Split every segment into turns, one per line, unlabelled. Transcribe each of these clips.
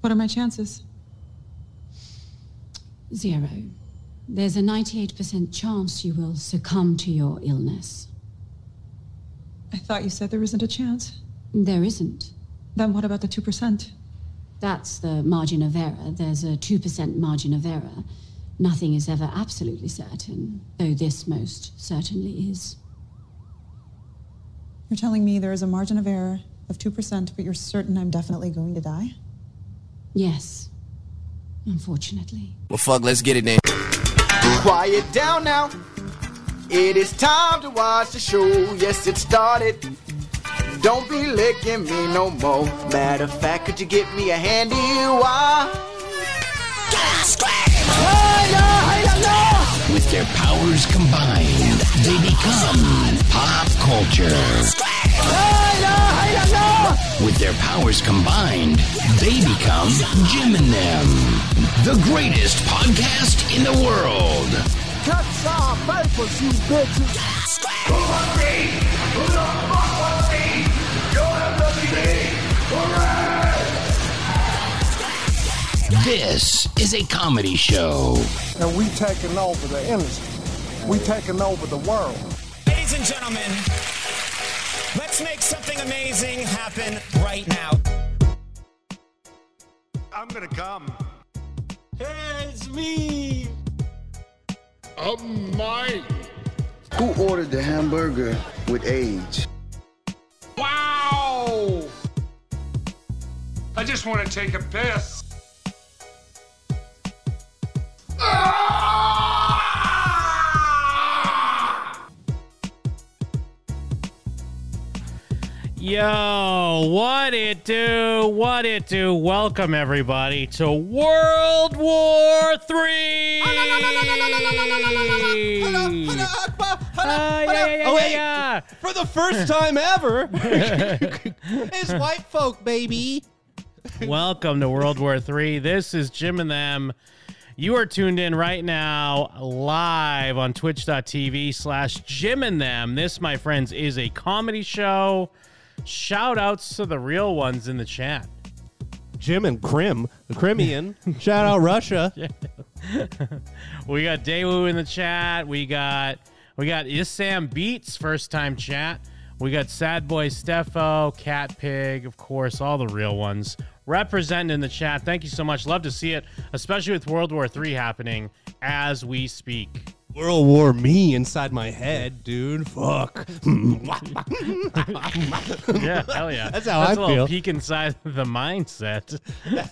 What are my chances?
Zero. There's a 98% chance you will succumb to your illness.
I thought you said there isn't a chance.
There isn't.
Then what about the 2%?
That's the margin of error. There's a 2% margin of error. Nothing is ever absolutely certain, though this most certainly is.
You're telling me there is a margin of error of 2%, but you're certain I'm definitely going to die?
Yes. Unfortunately.
Well, fuck, let's get it then.
Quiet down now. It is time to watch the show. Yes, it started. Don't be licking me no more. Matter of fact, could you get me a handy wire?
With their powers combined, they become pop culture. With their powers combined, they become Jim and them, the greatest podcast in the world.
Cut some papers, you bitches.
This is a comedy show.
And we taking over the industry. We taking over the world.
Ladies and gentlemen, let's make something amazing happen right now.
I'm gonna come. Oh
Who ordered the hamburger with age?
Wow! I just want to take a piss.
Yo, what it do? What it do? Welcome everybody to World War
Oh,
Three. Ah, yeah, yeah, yeah,
Oh, wait.
yeah,
For the first time ever, it's white folk, baby.
yeah. Welcome to World War Three. This is Jim and them. You are tuned in right now live on twitch.tv slash Jim and them. This, my friends, is a comedy show. Shout outs to the real ones in the chat.
Jim and Krim, the Crimean. Shout out Russia.
We got Daewoo in the chat. We got we got Isam Beats first time chat. We got Sad Boy Stefo, Cat Pig, of course, all the real ones represented in the chat. Thank you so much. Love to see it, especially with World War III happening as we speak.
World War me inside my head, dude. Fuck.
Yeah, hell yeah.
That's how I
a little
feel.
peek inside the mindset of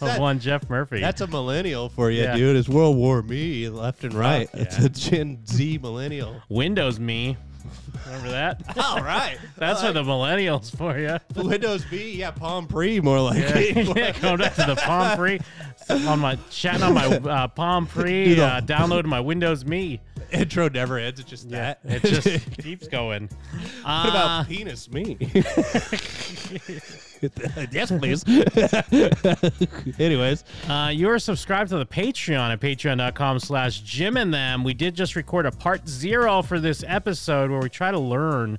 that-
one Jeff Murphy.
That's a millennial for you,
Yeah.
dude. It's World War me left and right.
Fuck
It's
yeah.
a Gen Z millennial.
Windows me. Remember that?
All right.
That's for the millennials for you.
Windows B, yeah, Palm Pre, more like
Yeah, yeah, going up to the Palm Pre on my chatting on my uh, Palm Pre,
Dude,
uh,
oh.
downloading my Windows Me.
intro never ends. It's just that.
It just keeps going.
What
Uh,
about penis me? yes, please. Anyways,
uh, you are subscribed to the Patreon at patreon.com slash Jim and them. We did just record a part zero for this episode where we try to learn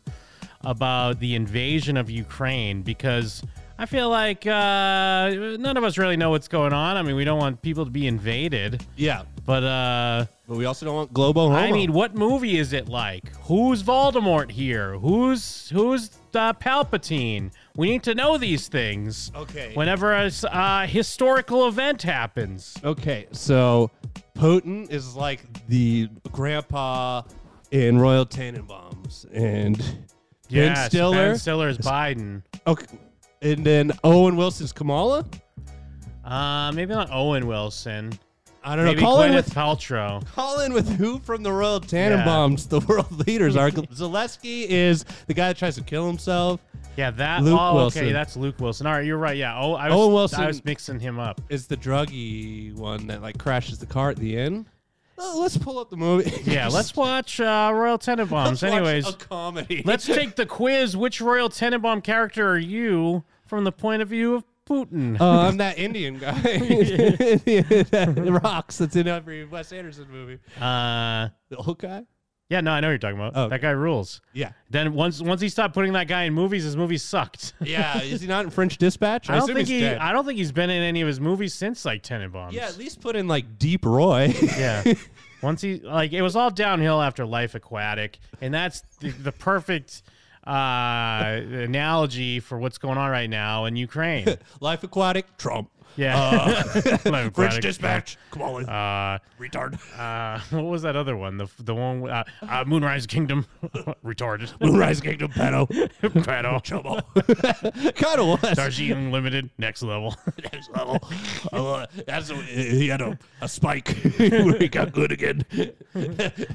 about the invasion of Ukraine because I feel like uh, none of us really know what's going on. I mean, we don't want people to be invaded,
yeah,
but uh,
but we also don't want global homo.
I mean, what movie is it like? Who's Voldemort here? Who's who's uh, Palpatine? We need to know these things.
Okay.
Whenever a s- uh, historical event happens,
okay, so Putin is like the grandpa in Royal Tannenbaums, and Ben
Yes,
Stiller.
Ben Stiller is Biden.
okay, and then Owen Wilson's Kamala.
Uh, maybe not Owen Wilson.
I don't
Maybe
know. Call in
Gwyneth
with
Paltrow.
call in with who from the Royal Tannenbaums? The world leaders are Zelensky is the guy that tries to kill himself.
Yeah, that.
Luke
oh, okay,
Wilson.
that's Luke Wilson. All right, you're right. Yeah. Oh, I was,
Owen Wilson-
I was mixing him up.
is the druggy one that like crashes the car at the end. Oh, let's pull up the movie.
Yeah, let's watch uh, Royal
Let's
Tenenbaums.
watch
Anyways,
a comedy.
Let's take the quiz. Which Royal Tenenbaum character are you from the point of view of Putin?
Oh, I'm that Indian guy. that rocks. That's in every Wes Anderson movie.
Uh,
The old guy.
Yeah, no, I know what you're talking about.
Oh.
That guy rules.
Yeah.
Then once once he stopped putting that guy in movies, his movies sucked.
Yeah, is he not in French Dispatch?
I don't
assume
think
he's
he.
dead.
I don't think he's been in any of his movies since like Tenenbaums.
yeah, at least put in like Deep Roy.
yeah. Once he like it was all downhill after Life Aquatic, and that's the, the perfect uh, analogy for what's going on right now in Ukraine.
Life Aquatic, Trump.
Yeah. Life
Uh, French
Aquatic.
Dispatch, Kamala,
Uh,
retard.
uh, what was that other one? The the one with, uh, uh, Moonrise Kingdom, retarded.
Moonrise Kingdom, pedo,
Pedal.
Chobo. kind of was.
Darjeeling Unlimited, next level.
next level. Uh, that's, he had a, a spike where he got good again.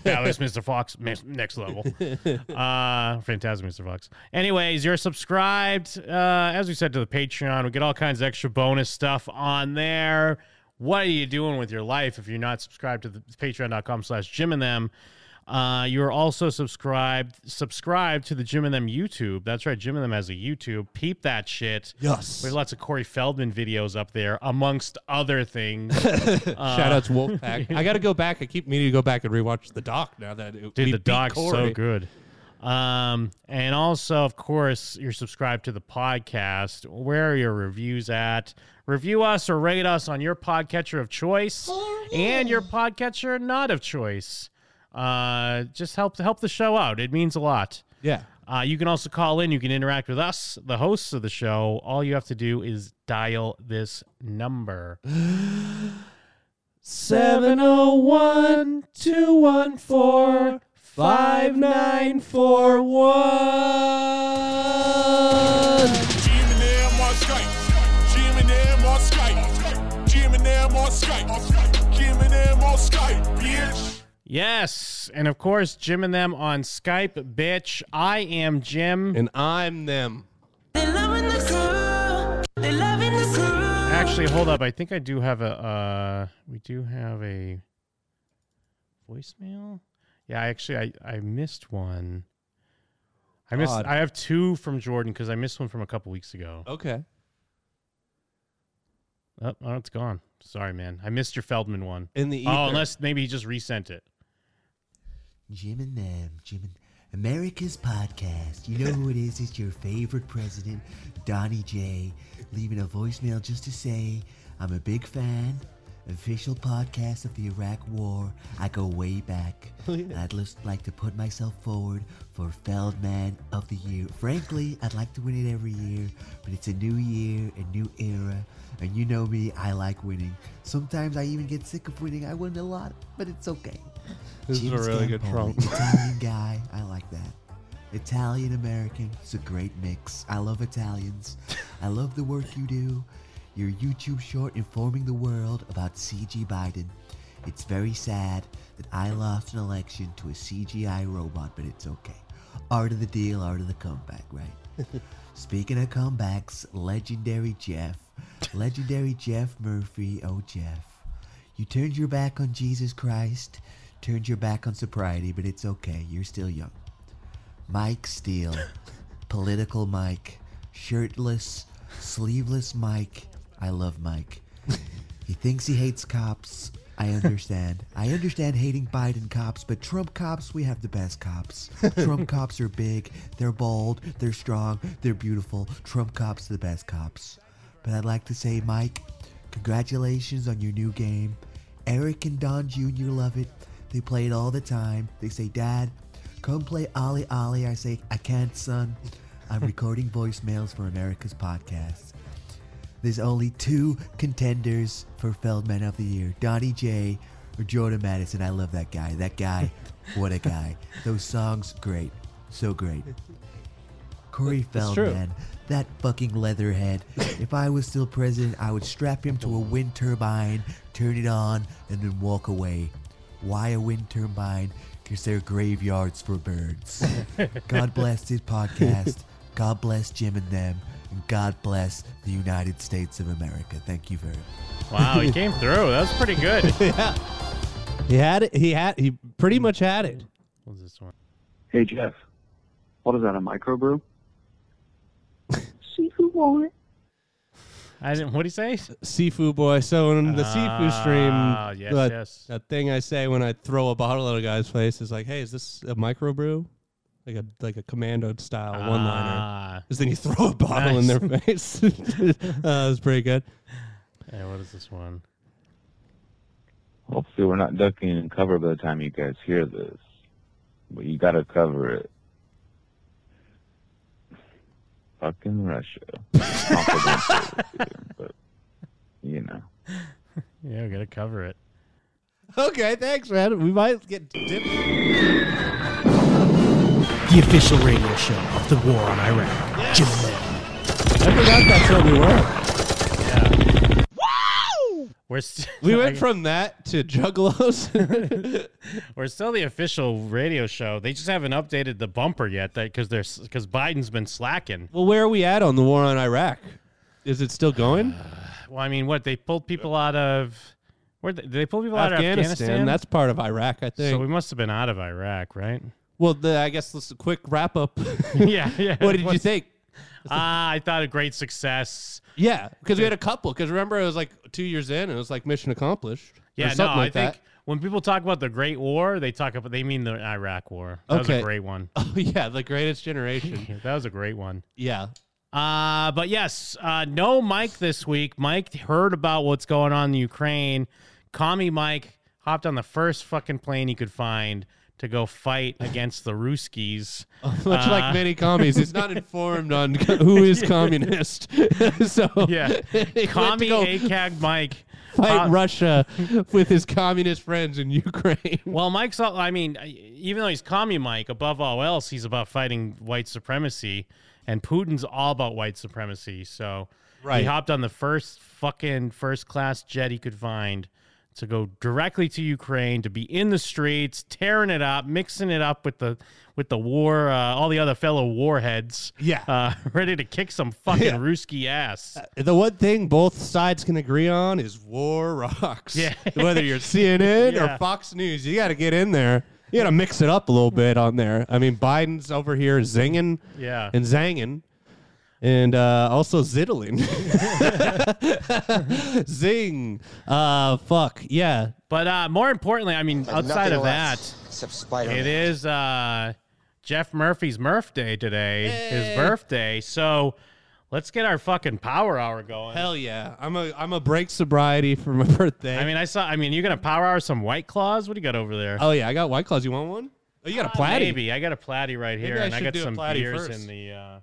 Alice, Mr. Fox, mes- next level. Uh, fantastic, Mr. Fox. Anyways, you're subscribed, uh, as we said, to the Patreon. We get all kinds of extra bonus stuff on there. What are you doing with your life if you're not subscribed to the patreon.com slash Jim and them? Uh, you're also subscribed subscribed to the Jim and them YouTube. That's right, Jim and them has a YouTube. Peep that shit.
Yes.
We have lots of Corey Feldman videos up there, amongst other things.
Shout out to Wolfpack. Uh, I got to go back. I keep meaning to go back and rewatch the doc now that it,
Dude,
we
the
beat
dog's so
Corey.
good. Um, and also, of course, you're subscribed to the podcast. Where are your reviews at? Review us or rate us on your podcatcher of choice and your podcatcher not of choice. Uh, just help help the show out. It means a lot.
Yeah.
Uh, you can also call in. You can interact with us, the hosts of the show. All you have to do is dial this number.
701 214 5941.
Jim and them on Skype. Jim and them on Skype. Jim and them on Skype. Jim and them on Skype, bitch.
Yes, and of course, Jim and them on Skype, bitch. I am Jim.
And I'm them.
Actually, hold up. I think I do have a. Uh, we do have a voicemail. Yeah, I actually, I, I missed one. I missed.
Odd.
I have two from Jordan because I missed one from a couple weeks ago. Oh.
Okay.
Oh, it's gone. Sorry, man. I missed your Feldman one.
In the ether.
oh, unless maybe he just resent it.
Jim and them, Jim and America's podcast. You know who it is? It's your favorite president, Donnie J, leaving a voicemail just to say, I'm a big fan. Official podcast of the Iraq War. I go way back. I'd just like to put myself forward for Feldman of the Year. Frankly, I'd like to win it every year, but it's a new year, a new era, and you know me, I like winning. Sometimes I even get sick of winning. I win a lot, but it's okay.
This is a
Jim
really good
Scampoli,
trunk.
Italian guy. I like that. Italian American. It's a great mix. I love Italians. I love the work you do. Your YouTube short informing the world about CG Biden. It's very sad that I lost an election to a CGI robot, but it's okay. Art of the deal, art of the comeback, right? Speaking of comebacks, legendary Jeff, legendary Jeff Murphy, oh Jeff, you turned your back on Jesus Christ, turned your back on sobriety, but it's okay. You're still young. Mike Steele, political Mike, shirtless, sleeveless Mike. I love Mike. He thinks he hates cops. I understand. I understand hating Biden cops, but Trump cops, we have the best cops. Trump cops are big, they're bold, they're strong, they're beautiful. Trump cops are the best cops. But I'd like to say, Mike, congratulations on your new game. Eric and Don Jr. love it. They play it all the time. They say, Dad, come play Ollie Ollie. I say, I can't, son. I'm recording voicemails for America's podcast. There's only two contenders for Feldman of the Year Donnie J or Jordan Madison. I love that guy. That guy, what a guy. Those songs, great. So great. Corey
true.
Feldman, that fucking leatherhead. If I was still president, I would strap him to a wind turbine, turn it on, and then walk away. Why a wind turbine? Because they're graveyards for birds. God bless this podcast. God bless Jim and them. And God bless the United States of America. Thank you very much.
Wow, he came through. That was pretty good.
He had it. He had. He pretty much had it.
What was this one?
Hey Jeff, what is that? A microbrew?
I didn't. What do you say?
Sifu boy. So in the Sifu
Ah,
stream,
yes,
that,
yes.
that thing I say when I throw a bottle at a guy's face is like, "Hey, is this a microbrew?" Like a like a commando style one
Ah.
liner. Because then you throw a bottle in their face. uh, that was pretty good.
Hey, what is this one?
Hopefully, we're not ducking in cover by the time you guys hear this. But you gotta cover it. Fucking Russia. Confidential with you, but, you know.
Yeah, we gotta cover it.
Okay, thanks, man. We might get dipped.
The official radio show of the war on Iraq. Jim and Them.
I forgot that's what we were.
We're st-
We went from that to Juggalos.
We're still the official radio show. They just haven't updated the bumper yet, that because they're because Biden's been slacking.
well, where are we at on the war on Iraq? Is it still going?
Uh, Well, I mean, what they pulled people out of? Where did they pull people out of Afghanistan?
That's part of Iraq, I think.
so. We must have been out of Iraq, right?
well, the, I guess this is a quick wrap up.
yeah, yeah.
What did you think?
Ah, I thought a great success.
Yeah, because we had a couple. Because remember, it was like two years in, and it was like mission accomplished. or
Yeah, no,
something like
I think
that.
when people talk about the Great War, they talk about they mean the Iraq War. That was a
Okay.
great one.
Oh yeah, the Greatest Generation.
that was a great one.
Yeah.
Uh, but yes, uh, no Mike this week. Mike heard about what's going on in Ukraine. Commie Mike hopped on the first fucking plane he could find to go fight against the Ruskies.
Much
Uh,
like many commies, he's not informed on co- who is communist. so
yeah, commie ACAG Mike
fight
Uh,
Russia with his communist friends in Ukraine.
Well, Mike's, all, I mean, even though he's commie Mike, above all else, he's about fighting white supremacy, and Putin's all about white supremacy. So he
Right.
hopped on the first fucking first class jet he could find to go directly to Ukraine to be in the streets, tearing it up, mixing it up with the with the war, uh, all the other fellow warheads.
Yeah.
uh, ready to kick some fucking Ruski ass.
The one thing both sides can agree on is war rocks.
Yeah.
Whether you're CNN
Yeah.
or Fox News, you got to get in there. You got to mix it up a little bit on there. I mean, Biden's over here zinging
Yeah.
and zanging and uh, also zittling. Zing. Uh, fuck. Yeah.
But uh, more importantly, I mean, outside
nothing
of that,
left
it is uh, Jeff Murphy's Murph Day today, his birthday. So let's get our fucking power hour going.
Hell yeah. I'm a, I'm a break sobriety for my birthday.
I mean, I saw. I mean, you're gonna power hour some White Claws. What do you got over there?
oh, yeah. I got White Claws. You want one? Oh, you got a
Ah,
platy.
Maybe I got a platy right
Maybe
here,
I
and I
should
got
do a
some
platy
beers
first.
in the. Uh,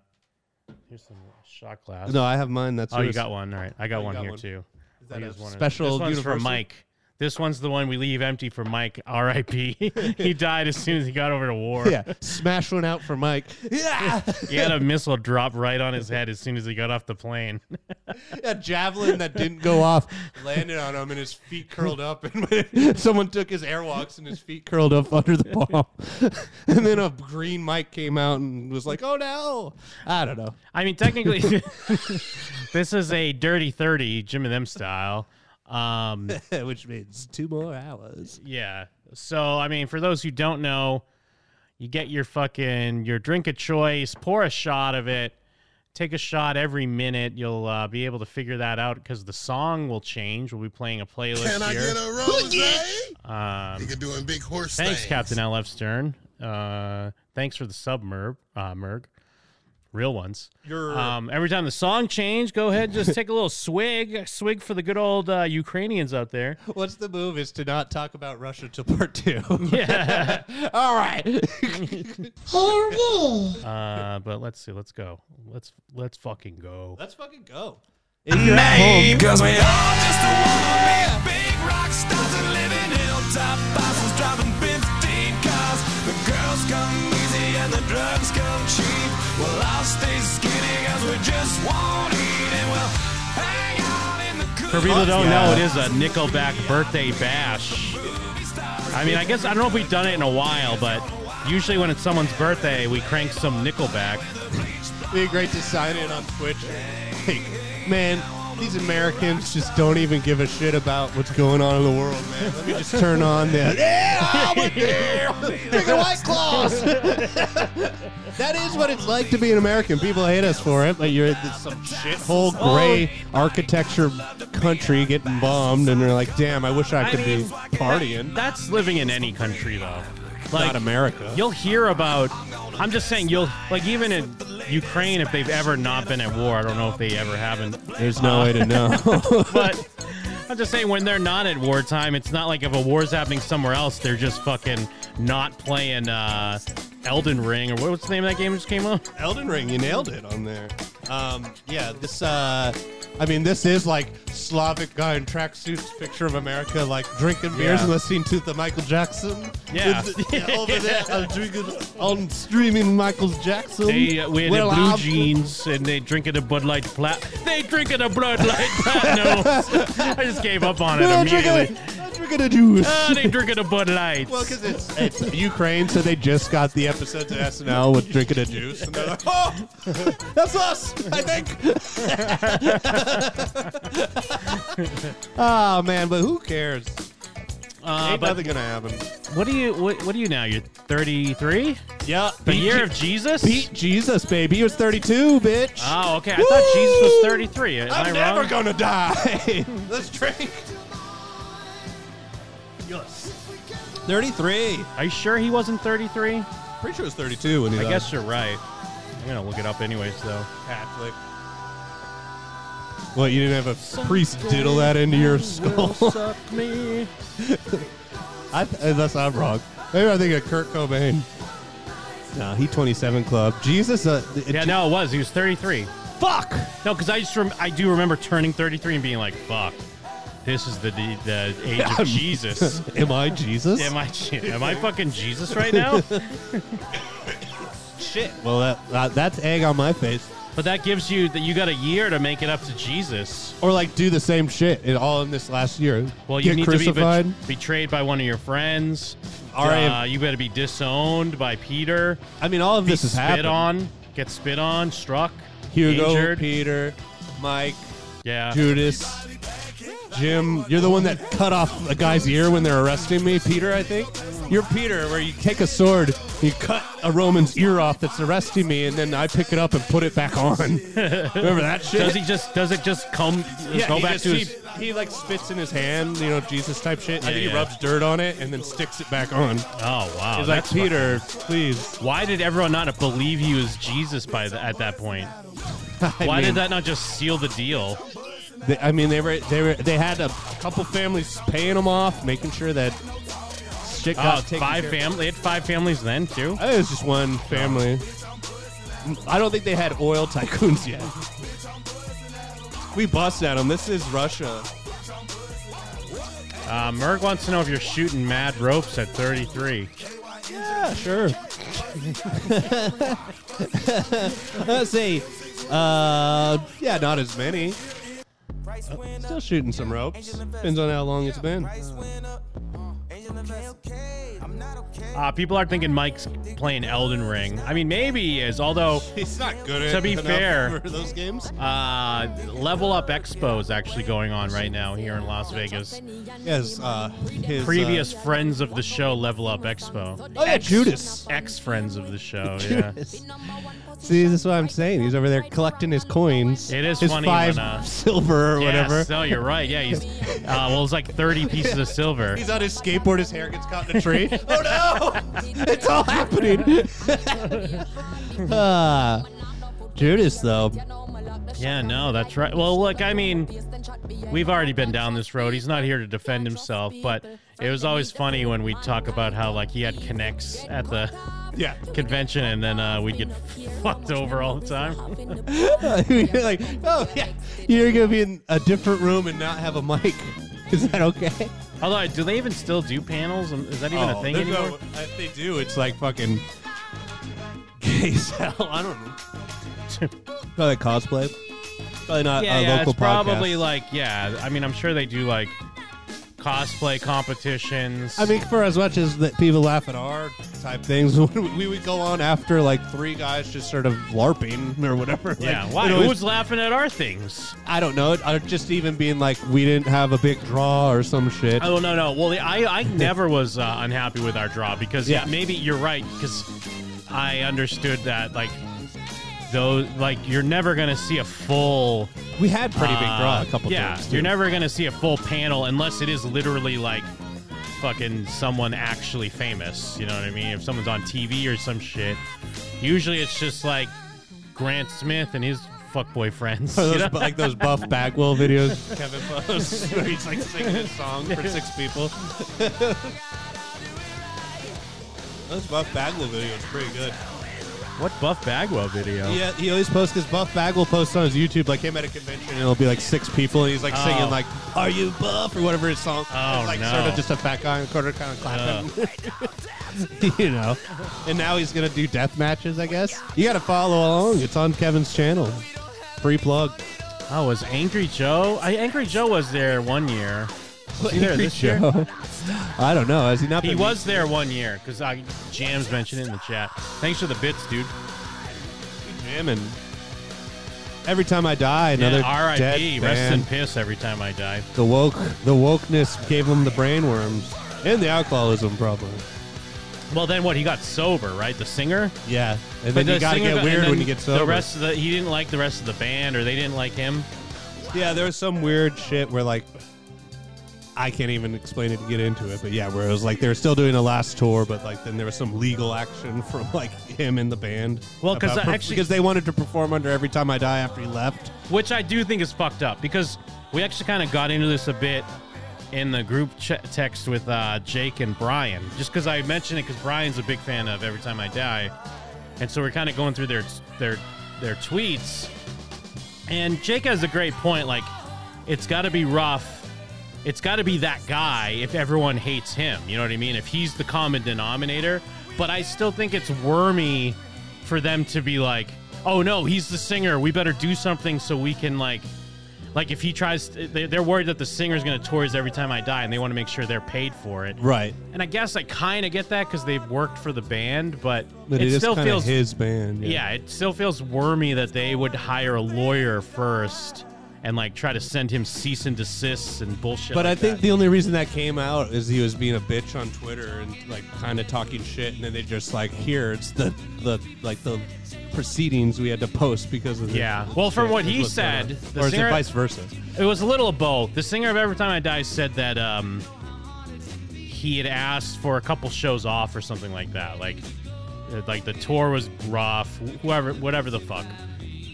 here's some shot glass.
No, I have mine. That's
oh, you
yours.
got one. All right, I got
Oh, you
one
got
here
one.
too.
Is
I
that a
used one of-
special
This one's for
universal?
Mike. This one's the one we leave empty for Mike. R.I.P. he died as soon as he got over to war.
Yeah. Smash one out for Mike. Yeah.
He had a missile drop right on his head as soon as he got off the plane.
a javelin that didn't go off landed on him and his feet curled up and someone took his airwalks and his feet curled up under the bomb and then a green mic came out and was like oh no i don't know
I mean, technically, this is a dirty 30, Jim and them style. Um,
which means two more hours
yeah. So, I mean, for those who don't know, you get your fucking your drink of choice, pour a shot of it, take a shot every minute. You'll uh, be able to figure that out because the song will change. We'll be playing a playlist
Can I
here.
get a rose?
Um,
Nigga doing big horse
Thanks,
things.
Captain LF Stern. Uh, thanks for the sub merg, uh, merg. real ones.
Your-
Um, every time the song changed, go ahead just take a little swig, swig for the good old uh, Ukrainians out there.
what's the move is to not talk about russia till part two
Yeah.
all right
Uh, but let's see, let's go, let's let's fucking go.
let's fucking go
Name, 'cause we all
just wanna be big rock stars and live in hilltop houses driving 15 cars. The girls come easy and the drugs come cheap. Well, I'll stay skinny 'cause we just won't eat and we'll hang out in the
For people who don't know, it is a Nickelback birthday bash. I mean, I guess I don't know if we've done it in a while, but usually when it's someone's birthday, we crank some Nickelback.
It'd be great to sign in on Twitch. Hey, man, These Americans just don't even give a shit about what's going on in the world, man. Let me just turn on the yeah, I'm a beer, drinking White Claws. that is what it's like to be an American. People hate us for it, but you're in some shithole
Oh,
gray architecture country getting bombed, and they're like, "Damn, I wish I could be partying."
That's living in any country, though.
Not America.
You'll hear about. I'm just saying, you'll like even in Ukraine, if they've ever not been at war, I don't know if they ever haven't.
There's no way to know.
but I'm just saying, when they're not at wartime, it's not like if a war's happening somewhere else, they're just fucking not playing uh, Elden Ring or what- what's the name of that game that just came out?
Elden Ring, you nailed it on there. Um, yeah, this. Uh, I mean, this is like Slavic guy in tracksuits picture of America, like drinking beers
Yeah.
and listening to the Michael Jackson.
Yeah.
With the- over there, I'm drinking, I'm streaming Michael Jackson.
They uh, wear
Well,
the blue
I'm-
jeans and they drink it a Bud Light plat. They drink it a Bud Light platinum. I just gave up on it
Well, I'm drinking
immediately.
a- I'm drinking a juice.
Ah, they drink it a Bud Light.
Well, because it's, it's Ukraine, so they just got the episodes of SNL with drinking a juice, and they're like, "Oh, that's us, I think." oh man, but who cares?
Uh,
Ain't
but-
nothing gonna happen.
What are you? What, what are you now? You're 33.
Yeah,
the
beat
year
Je-
of Jesus.
Beat Jesus, baby. He was 32, bitch.
Oh, okay. I thought Jesus was 33. Am
I'm
I
never
wrong?
gonna die. Let's drink. Yes. 33.
Are you sure he wasn't 33?
Pretty sure it was 32 when he
I
died.
guess you're right. I'm gonna look it up anyways, though.
Catholic. What, you didn't have a priest diddle that into your skull?
me.
I th- unless I'm wrong. Maybe I think of Kurt Cobain. No, he 27 Club. Jesus, uh, th-
Yeah, no, it was. He was 33. Fuck. No, because I just rem- I do remember turning 33 and being like, "Fuck, this is the the, the age of Jesus."
Am I Jesus?
Am I am I fucking Jesus right now? Shit.
Well, that, that that's egg on my face.
But that gives you that you got a year to make it up to Jesus.
Or like do the same shit in, all in this last year.
Well, you
get
need
crucified.
to be bet- betrayed by one of your friends.
All right.
Uh, you better be disowned by Peter.
I mean, all of
Be
this has
spit
happened.
on, get spit on, struck,
Hugo,
injured.
Peter, Mike,
Yeah.
Judas, Jim. You're the one that cut off a guy's ear when they're arresting me, Peter. I think you're Peter, where you take a sword, you cut a Roman's ear off that's arresting me, and then I pick it up and put it back on. Remember that shit?
Does he just? Does it just come?
Yeah,
go
he
back
just-
to
he,
his.
he like spits in his hand, you know, Jesus type shit.
Yeah,
I think
yeah.
he rubs dirt on it and then sticks it back on.
Oh wow!
He's like,
that's
Peter, please.
Why did everyone not believe he was Jesus by the, at that point? Why
mean-
did that not just seal the deal?
They, I mean, they were they were they had a couple families paying them off, making sure that shit
Oh,
got taken
five
care of.
family. They had five families then too.
I think it was just one family. I don't think they had oil tycoons yet. We bust at them. This is Russia.
Uh, Merg wants to know if you're shooting mad ropes at 33.
Yeah, sure. Let's see. Uh, yeah, not as many. Uh, still shooting some ropes. Depends on how long it's been.
Uh, people are thinking Mike's playing Elden Ring. I mean, maybe he is, although
He's not good
To be
enough
fair,
for those games.
uh, Level Up Expo is actually going on right now here in Las Vegas.
Yes, uh, his uh,
Previous friends of the show, Level Up Expo.
Oh, yeah, Judas.
Ex friends of the show, Oh, yeah.
See, this is what I'm saying. He's over there collecting his coins.
It is
his
funny
five
when, uh,
silver or
Yes,
whatever.
no, you're right. Yeah, he's uh, well, it's like 30 pieces of silver.
He's on his skateboard. His hair gets caught in a tree. oh no! It's all happening. Ah, Judas, though.
Yeah, no, that's right. Well, look, I mean, we've already been down this road. He's not here to defend himself, but it was always funny when we talk about how like he had connects at the
Yeah.
convention, and then uh, we'd get fucked over all the time.
you're like, oh yeah, you're gonna be in a different room and not have a mic. Is that okay?
Although, do they even still do panels? Um, Is that even a thing
Oh. there's no-
anymore?
if they do, it's like fucking gay as hell. I don't know. Probably cosplay. Probably not
yeah,
a
yeah,
local
it's probably
podcast.
like yeah. I mean, I'm sure they do like cosplay competitions.
I mean, for as much as that people laugh at our type things, we would go on after like three guys just sort of larping or whatever. Like,
yeah, why?
it always-
Who's laughing at our things?
I don't know. Or just even being like, we didn't have a big draw or some shit.
Oh no no. Well, the- I I never was uh, unhappy with our draw because yeah.
Yeah.
maybe you're right because I understood that like those like you're never gonna see a full.
We had pretty big
uh,
draw a couple
yeah,
times. too.
you're never gonna see a full panel unless it is literally like fucking someone actually famous. You know what I mean? If someone's on TV or some shit, usually it's just like Grant Smith and his fuck boyfriends.
Or
you
those-
know?
like those Buff Bagwell videos Kevin
posts,
where he's like singing his song for six people. Those Buff Bagwell videos pretty good.
What Buff Bagwell video?
Yeah, he always posts his Buff Bagwell posts on his YouTube, like him at a convention, and it'll be like six people, and he's like
Oh.
singing like "Are you buff?" or whatever his song.
Oh,
it's like
no.
sort of just a fat guy in the corner, kind of clapping. you know, and now he's gonna do death matches. I guess you got to follow along. It's on Kevin's channel. Free plug.
Oh, was Angry Joe? I, Angry Joe was there one year. Was he there
Angry
this year?
Joe. I don't know. Has he not?
He
been-
was there one year because I Jams mentioned it in the chat. Thanks for the bits, dude.
jamming. Every time I die, another
Yeah, R.I.P.
dead
Rest in
man.
piss every time I die.
The woke, the wokeness gave him the brain worms and the alcoholism, probably.
Well, then what? He got sober, right? The singer.
Yeah, and
But
then
the
you gotta
singer-
get
and
weird
then
when you get sober.
The rest of the he didn't like the rest of the band, or they didn't like him.
yeah, there was some weird shit where like I can't even explain it to get into it, but yeah, where it was like they were still doing the last tour, but like then there was some legal action from like him and the band.
Well, 'cause
about-
I actually-
because they wanted to perform under Every Time I Die after he left.
which I do think is fucked up because we actually kind of got into this a bit in the group ch- text with uh, Jake and Brian, just because I mentioned it because Brian's a big fan of Every Time I Die, and so we're kind of going through their their their tweets, and Jake has a great point. Like, it's got to be rough. It's got to be that guy if everyone hates him. You know what I mean? If he's the common denominator. But I still think it's wormy for them to be like, oh no, he's the singer. We better do something so we can, like, like if he tries, they- they're worried that the singer's going to tour his every time I die and they want to make sure they're paid for it.
Right.
And I guess I kind of get that because they've worked for the band, but,
But
it,
it is
still
kinda
feels
his band,
Yeah.
yeah.
it still feels wormy that they would hire a lawyer first and like try to send him cease and desist and bullshit.
But
like
I think
that.
the only reason that came out is he was being a bitch on Twitter and like kind of talking shit, and then they just like here it's the the like the proceedings we had to post because of the-
Yeah. Well, from
shit
what
is
he
what's going on.
said, the
or is
singer-
it vice versa?
It was a little of both. The singer of Every Time I Die said that um, he had asked for a couple shows off or something like that. Like, uh, like the tour was rough, wh- whoever, whatever the fuck.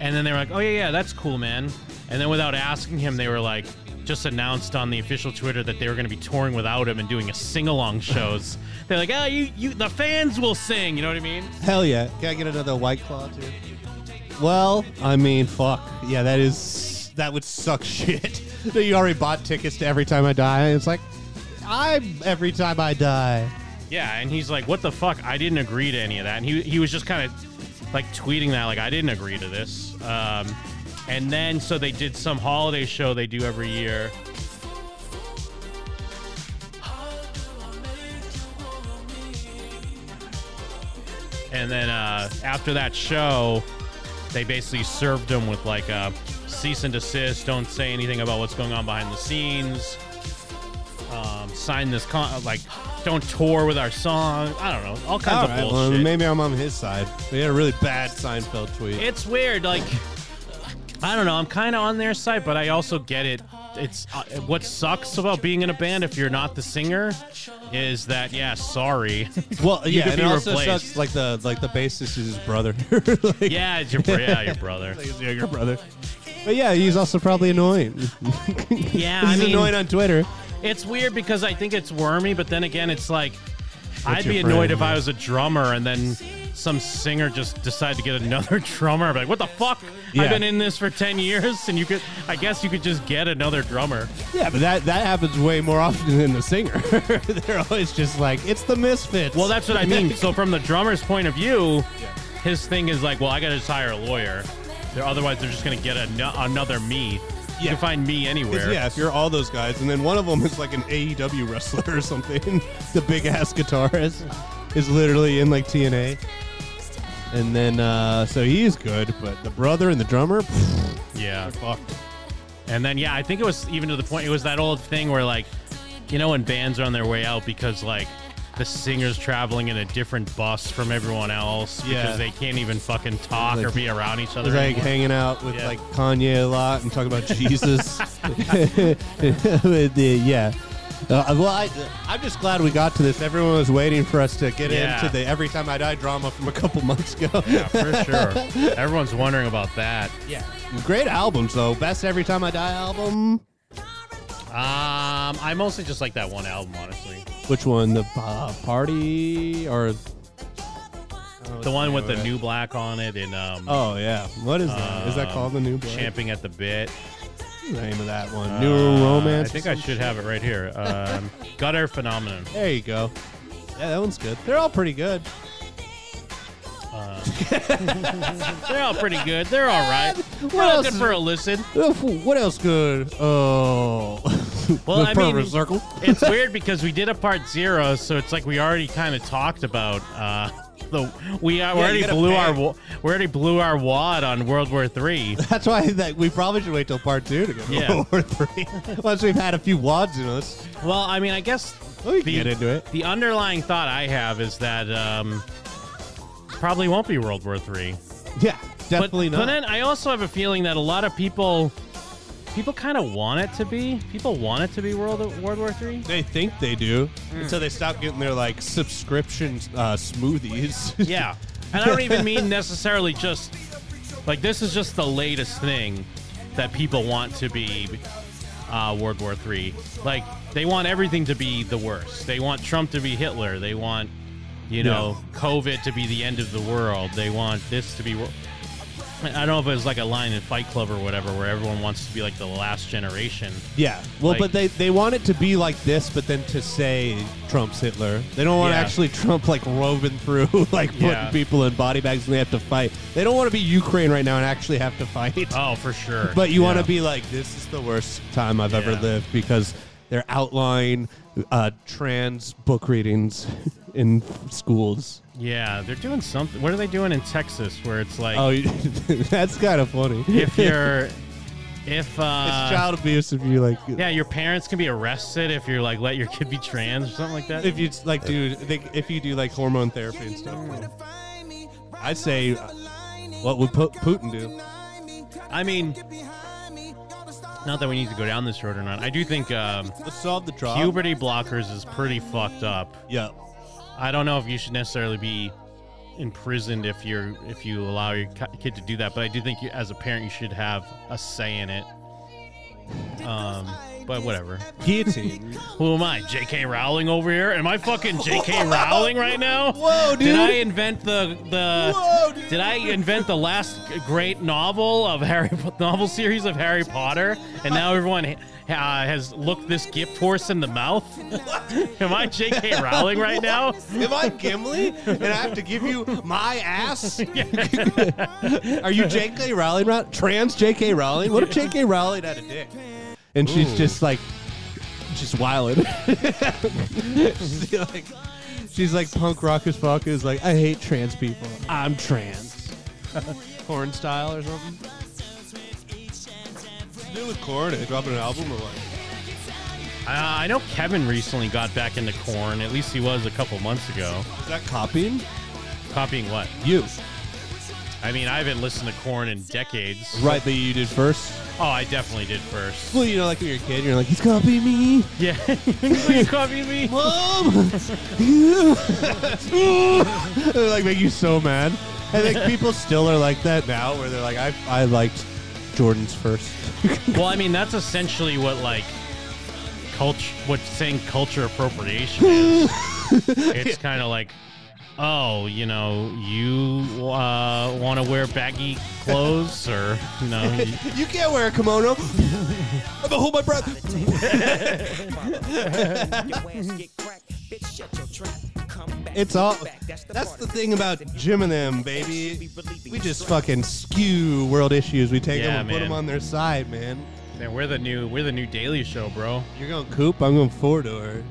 And then they were like, "Oh yeah, yeah, that's cool, man." And then without asking him, they were like, just announced on the official Twitter that they were going to be touring without him and doing a sing-along shows. They're like, "Oh, you, you, the fans will sing." You know what I mean?
Hell yeah! Can I get another white claw too? Well, I mean, fuck yeah, that is that would suck shit. that you already bought tickets to Every Time I Die. It's like I'm Every Time I Die.
Yeah, and he's like, "What the fuck? I didn't agree to any of that." And he he was just kind of like tweeting that, like, "I didn't agree to this." Um, and then so they did some holiday show they do every year. And then uh, after that show, they basically served him with like a cease and desist, don't say anything about what's going on behind the scenes, um, sign this con, like don't tour with our song. I don't know, all kinds
All
of
right, well,
bullshit.
maybe I'm on his side. They had a really bad Seinfeld tweet.
It's weird, like I don't know. I'm kind of on their side, but I also get it. It's uh, what sucks about being in a band if you're not the singer is that yeah, sorry.
Well,
You
yeah,
could
and
be
it also
replaced.
sucks like the like the bassist is his brother. Like-
Yeah, it's your br- yeah, your brother.
Like his younger brother. But yeah, he's also probably annoying.
Yeah,
he's
I mean-
annoying on Twitter.
It's weird because I think it's wormy, but then again, it's like I'd
your
be annoyed
friend,
if I
yeah.
was a drummer and then some singer just decided to get another drummer. I'd be like, what the fuck? I've
Yeah.
been in this for ten years, and you could, I guess, you could just get another drummer.
Yeah, but that that happens way more often than the singer. They're always just like it's the misfits.
Well, that's what I mean. So from the drummer's point of view, his thing is like, well, I got to just hire a lawyer. They're, otherwise, they're just going to get an- another me. You can find me anywhere.
Yeah, if you're all those guys, and then one of them is like an AEW wrestler or something, the big ass guitarist is literally in like TNA. And then, uh, so he is good, but the brother and the drummer, pfft,
Yeah. And then yeah, I think it was even to the point it was that old thing where like, you know, when bands are on their way out because like the singer's traveling in a different bus from everyone else because
Yeah.
they can't even fucking talk or
Like-
be around each other.
like
anymore.
hanging out with
Yeah.
like Kanye a lot and talking about Jesus. With the- yeah. Uh, well, I, I'm just glad we got to this. Everyone was waiting for us to get
Yeah.
into the Every Time I Die drama from a couple months ago.
Yeah, for sure. Everyone's wondering about that.
Yeah. Great albums, though. Best Every Time I Die album.
Um, I mostly just like that one album, honestly.
Which one? The uh, party or
The one with the new black on it and um.
Oh yeah, what is that? Is that
um,
called the new black?
Champing at the bit.
What's the name of that one?
Uh,
new romance.
I
or
think I
some shit?
should have it right here. Um, Gutter phenomenon.
There you go. Yeah, that one's good. They're all pretty good.
Uh, they're all pretty good. They're all right. They're
What
all
else
good
is-
for a listen.
What else good? Oh,
Well,
the
I
pervert
mean,
circle.
it's weird because we did a part zero, so it's like we already kind of talked about uh, the we uh,
you
already
gotta
blew
pay.
our wa- we already blew our wad on World War Three.
That's why that we probably should wait till part two to go
Yeah.
over three. Once we've had a few wads in us.
Well, I mean, I guess
We can
the,
get into it.
The underlying thought I have is that um, probably won't be World War Three.
Yeah, definitely
but,
not.
But then I also have a feeling that a lot of people, people kind of want it to be. People want it to be World World War Three.
They think they do
Mm.
until they stop getting their like subscription uh, smoothies.
Yeah, and I don't even mean necessarily just like this is just the latest thing that people want to be uh, World War Three. Like they want everything to be the worst. They want Trump to be Hitler. They want you know COVID to be the end of the world. They want this to be. wor- I I don't know if it was like a line in Fight Club or whatever, where everyone wants to be like the last generation.
Yeah. Well,
Like-
but they, they want it to be like this, but then to say Trump's Hitler. They don't want
Yeah.
actually Trump like roving through, like putting
Yeah.
people in body bags and they have to fight. They don't want to be Ukraine right now and actually have to fight.
Oh, for sure.
But you want
Yeah.
to be like, this is the worst time I've ever
Yeah.
lived because they're outlawing uh, trans book readings in schools.
Yeah, they're doing something. What are they doing in Texas where it's like,
oh, that's kind of funny.
if you're, if uh,
it's child abuse if you like
Yeah, your parents can be arrested if you're like let your kid be trans or something like that.
if you like do they, if you do like hormone therapy and stuff. I'd say uh, what would Pu- Putin do?
I mean, not that we need to go down this road or not. I do think um,
let's solve the problem.
Puberty blockers is pretty fucked up.
Yeah,
I don't know if you should necessarily be imprisoned if you're if you allow your ki- kid to do that, but I do think you, as a parent you should have a say in it. Um, but whatever.
Guillotine.
Who am I, J.K. Rowling over here? Am I fucking J.K. Rowling right now?
Whoa, dude.
Did I invent the the? Did I invent the last great novel of Harry novel series of Harry Potter? And now everyone uh, has looked this gift horse in the mouth. am I J.K. Rowling right now?
Am I Gimli and I have to give you my ass? Are you J.K. Rowling? Ro- Trans J.K. Rowling? What if J.K. Rowling had a dick? And she's
Ooh.
just like, just wilding. she's, like, she's like punk rock as fuck. Is like, I hate trans people. I'm trans. Corn style or something. Do with Corn? They dropping an album or what?
Uh, I know Kevin recently got back into corn. At least he was a couple months ago.
Is that copying?
Copying what?
You.
I mean, I haven't listened to corn in decades.
Right, that you did first.
Oh, I definitely did first.
Well, you know, like when you're a kid, you're like, he's copying me.
Yeah. Will you copy me?
Mom! Um, they like make you so mad. I think people still are like that now, where they're like, I, I liked Jordan's first.
Well, I mean, that's essentially what like culture, what saying culture appropriation is. it's kind of like, oh, you know, you uh, want to wear baggy clothes, or you know, you-
you can't wear a kimono. I'm gonna hold my breath. It's all. That's the thing about Jim and them, baby. We just fucking skew world issues. We take
Yeah,
them and put
man.
them on their side, man.
Man, we're the new we're the new Daily Show, bro.
You're going Coop, I'm going four door.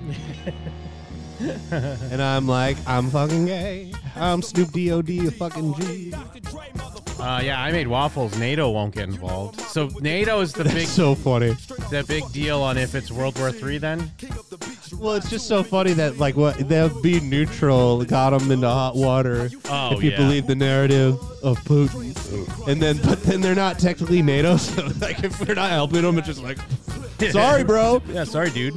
and I'm like, I'm fucking gay. I'm Snoop DOD, a fucking G.
Uh, yeah, I made waffles. NATO won't get involved. So NATO is the big
so funny.
the big deal on if it's World War Three. Then
Well, it's just so funny that like what they'll be neutral got them into hot water
Oh,
if you
yeah.
believe the narrative of Putin, and then but then they're not technically NATO, so like if we're not helping them, it's just like, sorry, bro.
Yeah, sorry, dude.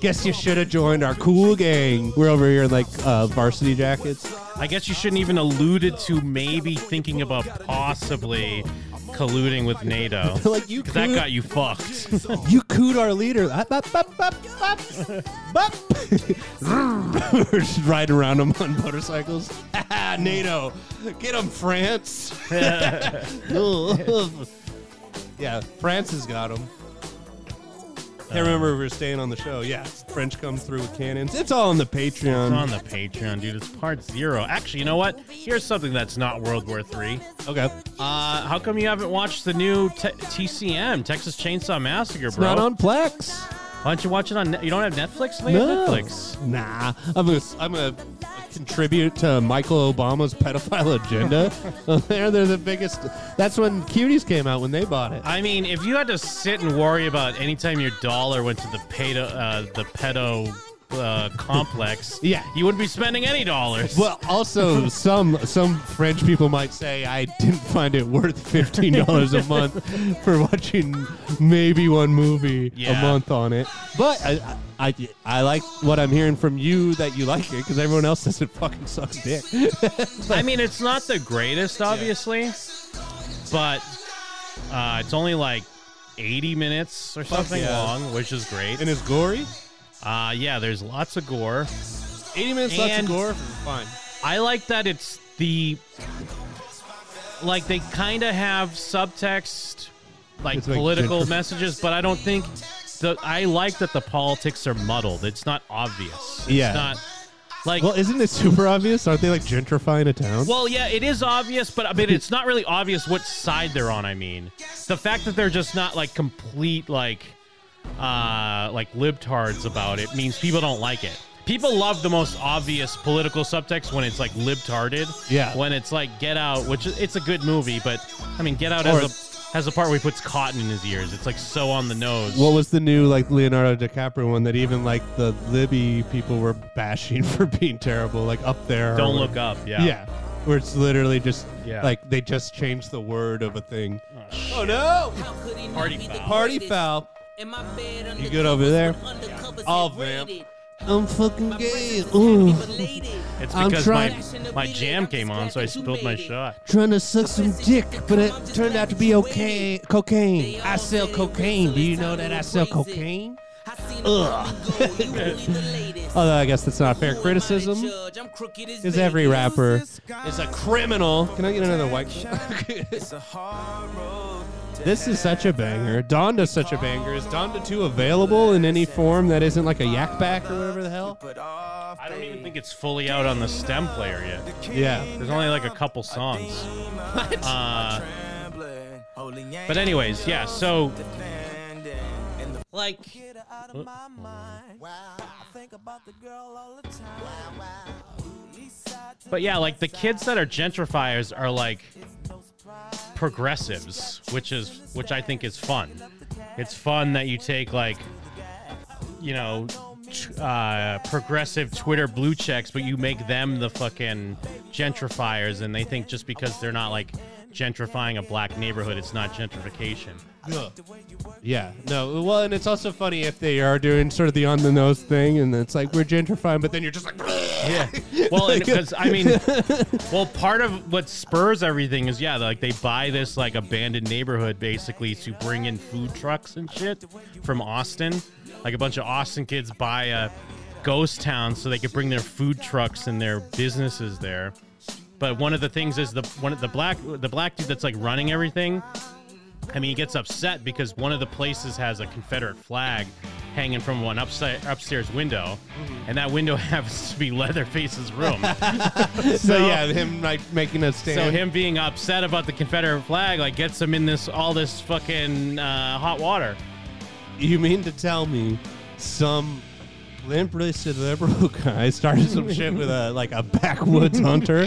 Guess you should have joined our cool gang. We're over here in like uh, varsity jackets.
I guess you shouldn't even alluded to maybe thinking about possibly colluding with NATO.
Like, you
'Cause that
could-
got you fucked.
You cooed our leader. Up, up, up, up, up, up. We're just riding around them on motorcycles. Ah, NATO, get them, France. yeah, France has got them. I remember we were staying on the show. Yeah, French come through with cannons. It's all on the Patreon.
It's on the Patreon, dude. It's part zero. Actually, you know what? Here's something that's not World War Three.
Okay.
Uh, how come you haven't watched the new te- TCM Texas Chainsaw Massacre, bro?
not on Plex.
Why don't you watch it on? Net- you don't have Netflix? Look at Netflix.
Nah, I'm gonna I'm gonna contribute to Michael Obama's pedophile agenda. they're they're the biggest. That's when Cuties came out when they bought it.
I mean, if you had to sit and worry about anytime your dollar went to the pedo, uh, the pedo uh, complex,
Yeah.
you wouldn't be spending any dollars.
Well, also some some French people might say I didn't find it worth fifteen dollars a month for watching maybe one movie a
Yeah.
month on it. But I, I I like what I'm hearing from you that you like it because everyone else says it fucking sucks dick.
I mean, it's not the greatest, obviously, but uh, it's only like 80 minutes or something
yeah.
long, which is great.
And it's gory.
Uh, yeah, there's lots of gore.
80 minutes lots of
And
gore? Fine.
I like that it's the like they kind of have subtext like
It's like
political
Jennifer-
messages, but I don't think the I like that the politics are muddled. It's not obvious. It's
Yeah.
not like
Well,
well,
isn't it super obvious? Aren't they like gentrifying a town?
yeah, it is obvious, but I mean it's not really obvious what side they're on, I mean. The fact that they're just not like complete like uh like libtards about it means people don't like it. People love the most obvious political subtext when it's like libtarded.
Yeah.
When it's like Get Out, which is, it's a good movie, but I mean Get Out
Or-
has a has a part where he puts cotton in his ears. It's like so on the nose.
What was the new like Leonardo DiCaprio one that even like the Libby people were bashing for being terrible? Like up there. or
Don't
whatever.
look up. Yeah.
Yeah. Where it's literally just
Yeah.
like they just changed the word of a thing.
Oh
no!
Party foul.
Party foul. You good over there? Oh, man. I'm fucking gay. Ooh.
It's
I'm
because
trying-
my my jam came on, so I spilled my shot.
Trying to suck some dick, but it turned out to be okay. Cocaine. I sell cocaine. Do you know that I sell cocaine? Ugh. Although I guess that's not fair criticism. Is every rapper is a criminal? Can I get another white? this is such a banger. Donda's such a banger. Is Donda 2 available in any form that isn't like a yak back or whatever the hell?
I don't even think it's fully out on the stem player yet.
Yeah.
There's only like a couple songs. Uh, but anyways, yeah. So
Like,
But yeah, like the kids that are gentrifiers are like progressives, which is which I think is fun. It's fun that you take like you know t- uh, progressive Twitter blue checks, but you make them the fucking gentrifiers, and they think just because they're not like gentrifying a black neighborhood, it's not gentrification.
Yeah, no. Well, and it's also funny if they are doing sort of the on the nose thing, and it's like we're gentrifying, but then you're just like, yeah.
Well, because I mean, well, part of what spurs everything is yeah, like they buy this like abandoned neighborhood basically to bring in food trucks and shit from Austin. Like a bunch of Austin kids buy a ghost town so they could bring their food trucks and their businesses there. But one of the things is the one of the black the black dude that's like running everything. I mean, he gets upset because one of the places has a Confederate flag hanging from one upside, upstairs window, and that window happens to be Leatherface's room.
so, yeah, him like making a stand.
So him being upset about the Confederate flag like gets him in this all this fucking uh, hot water.
You mean to tell me some limp-wristed liberal guy started some shit with a like a backwoods hunter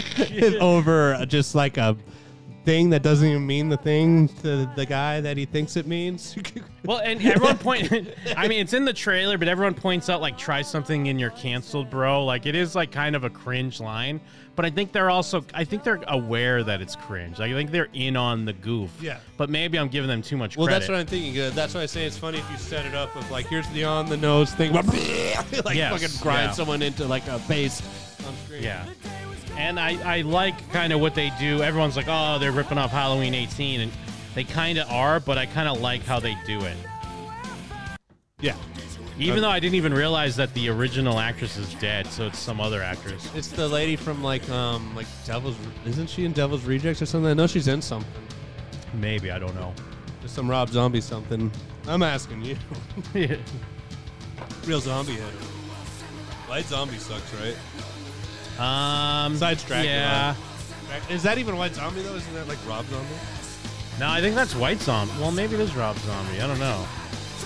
over just like a thing that doesn't even mean the thing to the guy that he thinks it means?
Well, and everyone point. I mean, it's in the trailer, but everyone points out like try something and you're canceled, bro. Like it is like kind of a cringe line, but I think they're also I think they're aware that it's cringe. Like, I think they're in on the goof.
Yeah.
But maybe I'm giving them too much
Well,
credit.
that's what I'm thinking. Uh, that's why I say it's funny if you set it up of like here's the on the nose thing, like
Yes,
fucking grind
yeah.
someone into like a base on screen.
Yeah. And I, I like kind of what they do. Everyone's like, oh, they're ripping off Halloween 18, and they kind of are, but I kind of like how they do it.
Yeah.
Even though I didn't even realize that the original actress is dead, so it's some other actress.
It's the lady from like um like Devil's isn't she in Devil's Rejects or something? I know she's in something.
Maybe I don't know.
Just some Rob Zombie something. I'm asking you. Real zombie head. White zombie sucks, right?
Um,
Besides Dracula.
Yeah.
Drac- Is that even White Zombie though? Isn't that like Rob Zombie?
No, I think that's White Zombie. Well, maybe it is Rob Zombie. I don't know.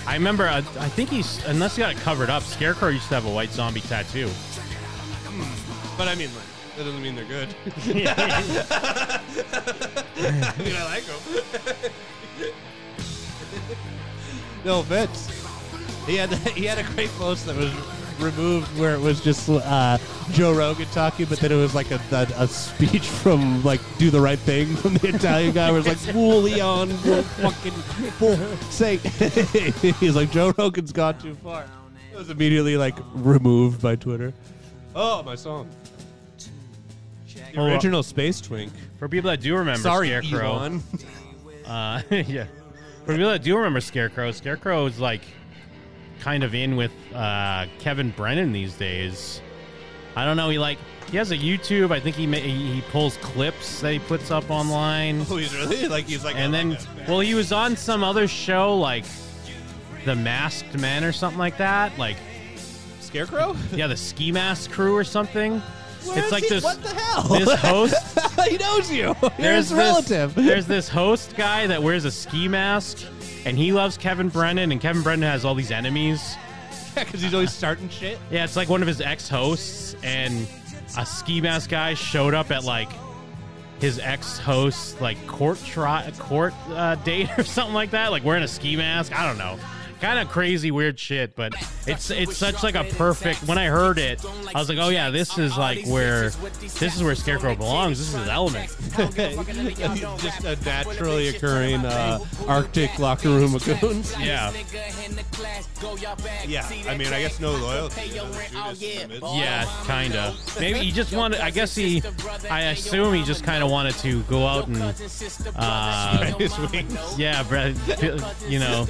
I remember, I, I think he's, unless he got it covered up, Scarecrow used to have a White Zombie tattoo.
But I mean, like, that doesn't mean they're good. I mean, I like them. no offense. He had he had a great post that was removed where it was just uh, Joe Rogan talking, but then it was like a, a, a speech from like "Do the Right Thing" from the Italian guy, where it's like "Fully on, for fucking for sake." He's like Joe Rogan's gone too far. It was immediately like removed by Twitter. Oh, my song. The original Space Twink.
For people that do remember
Sorry,
Scarecrow.
Elon.
Uh, yeah. For people that do remember Scarecrow, Scarecrow is like kind of in with uh, Kevin Brennan these days. I don't know. He like he has a YouTube. I think he ma- he he pulls clips that he puts up online.
Oh, he's really like he's like.
and then well, he was on some other show like The Masked Men or something like that. Like
Scarecrow?
Yeah, the Ski Mask Crew or something. it's like this.
What the hell?
This host
he knows you.
there's
There's relative.
This, there's this host guy that wears a ski mask, and he loves Kevin Brennan, and Kevin Brennan has all these enemies.
Yeah, because he's always starting shit.
Yeah, it's like one of his ex-hosts, and a ski mask guy showed up at like his ex-host's like court tri- court uh, date or something like that, like wearing a ski mask. I don't know. Kind of crazy, weird shit, but it's it's such like a perfect. When I heard it, I was like, oh yeah, this is like where this is where Scarecrow belongs. This is his element.
Just a naturally occurring uh, Arctic locker room cocoons.
Yeah.
Yeah. I mean, I guess no loyalty.
Yeah, kind of. Maybe he just wanted. I guess he. I assume he just kind of wanted to go out and. Uh,
Spread his wings.
Yeah, bre- you know,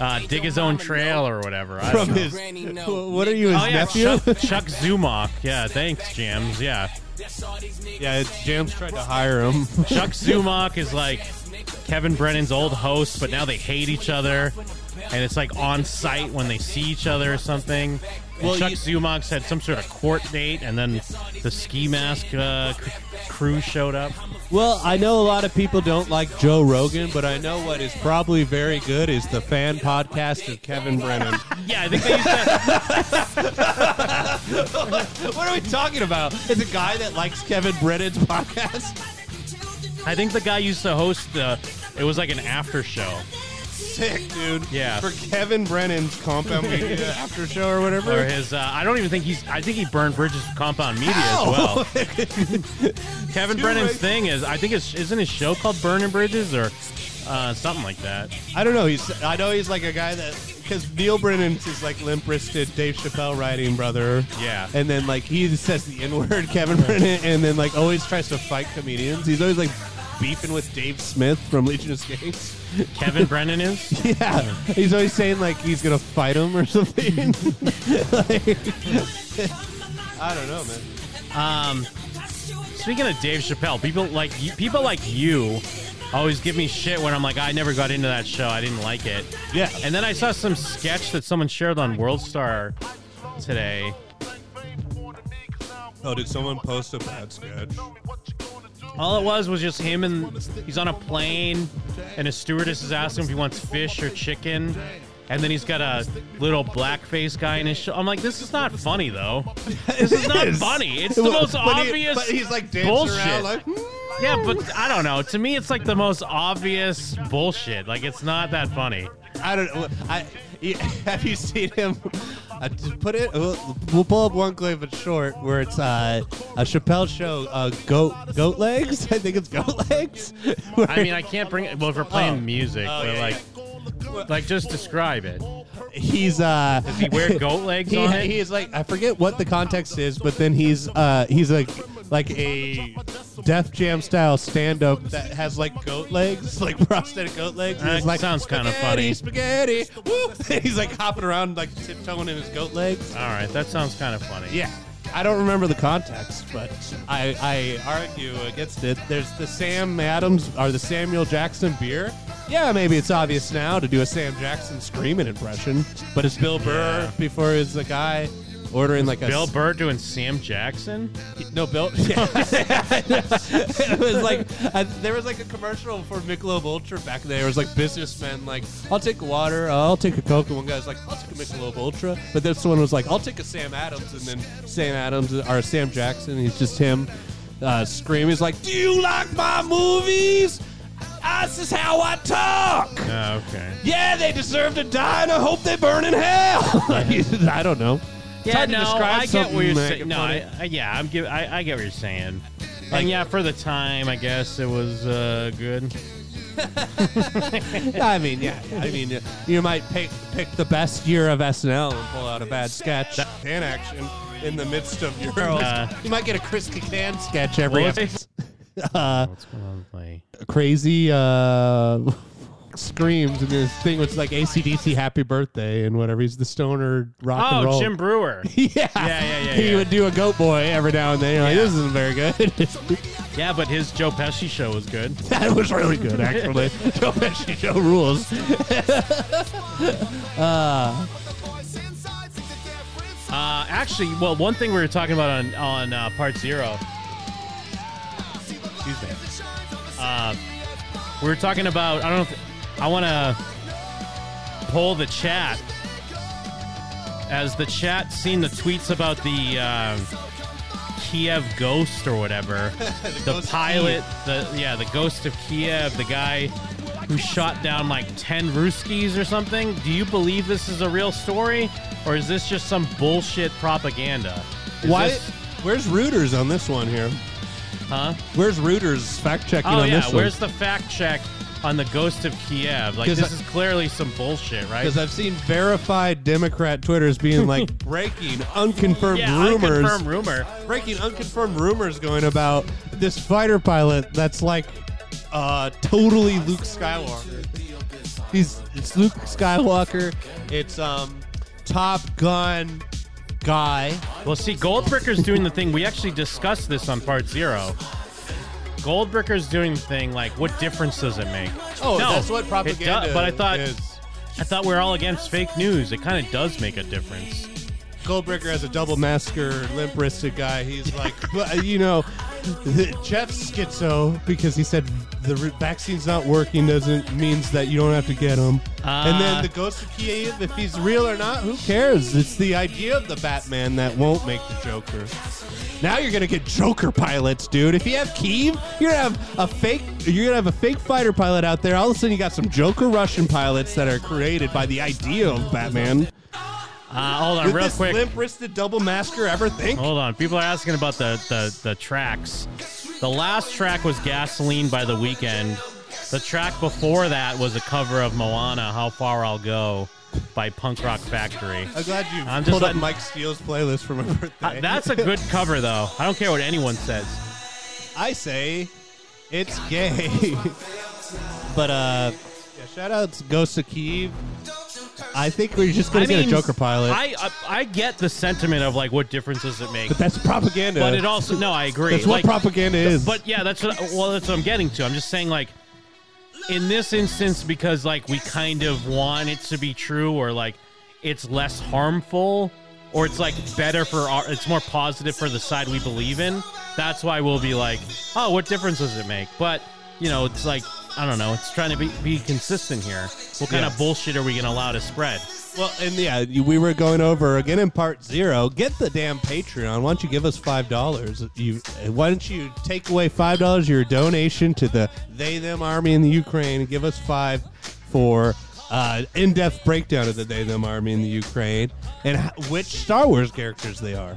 uh, dig his own trail or whatever. I don't
From
know.
his- what are you, his
oh, yeah,
nephew?
Chuck, Chuck Zumach. Yeah, thanks, Jams. Yeah,
yeah. It's, Jams tried to hire him.
Chuck Zumach is like Kevin Brennan's old host, but now they hate each other, and it's like on site when they see each other or something. And
Well,
Chuck
you-
Zumach's had some sort of court date, and then the ski mask uh, cr- crew showed up.
Well, I know a lot of people don't like Joe Rogan, but I know what is probably very good is the fan podcast of Kevin Brennan.
Yeah, I think they used to.
what are we talking about? It's a guy that likes Kevin Brennan's podcast.
I think the guy used to host. Uh, it was like an after show.
Sick, dude.
Yeah.
For Kevin Brennan's compound media after show or whatever.
Or his, uh, I don't even think he's. I think he burned bridges with Compound Media
Ow!
as well. Kevin
Too
Brennan's
racist.
thing is, I think it's isn't his show called Burning Bridges or uh, something like that.
I don't know. He's I know he's like a guy that because Neil Brennan's is like limp wristed Dave Chappelle writing brother.
Yeah.
And then like he says the N word, Kevin Brennan, and then like always tries to fight comedians. He's always like beefing with Dave Smith from Legion of Skanks.
Kevin Brennan is.
Yeah, he's always saying like he's gonna fight him or something. Like, I don't know, man.
Um, speaking of Dave Chappelle, people like you, people like you always give me shit when I'm like, I never got into that show. I didn't like it.
Yeah.
And then I saw some sketch that someone shared on World Star today.
Oh, did someone post a bad sketch?
All it was was just him and he's on a plane, and his stewardess is asking if he wants fish or chicken, and then he's got a little blackface guy in his show. I'm like, this is not funny though. This is not
is.
funny. It's the
Well,
most
but he-
obvious.
but he's, like, dancing around,
bullshit.
like, hmm.
yeah, but I don't know. To me, it's like the most obvious bullshit. Like it's not that funny.
I don't know. I you- have you seen him? I just put it. We'll, we'll pull up one clip, but short, where it's uh, a Chappelle show. Uh, goat goat legs. I think it's goat legs.
I mean, I can't bring it. Well, if we're playing
Oh.
music,
Oh,
but
yeah,
like, like just describe it.
he's uh does
he wear goat legs
he,
on it?
he is like i forget what the context is but then he's uh he's like like a def jam style stand-up that has like goat legs like prosthetic goat legs and
That
it's like
sounds kinda funny.
"Spaghetti, spaghetti woo!" he's like hopping around like tiptoeing in his goat legs
All right, that sounds kind of funny.
yeah i don't remember the context but i i argue against it there's the sam adams or the samuel jackson beer yeah, maybe it's obvious now to do a Sam Jackson screaming impression, but it's Bill Burr
Yeah.
before it was the guy ordering like a
Bill Burr doing Sam Jackson?
No, Bill. Yeah. it was like I, there was like a commercial for Michelob Ultra back there. It was like businessmen like, "I'll take water, uh, I'll take a Coke," and one guy's like, "I'll take a Michelob Ultra," but this one was like, "I'll take a Sam Adams," and then Sam Adams or Sam Jackson, he's just him uh, screaming. He's like, "Do you like my movies? This is how I talk."
Oh, okay.
Yeah, they deserve to die, and I hope they burn in hell. I don't know. It's
Yeah,
hard to
no,
describe
I get what
something
you're
like
saying. No,
funny.
I, I- yeah, I'm give, I, I get what you're saying. and yeah, for the time, I guess it was uh, good.
I mean, yeah. I mean, uh, you might pick pick the best year of SNL and pull out a bad sketch and action in the midst of your.
Uh,
you might get a Chris Kattan sketch every.
Really?
episode. Uh,
What's going on with my-
crazy uh, screams and this thing was like ACDC Happy Birthday and whatever. He's the stoner rock and roll.
Oh, Jim Brewer.
yeah. Yeah,
yeah, yeah,
He
yeah.
would do a goat boy every now and then. You're like,
Yeah.
this isn't very good.
Yeah, but his Joe Pesci show was good.
That was really good, actually. Joe Pesci show rules. uh,
Uh, actually, well, one thing we were talking about on on uh, part zero. Excuse me. Uh, we were talking about. I don't. know if, I want to poll the chat. Has the chat seen the tweets about the uh, Kiev ghost or whatever? the
ghost of
pilot. The yeah, the ghost of Kiev. The guy who shot down like ten Ruskies or something. Do you believe this is a real story, or is this just some bullshit propaganda? Is
why?
this-
Where's Reuters on this one here?
huh?
Where's Reuters fact checking
Oh
on
yeah,
this one?
where's the fact check on the ghost of Kiev? Like
'Cause
this
I-
is clearly some bullshit, right?
Because I've seen verified Democrat Twitters being like breaking unconfirmed
Yeah,
rumors.
unconfirmed rumor.
Breaking unconfirmed rumors going about this fighter pilot that's like uh, totally Luke Skywalker. He's it's Luke Skywalker. It's um Top Gun guy.
Well, see, Goldbricker's doing the thing. We actually discussed this on part zero. Goldbricker's doing the thing. Like, what difference does it make?
Oh,
No,
that's what
it
propaganda
does- but I thought,
is.
I thought we are all against fake news. It kind of does make a difference.
Goldbricker has a double masker, limp wristed guy. He's like, but, you know, the- Jeff's schizo because he said the re- vaccine's not working doesn't means that you don't have to get them. and
Ah.
then the ghost of Kiev, if he's real or not, who cares? It's the idea of the Batman that won't make the Joker. Now you're gonna get Joker pilots, dude. If you have Kiev, you're gonna have a fake. You're gonna have a fake fighter pilot out there. All of a sudden, you got some Joker Russian pilots that are created by the idea of Batman.
Uh, hold on,
Did
real
this
quick. Oh.
limp-wristed double masker ever think?
Hold on. People are asking about the, the, the tracks. The last track was Gasoline by The Weekend. The track before that was a cover of Moana, How Far I'll Go by Punk Rock Factory.
I'm glad you
I'm just
pulled
letting-
up Mike Steele's playlist for my birthday.
Uh, that's a good cover, though. I don't care what anyone says.
I say it's gay. but uh, yeah, shout out to Ghost of Kiev. I think we're just gonna
I
get
mean,
a Joker pilot.
I, I I get the sentiment of like what difference does it make?
but that's propaganda.
But it also no, I agree.
That's what
Like,
propaganda is.
But yeah, that's what well, that's what I'm getting to. I'm just saying like in this instance because like we kind of want it to be true or like it's less harmful or it's like better for our it's more positive for the side we believe in. That's why we'll be like, "Oh, what difference does it make?" But, you know, it's like I don't know. It's trying to be, be consistent here. What kind of
Yeah.
bullshit are we going to allow to spread?
Well, and yeah, you- we were going over again in part zero. Get the damn Patreon. Why don't you give us five dollars? You why don't you take away five dollars your donation to the they them army in the Ukraine and give us five for uh, in depth breakdown of the they them army in the Ukraine and h- which Star Wars characters they are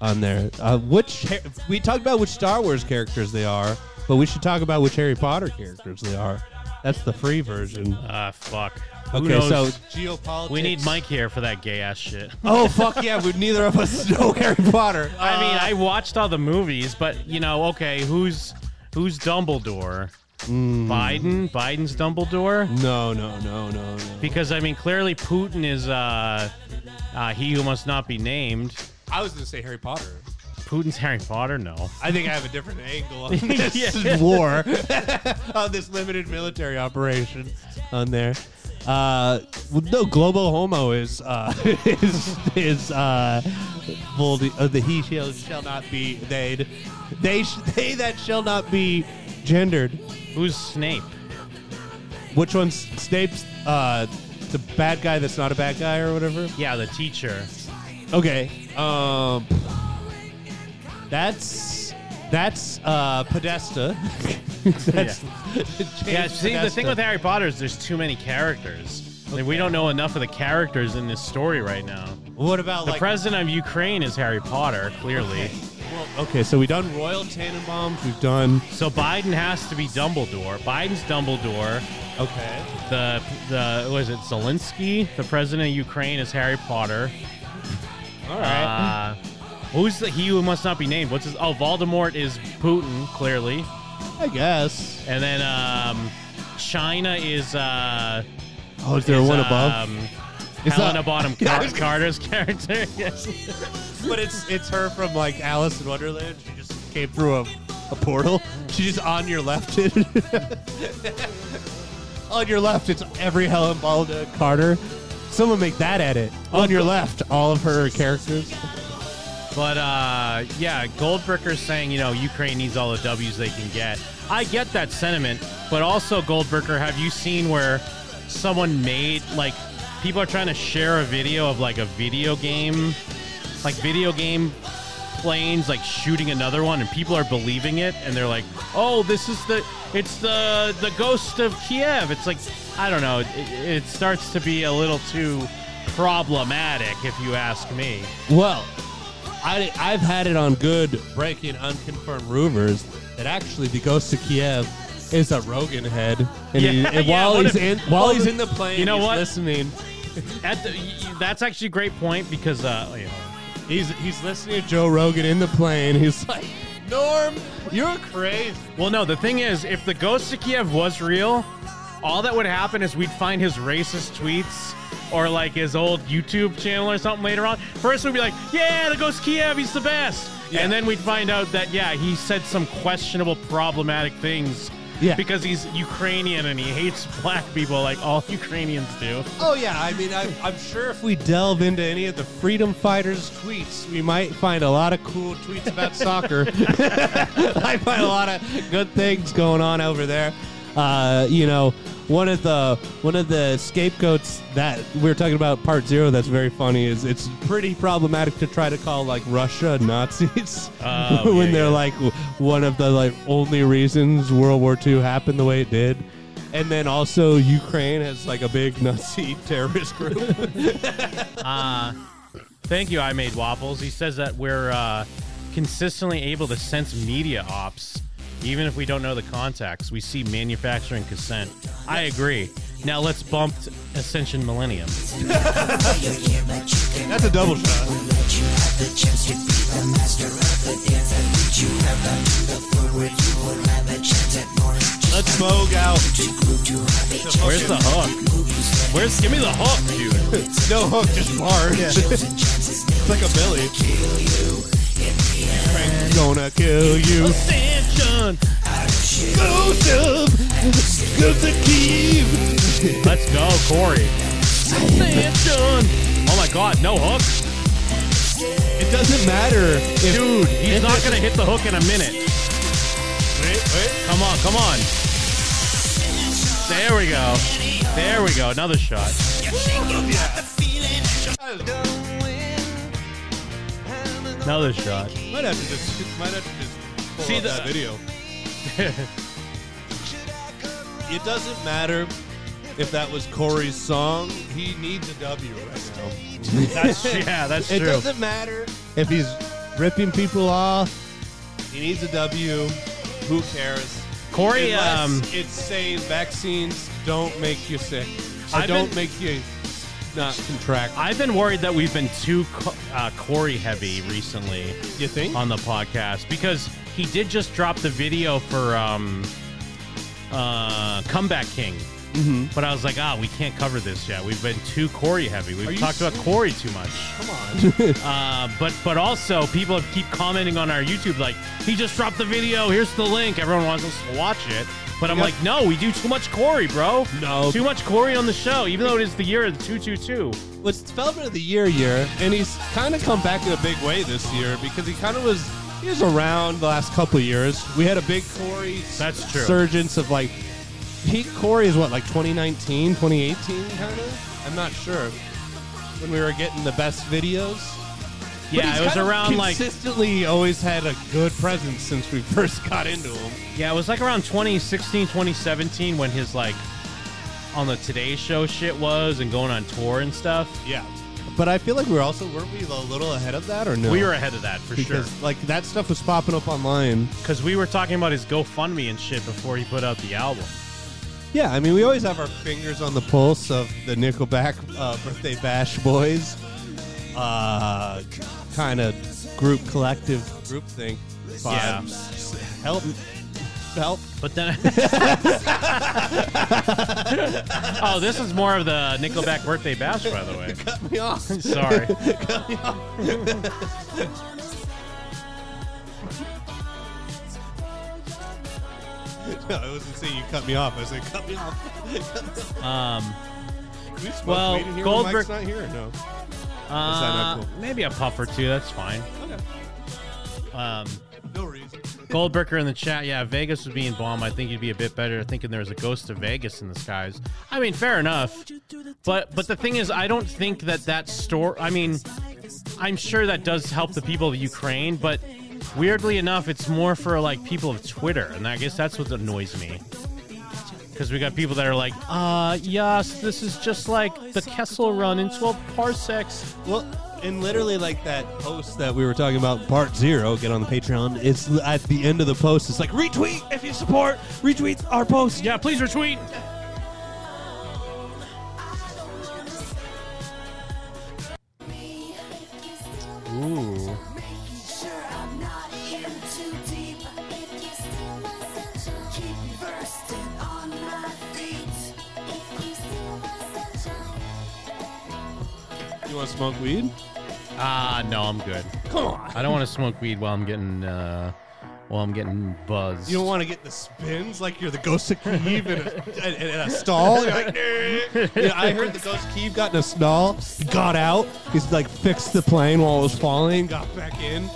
on there. Uh, which Har- we talked about which Star Wars characters they are, but we should talk about which Harry Potter characters they are. That's the free version.
Ah, fuck. Who
Okay,
knows?
so geopolitics.
We need Mike here for that gay ass shit.
Oh fuck yeah! We neither of us know Harry Potter. Uh,
I mean, I watched all the movies, but you know, okay, who's who's Dumbledore?
Hmm.
Biden? Biden's Dumbledore?
No, no, no, no, no.
Because I mean, clearly Putin is uh, uh, he who must not be named.
I was gonna say Harry Potter.
Putin's Harry Potter? No.
I think I have a different angle on this
Yeah.
war, on this limited military operation, on there. Uh, well, no, global homo is uh, is is uh, full the, uh, the he shall shall not be they'd they sh- they that shall not be gendered.
Who's Snape?
Which one's Snape's uh, the bad guy that's not a bad guy or whatever?
Yeah, the teacher.
Okay. Um, that's that's uh, Podesta. that's
yeah,
James
see, the thing
Podesta.
with Harry Potter is there's too many characters. Like, we don't know enough of the characters in this story right now.
What about
the
like-
president of Ukraine is Harry Potter? Clearly,
Okay, so we done Royal Tannenbaums. We've done
so Biden has to be Dumbledore. Biden's Dumbledore.
Okay.
The the was it Zelensky? The president of Ukraine is Harry Potter.
All right.
Uh, who's the he who must not be named? What's his? Oh, Voldemort is Putin. Clearly.
I guess.
And then um, China is. Uh,
Oh, is there one above?
Um,
It's
Helena
not-
Bottom
Yeah, I
Car-
was gonna-
Carter's character. Yes.
but it's it's her from like Alice in Wonderland. She just came through a, a portal. She's just on your left. on your left, it's every Helen Balda Carter. Someone make that edit. On your left, all of her characters.
But uh, yeah, Goldberger's saying you know Ukraine needs all the W's they can get. I get that sentiment, but also Goldberger, have you seen where someone made like people are trying to share a video of like a video game, like video game planes like shooting another one, and people are believing it, and they're like, oh, this is the it's the the ghost of Kiev. It's like I don't know, it, it starts to be a little too problematic if you ask me.
Well, I, I've had it on good breaking unconfirmed rumors that actually the ghost of Kiev is a Rogan head, and, he-
Yeah,
and
yeah,
while
what
he's
if-
in while
what
he's
if-
in the plane,
you know
he's
what?
listening.
At the, y- y- that's actually a great point because uh, you know,
he's he's listening to Joe Rogan in the plane. He's like, Norm, you're crazy.
Well, no, the thing is, if the ghost of Kiev was real, all that would happen is we'd find his racist tweets or like his old YouTube channel or something later on. First, we'd be like, "Yeah, the ghost of Kiev, he's the best," and then we'd find out that yeah, he said some questionable, problematic things.
Yeah.
because he's Ukrainian and he hates black people like all Ukrainians do.
Oh yeah, I mean, I'm, I'm sure if we delve into any of the freedom fighters' tweets, we might find a lot of cool tweets about soccer. I find a lot of good things going on over there. Uh, you know, one of the one of the scapegoats that we were talking about part zero. That's very funny. Is it's pretty problematic to try to call like Russia Nazis
Oh,
when
yeah,
they're
yeah.
like w- one of the like only reasons World War II happened the way it did. And then also Ukraine has like a big Nazi terrorist group.
Uh, thank you, I Made Waffles. He says that we're uh, consistently able to sense media ops, even if we don't know the contacts. We see manufacturing consent. I agree. Now let's bump to Ascension Millennium.
That's a double shot. Let's bogue out.
Where's the hook? Where's give me the hook, dude?
no hook, just bars. it's like a Billy. Gonna kill you.
Ascension.
Ghost of, ghost of Kiev.
Let's go, Corey. Ascension. Oh my God, no hook,
It doesn't matter if
dude. He's not gonna hit the hook in a minute.
Wait, wait.
Come on, come on. There we go. There we go. Another shot. Another shot.
Might have to just might have to just pull
See
up
the-
that video. it doesn't matter if that was Corey's song. He needs a W right now.
That's- yeah, that's
it
true.
doesn't matter if he's ripping people off. He needs a W. Who cares?
Corey,
Unless
um,
it's saying vaccines don't make you sick. Or
I've
don't
been-
make you not contract.
I've been worried that we've been too co- uh, Corey heavy recently.
You think
on the podcast because he did just drop the video for um, uh, Comeback King.
Mhm.
But I was like, ah, we can't cover this yet. We've been too Corey heavy.
Are
We've
you
talked about
serious?
Corey too much.
Come on.
uh, but but also people keep commenting on our YouTube like he just dropped the video. Here's the link. Everyone wants us to watch it. But I'm
Yeah.
like, no, we do too much Corey, bro.
No.
too much Corey on the show. Even though it is the year of the two two two.
was Spellman of the Year year, and he's kind of come back in a big way this year because he kind of was he was around the last couple of years. We had a big Corey
That's true.
surgence of like peak Corey is what like 2019, 2018 kind of. I'm not sure when we were getting the best videos. But
Yeah,
he's
it was
kind of
around, like-
consistently always had a good presence since we first got into him.
Yeah, it was like around 2016, 2017 when his like on the Today Show shit was and going on tour and stuff.
Yeah. But I feel like we were also weren't we a little ahead of that or no?
We were ahead of that for
because,
sure.
Like that stuff was popping up online.
Because we were talking about his GoFundMe and shit before he put out the album.
Yeah, I mean, we always have our fingers on the pulse of the Nickelback uh, Birthday Bash Boys uh, kind of group collective group thing.
Yeah.
Vibes. Help. Help.
Um, But then. oh, this is more of the Nickelback birthday bash, by the way.
Cut me off.
Sorry.
Cut me off. no, I wasn't saying you cut me off. I said cut me off. Cut me off.
Um,
Can we smoke
well,
weed in here when
Goldberg-
Mike's not here or no?
uh,
not cool?
maybe a puff or two. That's fine. Um,
No reason.
Goldberger in the chat. Yeah, Vegas was being bomb. I think you'd be a bit better thinking there was a ghost of Vegas in the skies. I mean, fair enough. But but the thing is, I don't think that that store. I mean, I'm sure that does help the people of Ukraine, but weirdly enough, it's more for like people of Twitter, and I guess that's what annoys me. Because we got people that are like, uh, yes, this is just like the Kessel Run in 12 parsecs.
Well, and literally like that post that we were talking about, part zero. Get on the Patreon. It's l- at the end of the post. It's like retweet if you support. Retweet our post.
Yeah, please retweet. Ooh.
You want to smoke weed?
Ah, no, I'm good.
Come on.
I don't want to smoke weed while I'm getting uh, while I'm getting buzzed.
You don't want to get the spins like you're the ghost of Kiev in a, in, in a stall. You're like, nah. Yeah, I heard the ghost of Kiev got in a stall, got out. He's like fixed the plane while it was falling, got back in.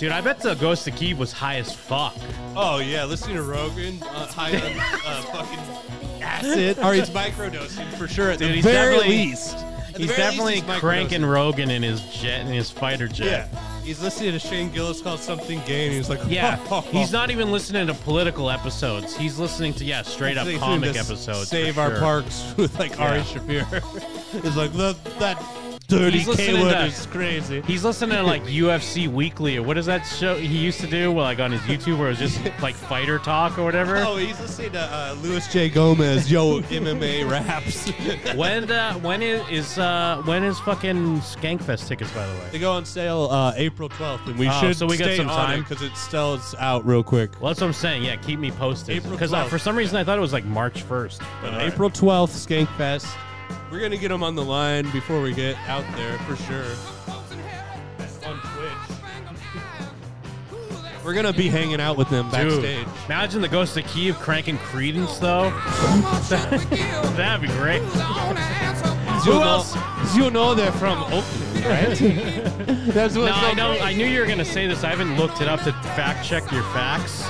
Dude, I bet the Ghost of Kiev was high as fuck.
Oh yeah, listening to Rogan uh, high on uh, fucking acid or he's microdosing for sure. At
Dude,
the
he's
very
definitely-
least, At the
He's
very least,
definitely
microdosing.
cranking Rogan in his jet in his fighter
Yeah,
jet.
he's listening to Shane Gillis called something gay, and he's like,
he's not even listening to political episodes. He's listening to yeah, straight up
Listening to
comic
this
episodes.
Save
for
our
sure.
parks with like Ari
Yeah.
Shapir. he's like that that dirty
He's
K
listening
word
to-
is crazy.
He's listening to like UFC Weekly. or What is that show he used to do? Well, like on his YouTube, where it was just like fighter talk or whatever.
Oh, he's listening to uh, Louis J. Gomez, yo MMA raps.
when uh, when is, is uh, when is fucking Skankfest tickets? By the way,
They go on sale uh, April 12th, and we
Oh,
should
so we got
stay
some time.
because it sells out real quick.
well, that's what I'm saying. Yeah, keep me posted
April
because uh,
12th.
for some reason I thought it was like March 1st. But all right.
April 12th, Skankfest. We're gonna get them on the line before we get out there for sure. On Twitch. We're gonna be hanging out with them
Dude,
backstage.
imagine the Ghost of Kiev cranking Credence though. That'd be great.
You
Who
know-
else?
You know they're from Oakland, right? That's
No,
what
I know. I knew you were gonna say this. I haven't looked it up to fact check your facts.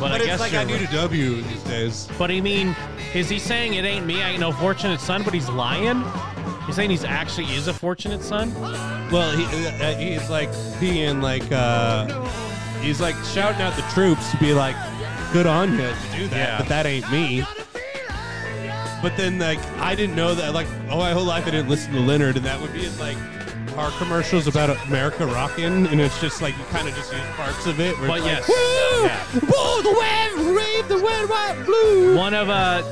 But, I
But it's
guess
like
you're
I knew
right.
to W these days.
But I mean, is he saying it ain't me? I ain't no fortunate son, but he's lying. He's saying he's actually is a fortunate son.
Well, he, uh, he's like being like, uh, he's like shouting out the troops to be like, good on you to do that,
Yeah.
but that ain't me. But then, like, I didn't know that. Like, all my whole life I didn't listen to Leonard, and that would be his, like, car commercials about America rockin', and it's just like you kind of just use parts of it. where
But
it's like,
yes,
Woo!
yeah.
Woo! The wave, rave, the red, white, blue.
One of uh,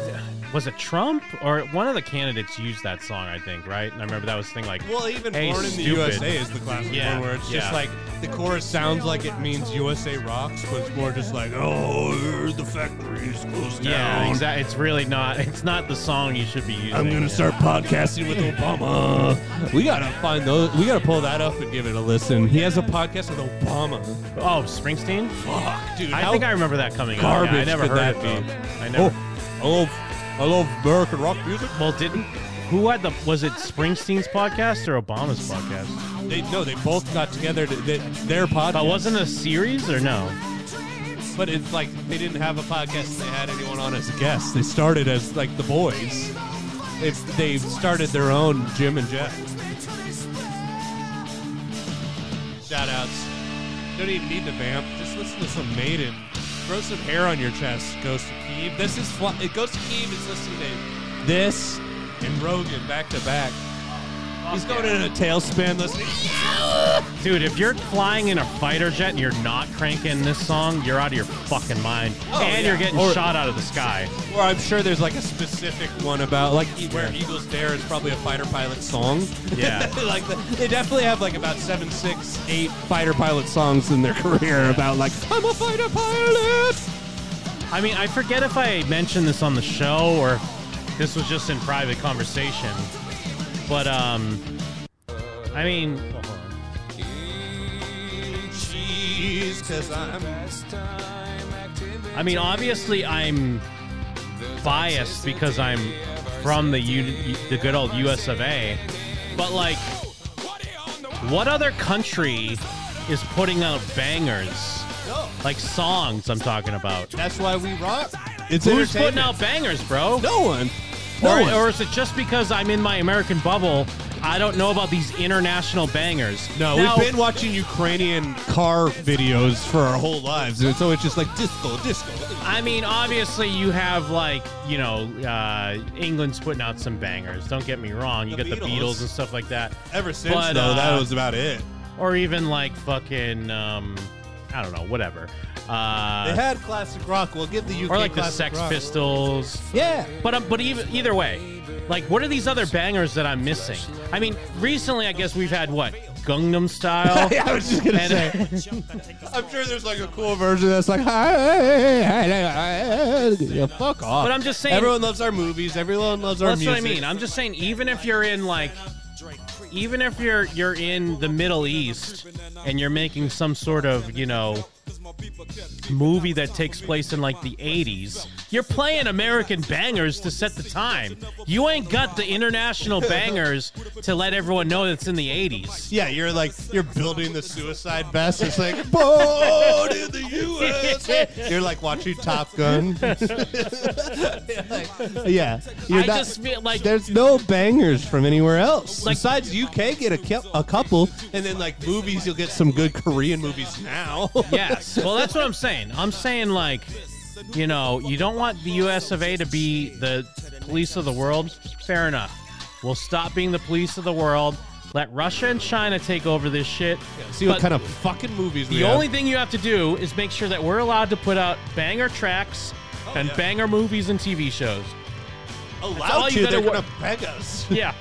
was it Trump or one of the candidates used that song? I think right. And I remember that was the thing like
Well, even
hey,
Born in the
stupid.
USA is the classic
Yeah,
one where it's
yeah.
just like the chorus sounds like it means USA rocks, but it's more just like, oh, the factory's closed down.
yeah, exactly. It's really not. It's not the song you should be using.
I'm gonna
yeah.
start podcasting with Obama. We gotta find those. We gotta pull that up and give it a listen. He has a podcast with Obama.
Oh, Springsteen.
Fuck, dude.
I
how
think I remember that coming.
Garbage.
up. Yeah, I never
could
heard
that
it
be?
though. I never.
Oh, I love, I love American rock music.
Well, didn't who had the was it Springsteen's podcast or Obama's podcast?
They no, they both got together. To, they, their podcast.
But wasn't it a series or no?
But it's like they didn't have a podcast. and They had anyone on as a guest. They started as like the boys. It's they started their own Jim and Jeff. Shout outs. Don't even need to vamp. Just listen to some Maiden. Grow some hair on your chest, Ghost of Kiev. This is fl- Ghost of Kiev is listening to this and Rogan back to back. He's going in a tailspin. Listening.
Dude, if you're flying in a fighter jet and you're not cranking this song, you're out of your fucking mind.
Oh,
and
yeah.
you're getting
Or-
shot out of the sky.
Or I'm sure there's like a specific one about like e- where Eagles Dare is probably a fighter pilot song.
Yeah.
like the, they definitely have like about seven, six, eight fighter pilot songs in their career about like I'm a fighter pilot.
I mean, I forget if I mentioned this on the show or if this was just in private conversation. But um I mean
Jeez, cause I'm
I mean, obviously, I'm biased because I'm from the U- the good old U.S. of A. But like, what other country is putting out bangers? Like songs, I'm talking about.
That's why we rock. It's
Who's
entertainment.
putting out bangers, bro?
No one. No
Or,
one.
or is it just because I'm in my American bubble? I don't know about these international bangers.
No,
Now-
we've been watching Ukrainian car videos for our whole lives, and so it's just like disco, disco.
I mean, obviously, you have like you know, uh, England's putting out some bangers. Don't get me wrong. You
The
got the
Beatles.
Beatles and stuff like that.
Ever since
But,
though,
uh,
that was about it.
or even like fucking, um, I don't know, whatever. Uh,
They had classic rock. We'll give the UK
or like the
classic
Sex
rock.
Pistols.
Yeah.
But um, but even either way, like what are these other bangers that I'm missing? I mean, recently I guess we've had what Gangnam Style.
Yeah, I was just gonna
And- uh,
I'm sure there's like a cool version that's like, yeah, fuck off.
But I'm just saying-
everyone loves our movies. Everyone loves our
Well, that's
music.
what I mean. I'm just saying, even if you're in like, even if you're you're in the Middle East and you're making some sort of you know movie that takes place in like the 80s, you're playing American bangers to set the time. You ain't got the international bangers to let everyone know that's in the 80s.
yeah, you're like you're building the suicide vest. It's like born in the USA. You're like watching Top Gun. yeah, you're
I
not-
just feel like
there's no bangers from anywhere else.
Like-
Besides UK, get a, cou- a couple, and then like movies, you'll get some good Korean movies now.
yes. Well, that's what I'm saying. I'm saying like, you know, you don't want the U.S. of A. to be the police of the world. Fair enough. We'll stop being the police of the world. Let Russia and China take over this shit.
See what
But
kind of fucking movies we
The
have.
only thing you have to do is make sure that we're allowed to put out banger tracks and
Oh, yeah.
banger movies and TV shows. That's
allowed
all you
to.
gotta
They're
wo-
gonna beg us.
Yeah.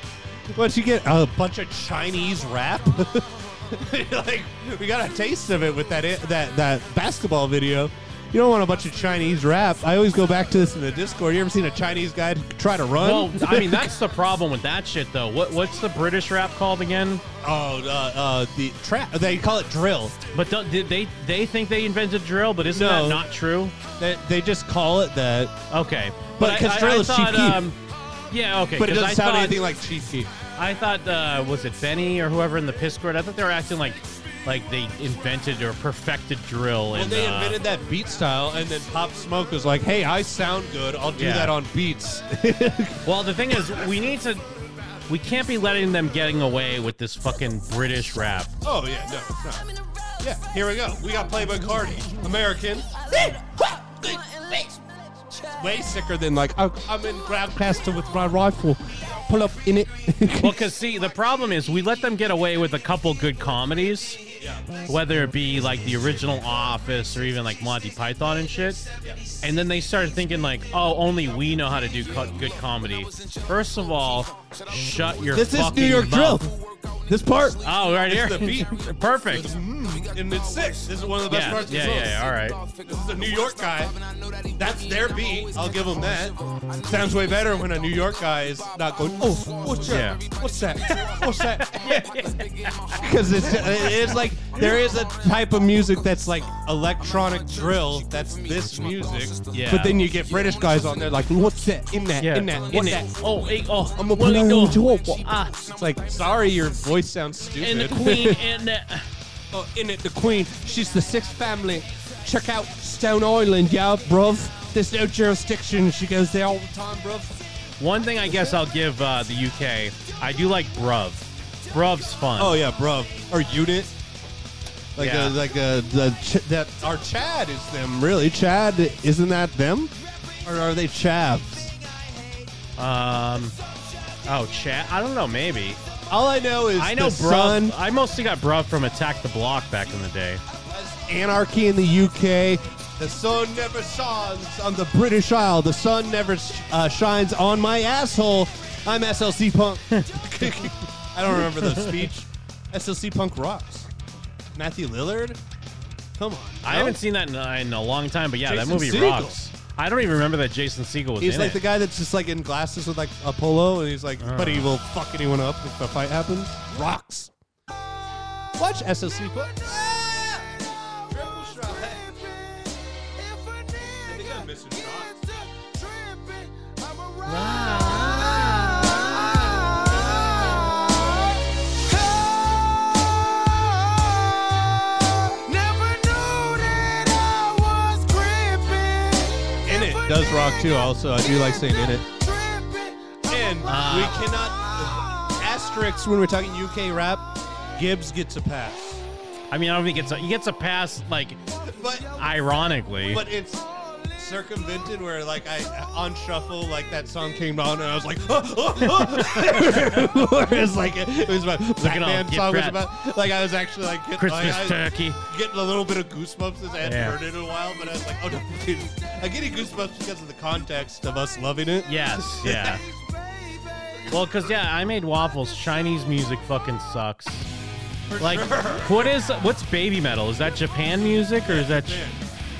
Once you get a bunch of Chinese rap, like we got a taste of it with that that that basketball video. You don't want a bunch of Chinese rap. I always go back to this in the Discord. You ever seen a Chinese guy try to
Well,
run?
I mean, that's the problem with that shit, though. What what's the British rap called again?
oh, uh, uh, the trap. They call it drill.
But don't, did they they think they invented drill, but isn't
No.
that not true?
They, they just call it that.
Okay,
But
I- I- I
Castrello's
thought,
Chief Keef.
yeah, okay.
but it
'cause
doesn't
I
sound
thought,
anything like Chief Keef.
I thought uh, was it Benny or whoever in the Piscord? I thought they were acting like like they invented or perfected drill.
Well,
and
they
uh,
invented that beat style, and then Pop Smoke was like, "Hey, I sound good. I'll do
Yeah.
that on beats."
well, the thing is, we need to. We can't be letting them getting away with this fucking British rap.
oh yeah, no, it's not. Yeah, here we go. We got Play by Cardi, American. Way sicker than like "Oh, I'm in Grabcaster with my rifle. Pull up in it.
well, because see, the problem is we let them get away with a couple good comedies, whether it be like the original Office or even like Monty Python and shit. And then they started thinking like, oh, only we know how to do co- good comedy. First of all, shut your.
This is
fucking
New York
mouth.
drill. This part.
Oh, right
It's
here.
the beat.
Perfect.
and it's sick. This is one of the best
Yeah,
parts.
yeah,
of the song.
yeah, yeah, all
This is a New York guy. That's their beat. I'll give them that. Sounds way better when a New York guy is not going. Oh, what's that? What's that? What's that? Because it's it's like there is a type of music that's like electronic drill. That's this music.
Yeah.
But then you get British guys on there like, what's that? In that?
Yeah.
In that? What's
In it.
that?
Oh, hey, oh.
I'm gonna
what
put
do you
on
know?
a jewel.
Ah.
It's like, sorry, your voice sounds stupid.
And the queen and the.
Oh, in it, the queen. She's the sixth family. Check out Stone Island, yeah, bruv. There's no jurisdiction. She goes there all the time, bruv.
One thing I guess I'll give uh, the UK, I do like Bruv. Bruv's fun.
Oh yeah, bruv. Or unit. Like
Yeah.
a, like a, the ch- that our Chad is them really. Chad isn't that them, or are they Chavs?
Um, oh, Chad. I don't know. Maybe.
All I know is
I know
the
Bruv.
sun-
I mostly got Bruv from Attack the Block back in the day.
Anarchy in the UK. The sun never shines on the British Isle. The sun never sh- uh, shines on my asshole. I'm SLC Punk. I don't remember the speech. SLC Punk rocks. Matthew Lillard. Come on.
I
no?
haven't seen that in, uh, in a long time, but yeah,
Jason
that movie
Segel.
rocks. I don't even remember that Jason Segel was
He's
in
like
it.
the guy that's just like in glasses with like a polo, and he's like, but
Uh.
he will fuck anyone up if a fight happens. Rocks. Watch SLC Punk. In it does rock too. Also, I do like saying in it. And we cannot
Ah.
asterisk when we're talking UK rap. Gibbs gets a pass,
I mean, I don't think it's a, he gets a pass like
but
ironically.
but it's circumvented where like I on shuffle like that song came on and I was like, it's like it was my Batman
all, get
song was
wrapped.
about like I was actually like getting,
Christmas
I- I-
turkey.
getting a little bit of goosebumps as I hadn't
Yeah.
heard it in a while, but I was like, oh no, dude. I'm getting goosebumps because of the context of us loving it.
Yes, yeah. well, because yeah, I made waffles. Chinese music fucking sucks. like, what is what's baby metal? Is that Japan music or is that?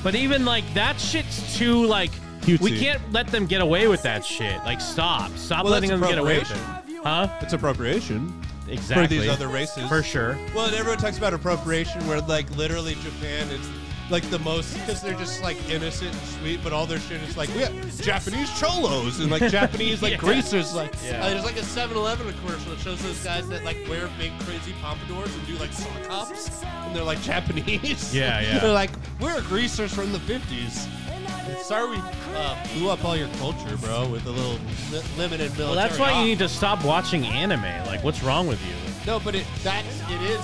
But even like that shit's too like. We
Cutesy.
can't let them get away with that shit. Like, stop, stop
Well,
letting
that's
them get away with it.
appropriation.
Huh?
It's appropriation.
Exactly.
For these other races.
For sure.
Well, and everyone talks about appropriation, where like literally Japan is like the most because they're just like innocent and sweet, but all their shit is like we have Japanese cholos and like Japanese like
Yeah.
greasers. Like
Yeah.
uh, there's like a 7-Eleven commercial that shows those guys that like wear big crazy pompadours and do like sock hops, and they're like Japanese.
Yeah, yeah.
they're like we're greasers from the 50s. Sorry, we uh, blew up all your culture, bro, with a little li- limited military.
Well, that's why
op-
you need to stop watching anime. Like, what's wrong with you?
No, but it that's it is.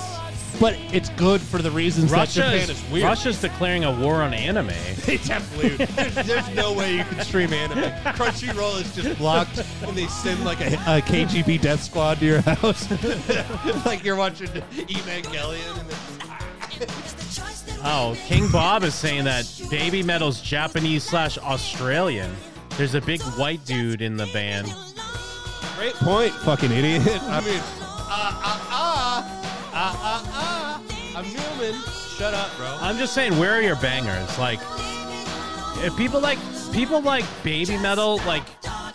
But it's good for the reasons
Russia
that
is,
Japan is weird.
Russia's declaring a war on anime.
They definitely. There's, there's no way you can stream anime. Crunchyroll is just blocked, and they send like a, a KGB death squad to your house. like you're watching Evangelion. And
Oh, King Bob is saying that baby metal's Japanese slash Australian. There's a big white dude in the band.
Great point, fucking idiot. I mean, uh, ah ah ah ah ah ah. I'm human. Shut up, bro.
I'm just saying, where are your bangers? Like, if people like people like baby metal, like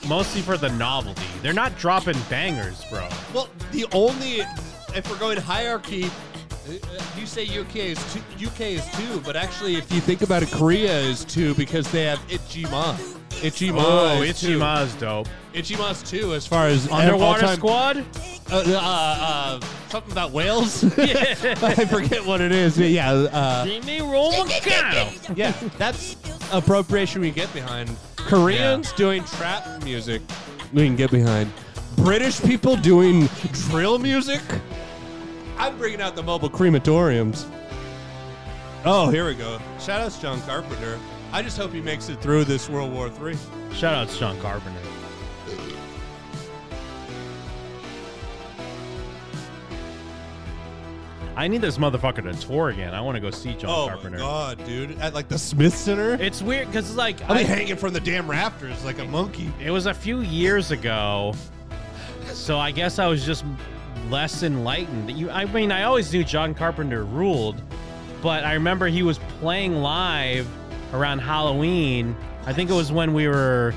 mostly for the novelty. They're not dropping bangers, bro.
Well, the only if we're going hierarchy, uh, you say UK is two, UK is two, but actually, if you think about it, Korea is two because they have itchy mom. Itchy Ma.
Oh,
is
Itchy
two.
Ma's dope.
Itchy Ma's two as far as
Underwater
all-time-
Squad?
Uh, uh, uh, something about whales.
Yeah.
I forget what it is. but Yeah, uh,
Jimmy Romano.
yeah, that's appropriation we get behind. Koreans doing trap music, we can get behind. British people doing drill music. I'm bringing out the mobile crematoriums. Oh, here we go. Shout out to John Carpenter. I just hope he makes it through this World War Three.
Shout out to Sean Carpenter. I need this motherfucker to tour again. I want to go see John
Oh
Carpenter.
my god, dude! At like the Smith Center.
It's weird because like
I'll be hanging from the damn rafters like a monkey.
It was a few years ago, so I guess I was just less enlightened. You, I mean, I always knew John Carpenter ruled, but I remember he was playing live around Halloween. I think it was when we were.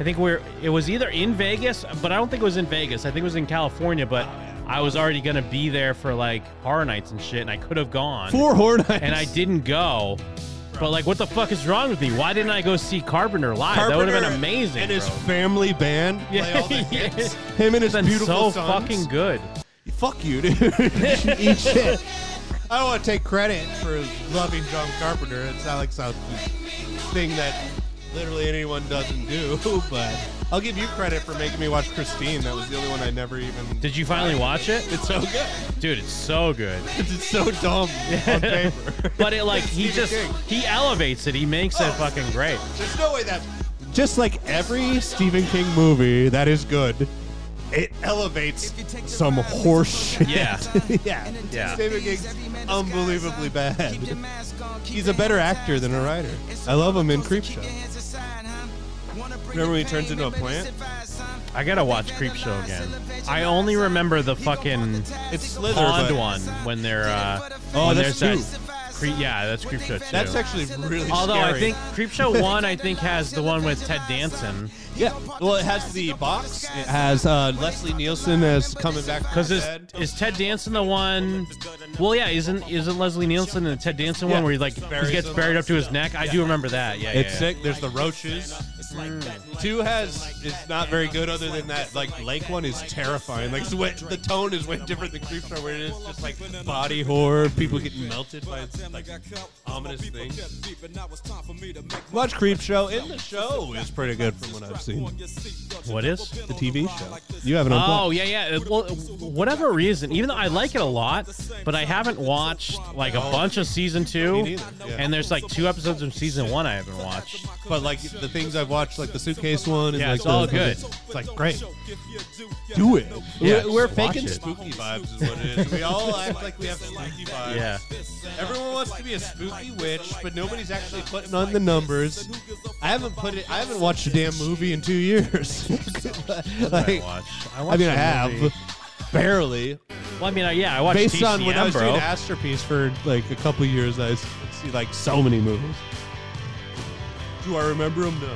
I think we are It was either in Vegas, but I don't think it was in Vegas. I think it was in California, but. I was already gonna be there for like horror nights and shit, and I could have gone
Four horror nights.
and I didn't go. But like, what the fuck is wrong with me? Why didn't I go see Carpenter live? that would have been
Carpenter
amazing.
And his
bro.
family band play
Yeah,
all the
yeah.
hits. Him and his
Been
beautiful
so
sons.
fucking good.
Fuck you, dude. Eat shit. I don't want to take credit for loving John Carpenter. It's not like some thing that literally anyone doesn't do, but I'll give you credit for making me watch Christine. That was the only one I never even.
Did you finally watch it?
It's so good.
Dude, it's so good.
It's so dumb on paper.
But it like
It's
he
Stephen
just
King.
he elevates it. He makes it fucking great.
There's no way that. Just like every Stephen King movie that is good, it elevates some horse shit.
Yeah.
yeah.
Yeah.
Stephen King's unbelievably bad. Um, He's a better actor than a writer. I love him in Creepshow. Remember when he turns into a plant?
I gotta watch Creepshow again. I only remember the fucking
It's Slither,
pond
but-
one when they're uh
Oh,
when
that's
there's
two.
that cre- yeah that's Creepshow two.
That's actually really
although I
scary.
think Creepshow one I think has the one with Ted Danson
Yeah. Well, it has the box. It has uh, Leslie Nielsen as coming back
because is is Ted Danson the one? Well, yeah, isn't isn't Leslie Nielsen the Ted Danson one
Yeah.
where he like
Buries
he gets
him.
buried up to his neck? I do remember that. Yeah, yeah,
It's
yeah.
sick. There's the roaches. Two has is not very good. Other than that, like Lake one is terrifying. Like it's way, the tone is way different than Creepshow, where it is just like body horror, people getting melted by like ominous things. Watch Creepshow. In the show is pretty good from what I've seen.
What is
the TV show? You haven't.
Oh yeah, yeah. It- Well, whatever reason, even though I like it a lot, but I haven't watched like a bunch of season
Me
two,
neither, yeah.
and there's like two episodes from season one I haven't watched.
But like the things I've watched, like the suitcase one, and
Yeah,
like
it's all
the-
good.
It's like great. Do it.
Yeah,
we're, we're
just watch
faking
it.
spooky vibes is what it is. We all act like we have spooky vibes.
Yeah.
Everyone wants to be a spooky witch, but nobody's actually putting on the numbers. I haven't put it. I haven't watched a damn movie in two years. like,
I watched? I
I,
watched
mean,
a
I have
movie.
barely.
Well, I mean, I- yeah, I watched
Based
TCM,
on when I was
bro.
doing Masterpiece for like a couple years, I s- see like so many movies. Do I remember them? No.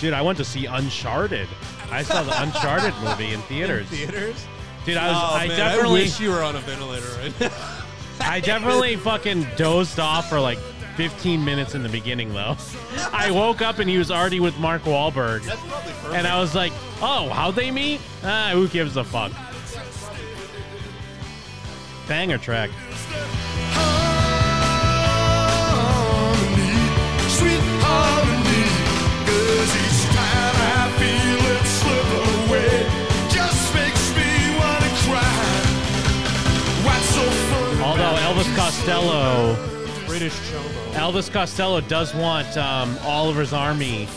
Dude, I went to see Uncharted. I saw the Uncharted movie in theaters.
Theaters.
Dude, I was.
Oh,
I
man,
definitely.
wish you were on a ventilator right now.
I definitely fucking dozed off for like 15 minutes in the beginning, though. I woke up and he was already with Mark Wahlberg.
That's probably perfect.
And I was like, oh, how'd they meet? Ah, who gives a fuck? Banger track.
Sweet harmony, 'cause each time I feel it slip away, just makes me wanna cry. What's so funny
Although
about
Elvis
you?
Costello,
British chomo.
Elvis Costello does want um, Oliver's Army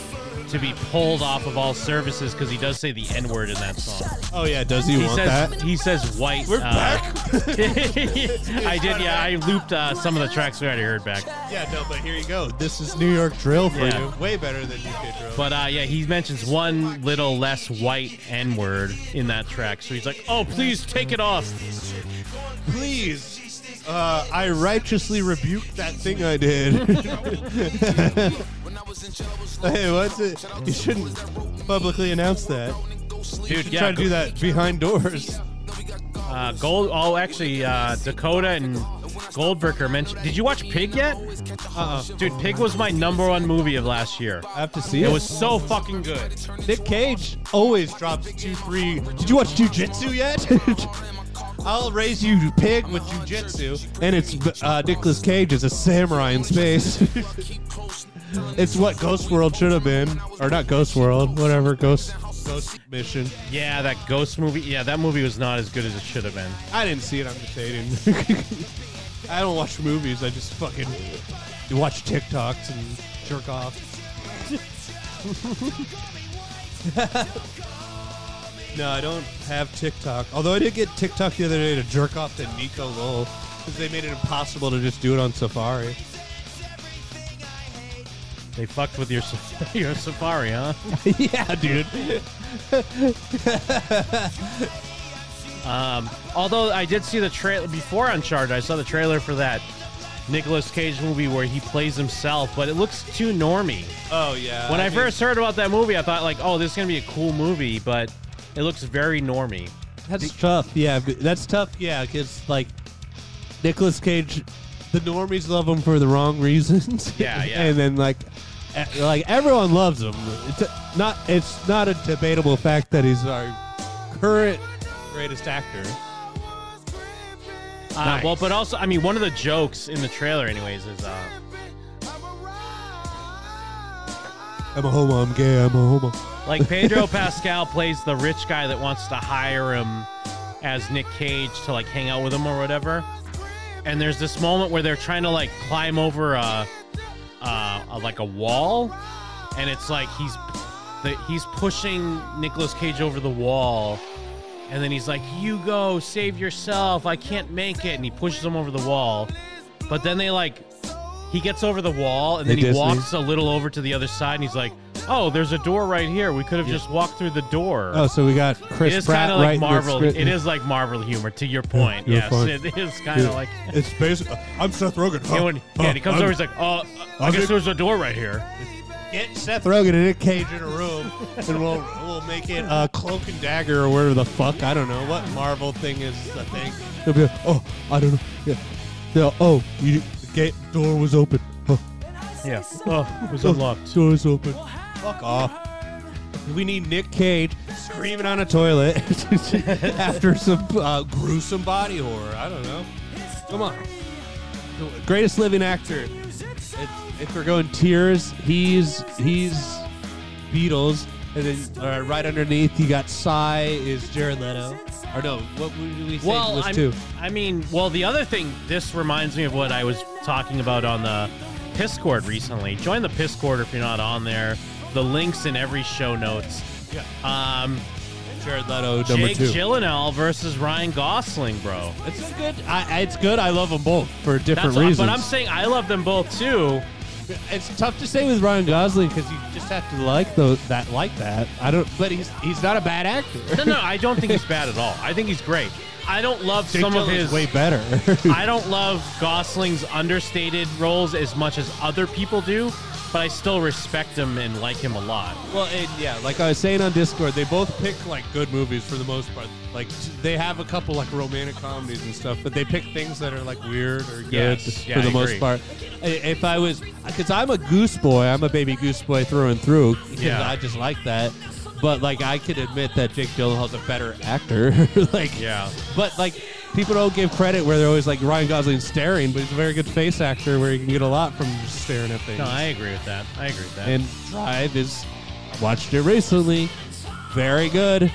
to be pulled off of all services because he does say the N word in that song.
Oh yeah, does he, want
says
that?
he says white.
We're
uh,
back.
I did, yeah. I looped uh, some of the tracks we already heard back.
Yeah, no, but here you go. This is New York drill for
Yeah.
you. Way better than UK drill.
But uh, yeah, he mentions one little less white N word in that track. So he's like, oh, please take it off.
please, uh, I righteously rebuked that thing I did. hey, what's it? You shouldn't publicly announce that.
Dude, yeah.
Try to
go-
do that behind doors.
Uh, Gold. Oh, actually, uh, Dakota and Goldberger mentioned. Did you watch Pig yet? Uh-uh. Dude, Pig was my number one movie of last year. I
have to see it.
It was so fucking good.
Nick Cage always drops two, three. Did you watch Jujitsu yet? I'll raise you pig with jujitsu, and it's uh, Nicolas Cage as a samurai in space. it's what Ghost World should have been, or not Ghost World, whatever Ghost Ghost Mission.
Yeah, that ghost movie. Yeah, that movie was not as good as it should have been.
I didn't see it. I'm just hating. I don't watch movies. I just fucking watch TikToks and jerk off. no, I don't have TikTok. Although I did get TikTok the other day to jerk off to Nico Lowell because they made it impossible to just do it on Safari.
They fucked with your saf- your safari, huh?
yeah, dude.
um, although I did see the trailer before Uncharted, I saw the trailer for that Nicolas Cage movie where he plays himself, but it looks too normy.
Oh yeah.
when I,
mean,
first heard about that movie, I thought like, oh, this is gonna be a cool movie, but it looks very normy.
That's tough. Yeah, b- that's tough. Yeah, because like Nicolas Cage, the normies love him for the wrong reasons.
Yeah, yeah.
and then like, e- like everyone loves him. It's not. It's not a debatable fact that he's our current greatest actor.
Uh,
Nice.
Well, but also, I mean, one of the jokes in the trailer, anyways, is uh,
I'm a homo. I'm gay. I'm a homo.
like Pedro Pascal plays the rich guy that wants to hire him as Nick Cage to like hang out with him or whatever. And there's this moment where they're trying to like climb over a, uh, a like a wall, and it's like he's the, he's pushing Nicolas Cage over the wall, and then he's like, "You go, save yourself. I can't make it," and he pushes him over the wall. But then they like he gets over the wall and
They
then he
Disney.
walks a little over to the other side and he's like, "Oh, there's a door right here. We could have just walked through the door."
Oh, so we got
it
Chris
is
Pratt
kind of like
right in the
Marvel.
script.
It is like Marvel humor. To your point,
Your
yes,
point.
it is kind of
Yeah. oh,
like.
It's basically. I'm Seth Rogen.
Yeah, when, yeah, and he comes over. He's like, "Oh, I
I'm
guess
Nick-
there's a door right here."
Get Seth Rogen and Nick Cage in a room, and we'll we'll make it uh, Cloak and Dagger or whatever the fuck I don't know what Marvel thing is the thing. They'll be like, oh, I don't know. Yeah, yeah. Oh, you, the gate door was open. Huh.
Yeah. Oh, it was
Oh,
unlocked.
Door was open. Fuck off. We need Nick Cage screaming on a toilet after some uh, gruesome body horror. I don't know. Come on. The greatest living actor. It's, if we're going tiers, he's he's Beatles, and then uh, right underneath you got Psy is Jared Leto. Or no, what would we say
Well,
was
I'm-
two?
I mean, well, the other thing, this reminds me of what I was talking about on the Piscord recently. Join the Piscord if you're not on there. The links in every show notes.
Yeah.
Um,
Jared Leto number
Jake
two.
Gyllenhaal versus Ryan Gosling, bro.
It's a good. I, I- it's good. I love them both for different
That's all-
reasons.
But I'm saying I love them both too.
It's tough to say with Ryan Gosling because you just have to like those that like that. I don't, but he's he's not a bad actor.
No, no, I don't think he's bad at all. I think he's great. I don't love
Jake
some of
Gyllenhaal's
his
way better.
I don't love Gosling's understated roles as much as other people do, but I still respect him and like him a lot.
Well, and yeah, like I was saying on Discord, they both pick like good movies for the most part. Like they have a couple like romantic comedies and stuff, but they pick things that are like weird or good
Yes. Yeah,
for the
I
most
agree.
part. I- If I was, because I'm a goose boy, I'm a baby goose boy through and through. 'cause
Yeah.
I just like that. But like I can admit that Jake Gyllenhaal's a better actor. like
Yeah.
But like people don't give credit where they're always like Ryan Gosling staring, but he's a very good face actor where you can get a lot from just staring at things.
No, I agree with that. I agree with that.
and Drive is I watched it recently. Very good.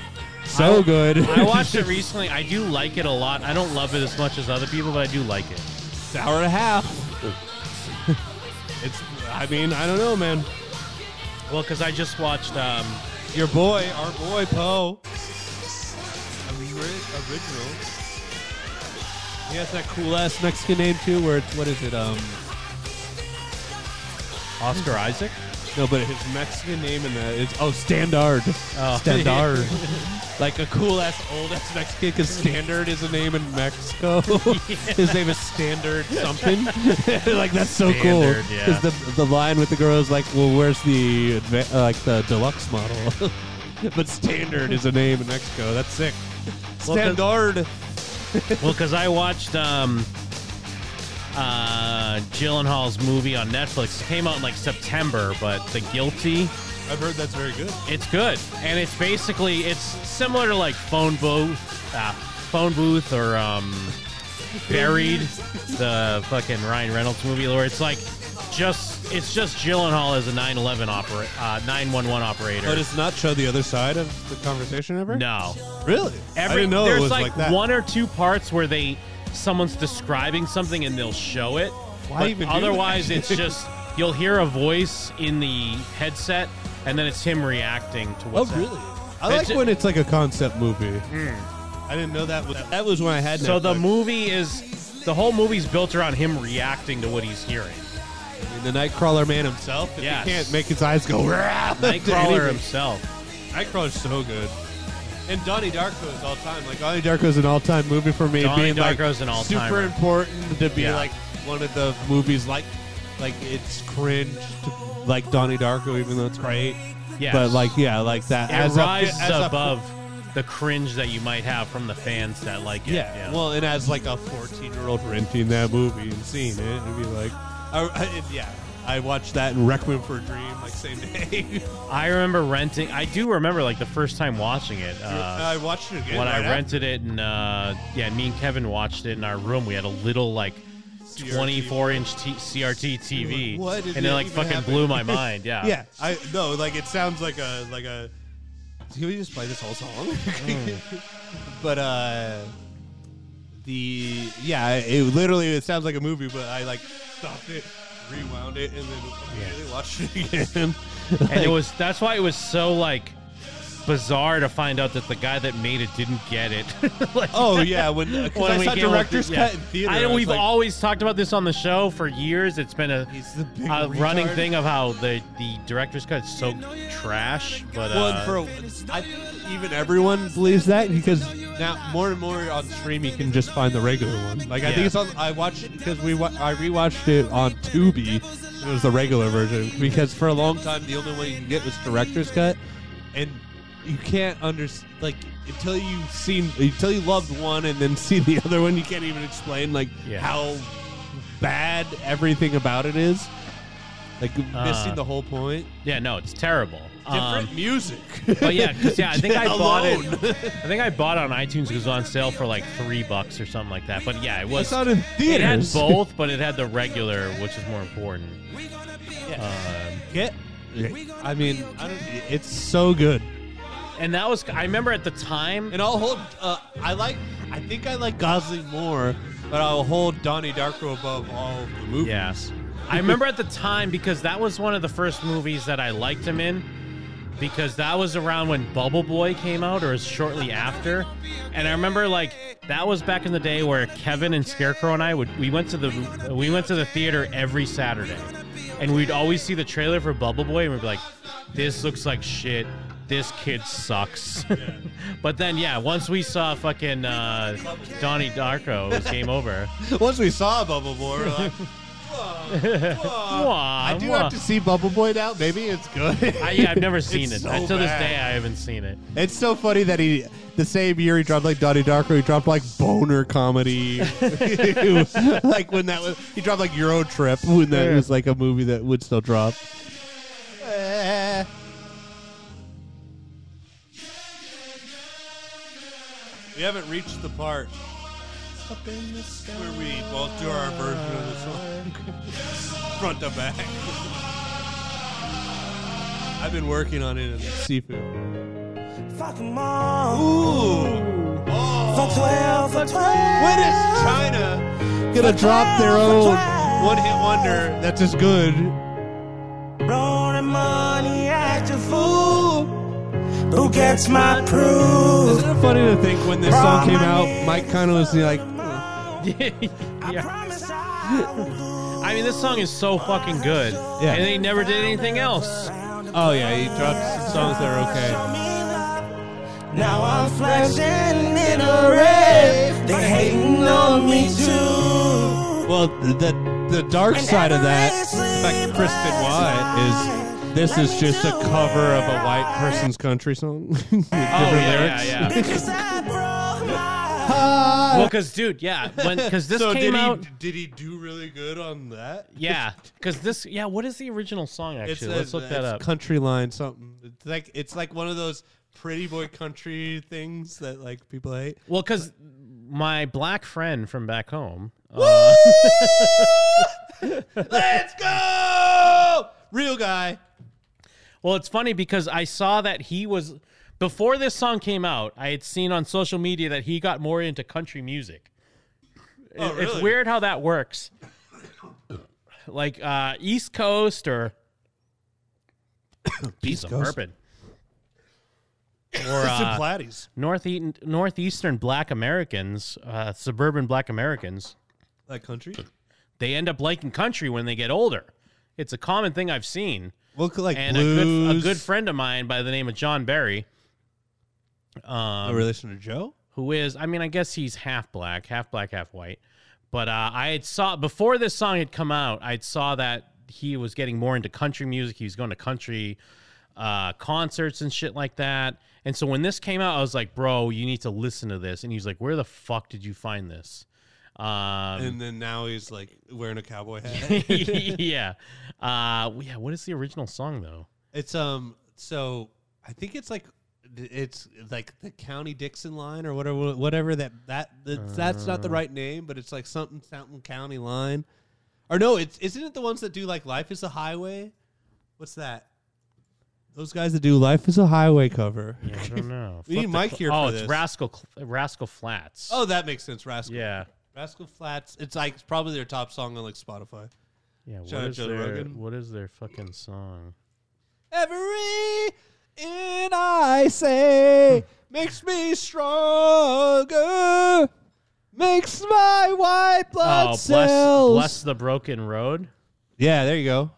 So
I-
good.
I watched it recently. I do like it a lot. I don't love it as much as other people, but I do like it.
It's an hour and a half. it's I mean, I don't know, man.
Well, because I just watched. Um,
Your boy, our boy Poe. Ori- Original. He has that cool ass Mexican name too, where it's what is it? Um
Oscar Isaac?
No, but his Mexican name in that is oh Standard.
Oh.
Standard. like a cool ass old ass Mexican because Standard is a name in Mexico. his name is Standard something. like that's so
Standard,
cool.
yeah.
the the line with the girl is like, well, where's the adva- uh, like the deluxe model? but Standard is a name in Mexico. That's sick.
Well, 'cause-
Standard.
well, because I watched um, uh, Gyllenhaal's movie on Netflix. It came out in like September, but The Guilty.
I've heard that's very good.
It's good, and it's basically it's similar to like Phone Booth, uh, Phone Booth, or um, Buried, the fucking Ryan Reynolds movie, where it's like just it's just Gyllenhaal as a 911 opera, uh, 911 operator.
Oh,
But it's not show the other side of the conversation ever?
No.
Really?
Every,
I didn't know
there's
it was
like,
like, that.
one or two parts where they someone's describing something and they'll show it.
Why
but
even do
otherwise,
that?
it's just you'll hear a voice in the headset and then it's him reacting to what's.
Oh,
happening.
really? I like
It's-
when it's like a concept movie.
I
didn't know that was that was when I had.
So the
Netflix.
movie is the whole movie's built around him reacting to what he's hearing.
And the Nightcrawler man himself. If
Yes.
he can't make his eyes go. "Rah!" to
Nightcrawler
anything.
himself.
Nightcrawler's so good. And Donnie Darko is all time. Like Donnie Darko's an all-time movie for me.
Donnie
being like
Darko's an all-timer.
Super important to be
Yeah.
like one of the movies like like it's cringe to like Donnie Darko, even though it's great.
Yes.
But like yeah, like that.
It
as a-
rises
as a-
above the cringe that you might have from the fans that like it.
yeah.
yeah.
Well, and as like a fourteen-year-old renting that movie and seeing it, it'd be like, I, I- it- yeah. I watched that in Requiem for a Dream like same day.
I remember renting. I do remember like the first time watching it. Uh,
I watched it again
when
right
I
after.
rented it, and uh, yeah, me and Kevin watched it in our room. We had a little like twenty-four inch t- CRT TV,
What did
and it
that
like
even
fucking
happen?
blew my mind. Yeah,
yeah. I no, like it sounds like a like a. Can we just play this whole song? Mm. but uh, the yeah, it literally it sounds like a movie, but I like stopped it, rewound it, and then immediately watched it again.
and it was that's why it was so like bizarre to find out that the guy that made it didn't get it. Like-
Oh, yeah, when- 'cause I saw
came up with
director's
it,
cut in theater,
I,
I was
we've
like-
always talked about this on the show for years. It's been a, a running
retard.
thing of how the the director's cut is so trash, but
Well,
uh,
and for a- I think even everyone believes that because now more and more on stream you can just find the regular one. Like I
Yeah.
think it's on. I watched because we wa- I rewatched it on Tubi. It was the regular version because for a long time the only one you can get was director's cut, and you can't understand like until you've seen until you loved one and then see the other one you can't even explain like
Yeah.
how bad everything about it is. Like missing
Uh,
the whole point.
yeah, no, it's terrible. Um,
Different music.
but yeah, 'cause, yeah, I think I bought it.
Alone.
I think I bought it on iTunes because it was on sale for like three bucks or something like that. But yeah, it was.
It's out in theaters.
It had both, but it had the regular, which is more important. Um,
Get. I mean, I don't, it's so good.
and that was. I remember at the time.
And I'll hold. Uh, I like. I think I like Gosling more, but I'll hold Donnie Darko above all the movies.
Yes. I remember at the time because that was one of the first movies that I liked him in because that was around when Bubble Boy came out or shortly after. And I remember like that was back in the day where Kevin and Scarecrow and I would we went to the we went to the theater every Saturday. And we'd always see the trailer for Bubble Boy and we'd be like this looks like shit. This kid sucks. but then yeah, once we saw fucking uh, Donnie Darko, it was game over.
Once we saw Bubble Boy, we're like, I do have to see Bubble Boy now. Maybe it's good.
I, yeah, I've never seen
It's
it.
so
Until this
bad.
day, I haven't seen it.
It's so funny that he, the same year he dropped like Donnie Darko, he dropped like boner comedy, like when that was, he dropped like Euro Trip when that was like a movie that would still drop. We haven't reached the part where we both do our version of the song, front to back. I've been working on it as seafood.
Fuck them all. Ooh. For 12, for 12. When is
uh,
China? Gonna drop their own one hit wonder that's as good.
Blowing money at your fool. Who gets my proof?
Isn't it funny to think when this song came out, Mike kind of was like,
yeah. I mean, this song is so fucking good.
Yeah.
And they never did anything else.
oh yeah, he dropped some songs that are okay.
Now I'm flashing in a red. They hating on me too.
Well, the the dark side of that, in fact, Chris Benoit is this is just a cover of a white person's country song. With different
Oh, yeah,
lyrics.
yeah,
Because I broke my
God.
Well, because dude, yeah, because this
So
came
did
out.
He, did he do really good on that?
Yeah, because this. Yeah, what is the original song? Actually,
a-
let's look that
it's
up.
Country line something. It's like it's like one of those pretty boy country things that like people hate.
Well, because my black friend from back home.
Let's go, real guy.
Well, it's funny because I saw that he was before this song came out. I had seen on social media that he got more into country music.
Oh,
It- It's
really?
weird how that works. Like uh, East Coast or piece of
Coast.
bourbon. Or
It's in
uh,
Platies.
Northeastern, E, northeastern Black Americans, uh, suburban Black Americans,
Like country.
they end up liking country when they get older. It's a common thing I've seen.
Look like
and a good a
blues.
good friend of mine by the name of John Barry. Um,
A relation to Joe?
who is I mean I guess he's half black, half black, half white. But uh, I had saw before this song had come out, I saw that he was getting more into country music. He was going to country uh, concerts and shit like that. And so when this came out, I was like, "Bro, you need to listen to this." And he's like, "Where the fuck did you find this?" Um,
and then now he's like wearing a cowboy hat.
yeah. Uh, yeah. What is the original song though?
It's um. So I think it's like it's like the County Dixon line or whatever. Whatever that that that's, that's not the
Uh.
right name, but it's like something something County line. Or no, it's isn't it the ones that do like Life is a Highway? What's that? Those guys that do Life is a Highway cover.
Yeah, I don't know.
we
Flip
need
the
Mike
cl-
here
Oh,
for
it's
this.
Rascal Cl- Rascal Flats.
oh, that makes sense. Rascal.
Yeah.
Rascal Flats. It's like it's probably their top song on like Spotify.
Yeah. What is
Shout out Joe
their
Rogan.
What is their fucking song?
Every in I say makes me stronger, makes my white blood
oh,
cells.
bless, bless the broken road.
Yeah, there you go.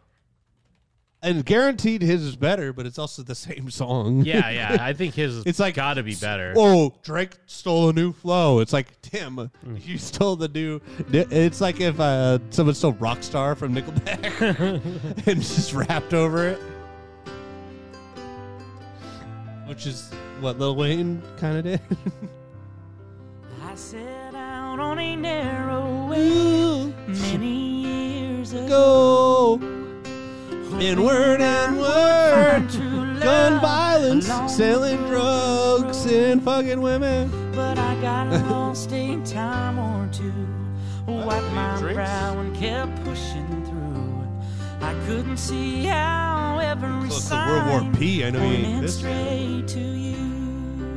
And guaranteed his is better, but it's also the same song.
Yeah, yeah. I think his it's like got to be better.
Oh, Drake stole a new flow. It's like Tim, you stole the new. It's like if uh, someone stole Rockstar from Nickelback and just rapped over it, which is what Lil Wayne kind of did.
I set out on a narrow way many years ago.
Inward and
word,
gun violence, selling drugs, and fucking women.
But I got lost a time or two. Wiped my
drinks?
brow and kept pushing through. I couldn't see how every
Close to
sign
World War P. I know you ain't
pointed
this.
straight to you.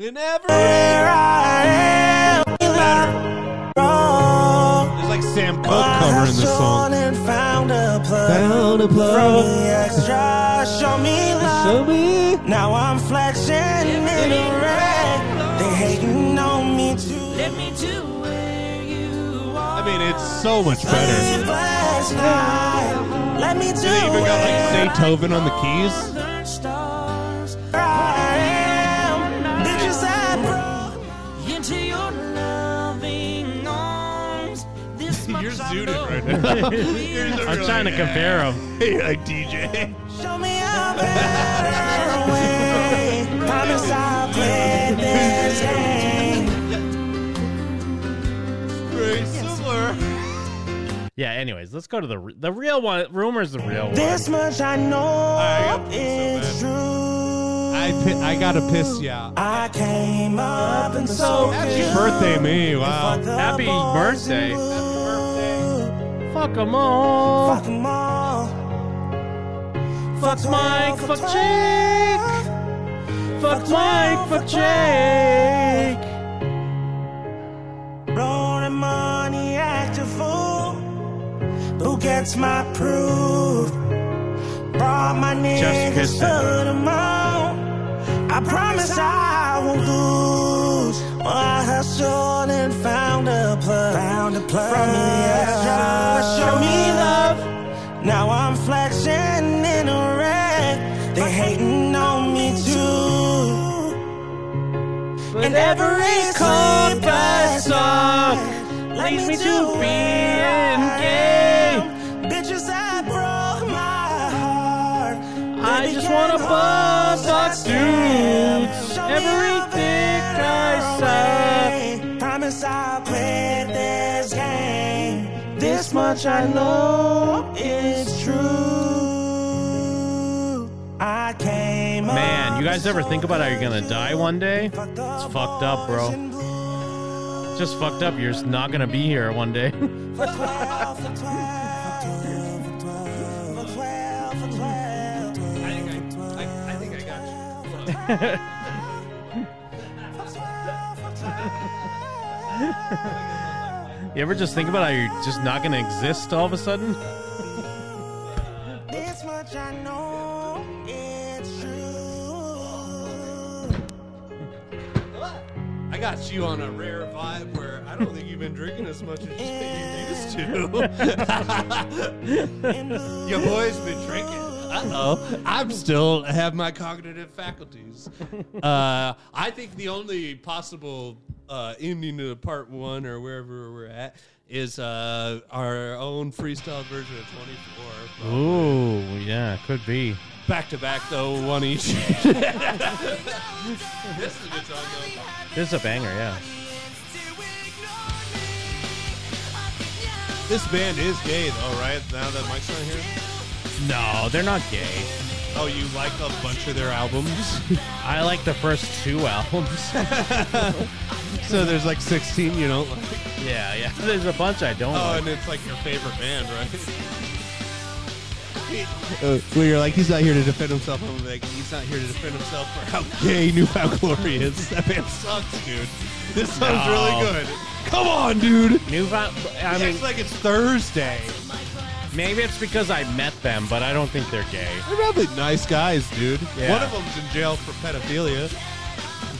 And everywhere I am, better. It's like Sam Cooke covering this song.
And found a plug.
Found a plug.
From the extra, show me love.
Show me.
Now I'm flexing in the red. They hating on me too. Let me do where you are.
I mean, it's so much better.
Last night. Let me do
They even got
where
like Beethoven on the keys.
I stars. I am. Bitches, I broke into your loving arms. This much
You're
I
zooted
know.
right now. You're
I'm
just really
trying to
like,
compare
"Yeah."
them.
You're like DJ.
Show me a better way. Promise I'll play this game.
Very similar.
Yeah. Anyways, let's go to the re- the real one. Rumors the real one.
This much I know is true.
I pi- I gotta piss you out.
I came up and so
Happy birthday, me! Wow.
Happy birthday. Fuck 'em all.
Fuck 'em all.
Fuck Mike. Fuck Jake. Fuck Mike. Fuck
Jake. Rolling money, act a fool. Who gets my proof? Brought my niggas
Kristen.
to the mall. I promise I won't lose. Well, I hustled and found a plug. Found a plug. From the extra, show me love. Now I'm flexing in a red. They hating on me too. And every clip I saw leads me to being gay. Bitches, I broke my heart. I just wanna buzz off dudes. Every dick I saw. much I know is true. I came
Man, you guys ever think about how you're gonna die one day? It's fucked up, bro. It's Just fucked up. You're just not gonna be here one day.
I think I got you.
You ever just think about how you're just not gonna exist all of a sudden?
This much I know it's true.
I got you on a rare vibe where I don't think you've been drinking as much as you used to. Your boy's been drinking. Uh oh. I'm still have my cognitive faculties. Uh, I think the only possible uh, ending to part one or wherever we're at is uh, our own freestyle version of 24.
Ooh, yeah, could be.
Back to back though, one each. this is a good song though.
This is a banger, yeah.
This band is gay though, right? Now that Mike's not here?
No, they're not gay.
Oh, you like a bunch of their albums?
I like the first two albums.
so there's like 16 you don't like.
Yeah, yeah. There's a bunch I don't
Oh,
like.
and it's like your favorite band, right?
Uh,
where you're like, he's not here to defend himself. I'm like, he's not here to defend himself for how gay Newfound Glory is. That band sucks, dude. This sounds
No.
really good. Come on, dude.
Oh. Newfound. I mean,
it's like it's Thursday.
Maybe it's because I met them, but I don't think they're gay.
They're probably nice guys, dude.
Yeah.
One of them's in jail for pedophilia.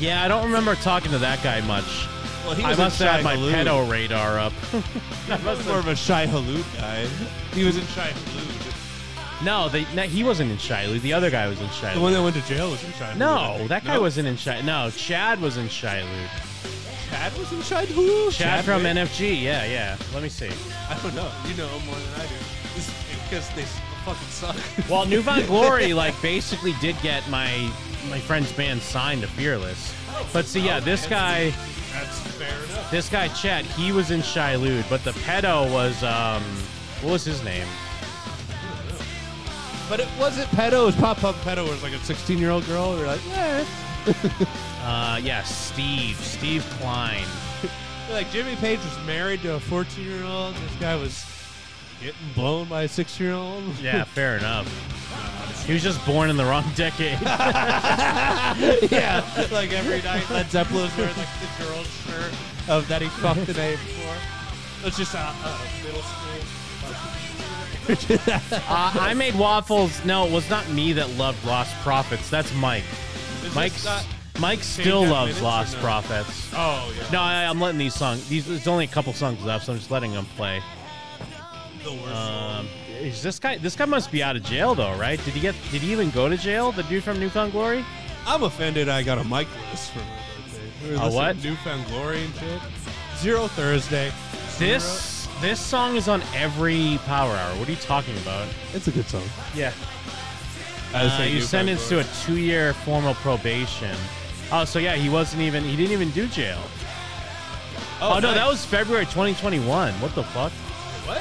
Yeah, I don't remember talking to that guy much.
Well, he
I
was
must
in
have had
Shai
my
Hulud.
pedo radar up.
He was more of a shy halud guy. He was in shy halud.
No, they, no he wasn't in Shiloh. The other guy was in Shiloh.
The one that went to jail was in Shiloh. I
No,
think.
that guy
No.
wasn't in Shiloh. No, Chad was in Shiloh.
Chad was in Shiloh. Who?
Chad, from
Pitt?
NFG. Yeah, yeah. Let me see.
I don't know. You know more than I do. This is because they s- fucking suck.
Well, Newfound Glory like basically did get my my friend's band signed to Fearless. But see, yeah, this guy,
That's fair enough.
this guy Chad, he was in Shiloh, but the pedo was um, what was his name?
But it wasn't pedo. It was pop up pedo. It was like a 16 year old girl. You're like, eh.
Uh, yeah, Steve, Steve Klein.
Like Jimmy Page was married to a 14 year old. This guy was getting blown by a six year old.
Yeah, fair enough. He was just born in the wrong decade.
yeah. Like every night, Led Zeppelin's wearing like the girl's shirt of that he fucked the day before. It's just uh, uh, middle school.
Uh, I made waffles. No, it was not me that loved Lost Prophets. That's Mike.
this
Mike's
not
Mike
Take
still
that
loves
minutes or
Lost
no?
Prophets.
Oh yeah.
No, I, I'm letting these songs. These it's only a couple songs left, so I'm just letting them play.
The worst.
Um, is this guy? This guy must be out of jail though, right? Did he get? Did he even go to jail? The dude from Newfound Glory?
I'm offended. I got a mic list for my birthday. We were
A
listening
what?
to Newfound Glory and shit. Zero Thursday.
This this song is on every Power Hour. What are you talking about?
It's a good song.
Yeah.
I was
Uh,
thinking
you
Newfound
sentenced to
Glory.
a two-year formal probation. Oh, so yeah, he wasn't even. He didn't even do jail. Oh, no,
nice.
that was February 2021. What the fuck?
What?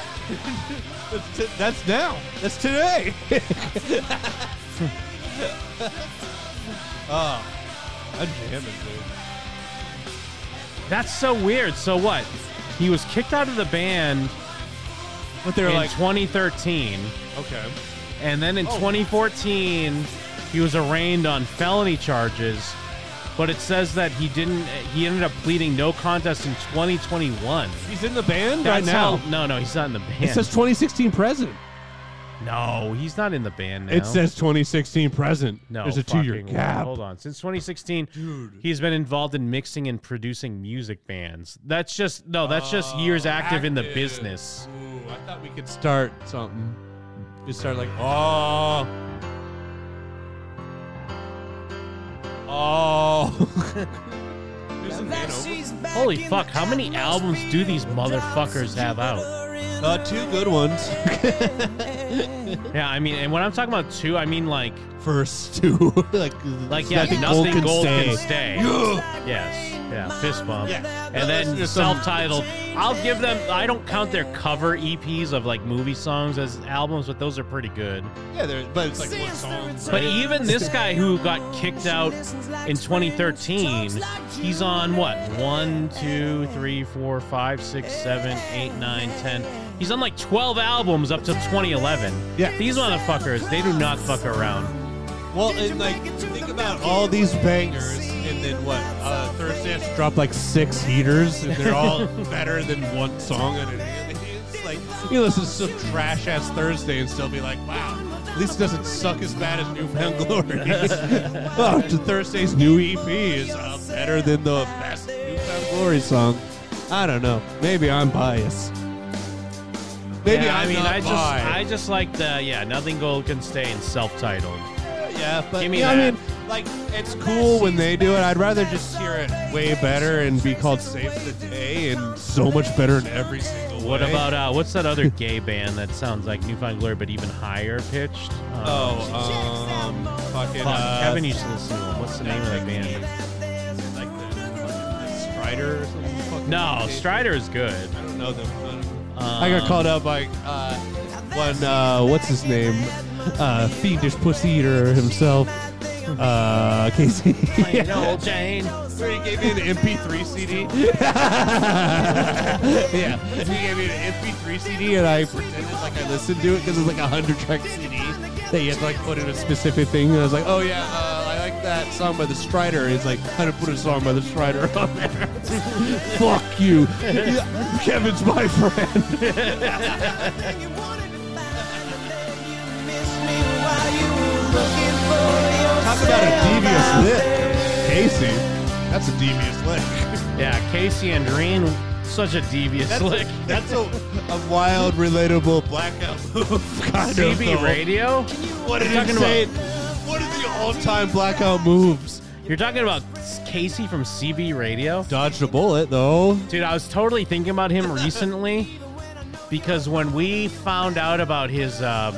that's, t- that's now. That's today. oh, I'm jamming, dude.
That's so weird. So what? He was kicked out of the band
But they're
in
like,
2013,
okay.
and then
Oh.
in 2014 he was arraigned on felony charges. But it says that he didn't. He ended up pleading no contest in 2021.
He's in the band right
That's
now.
how- no, no, he's not in the band.
It says 2016 present.
no, he's not in the band now.
It says 2016 present.
No,
There's a two-year
fucking way.
gap.
Hold on. Since 2016,
Dude.
he's been involved in mixing and producing music bands. That's just no. That's just
Oh,
years active, in the business.
Ooh, I thought we could start something. Just start like, oh. Oh. Here's a piano.
Holy fuck! How many albums do these motherfuckers have out?
uh, two good ones.
Yeah, I mean, and when I'm talking about two, I mean like
first two, like
like yeah,
nothing
nothing
gold
gold,
can
can
stay.
stay.
Yeah.
Yes, yeah, fist bump,
Yeah.
and
Listen
then
to some-
self-titled. I'll give them. I don't count their cover EPs of like movie songs as albums, but those are pretty good.
yeah, there- but it's like what song?
But even this guy who got kicked out in 2013, he's on what? One, two, three, four, five, six, seven, eight, nine, ten. He's on like 12 albums up to 2011. Yeah. These motherfuckers, they do not fuck around.
Well, and like think about all these bangers, and then what? Uh, Thursday has to drop like six heaters, and they're all better than one song. And it- it's like you listen to some trash ass Thursday and still be like, wow, at least it doesn't suck as bad as Newfound Glory. oh, to Thursday's new EP is uh, better than the best Newfound Glory song. I don't know. Maybe I'm biased. Maybe
Yeah,
I'm
I mean,
not
I just,
biased.
I just like the yeah, nothing gold can stay in self-titled.
Yeah, but
Give me
yeah, I
that.
mean, like it's cool when they do it. I'd rather just hear it way better and be called "Save the Day" and so much better in every single.
What
way.
about uh, what's that other gay band that sounds like Newfound Glory but even higher pitched? Um,
Oh, um, fucking
fuck,
uh,
Kevin used to listen to them. What's the name of that band?
like the, the Strider. Or something? Fucking
No,
shit.
Strider is good.
I don't know them. I don't know. I got called up by uh, one. Uh, what's his name? Uh, fiendish pussy eater himself. Uh, Casey.
Plain old Jane.
Where he gave me an MP3 CD. yeah, he gave me an MP3 CD, and I pretended like I listened to it because it's like a hundred track CD that you had to like put in a specific thing. And I was like, oh yeah, uh, I like that song by the Strider. And He's like, I didn't put a song by the Strider on there. Fuck you, Kevin's my friend. Talk about a devious lick, Casey. That's a devious lick.
Yeah, Casey and Green, such a devious
That's,
lick.
that's a, a wild, relatable blackout move. Kind of,
CB
though.
radio?
What
You're
did
talking
it say? What are the all-time blackout moves?
You're talking about Casey from CB radio?
Dodged a bullet, though.
Dude, I was totally thinking about him recently because when we found out about his um,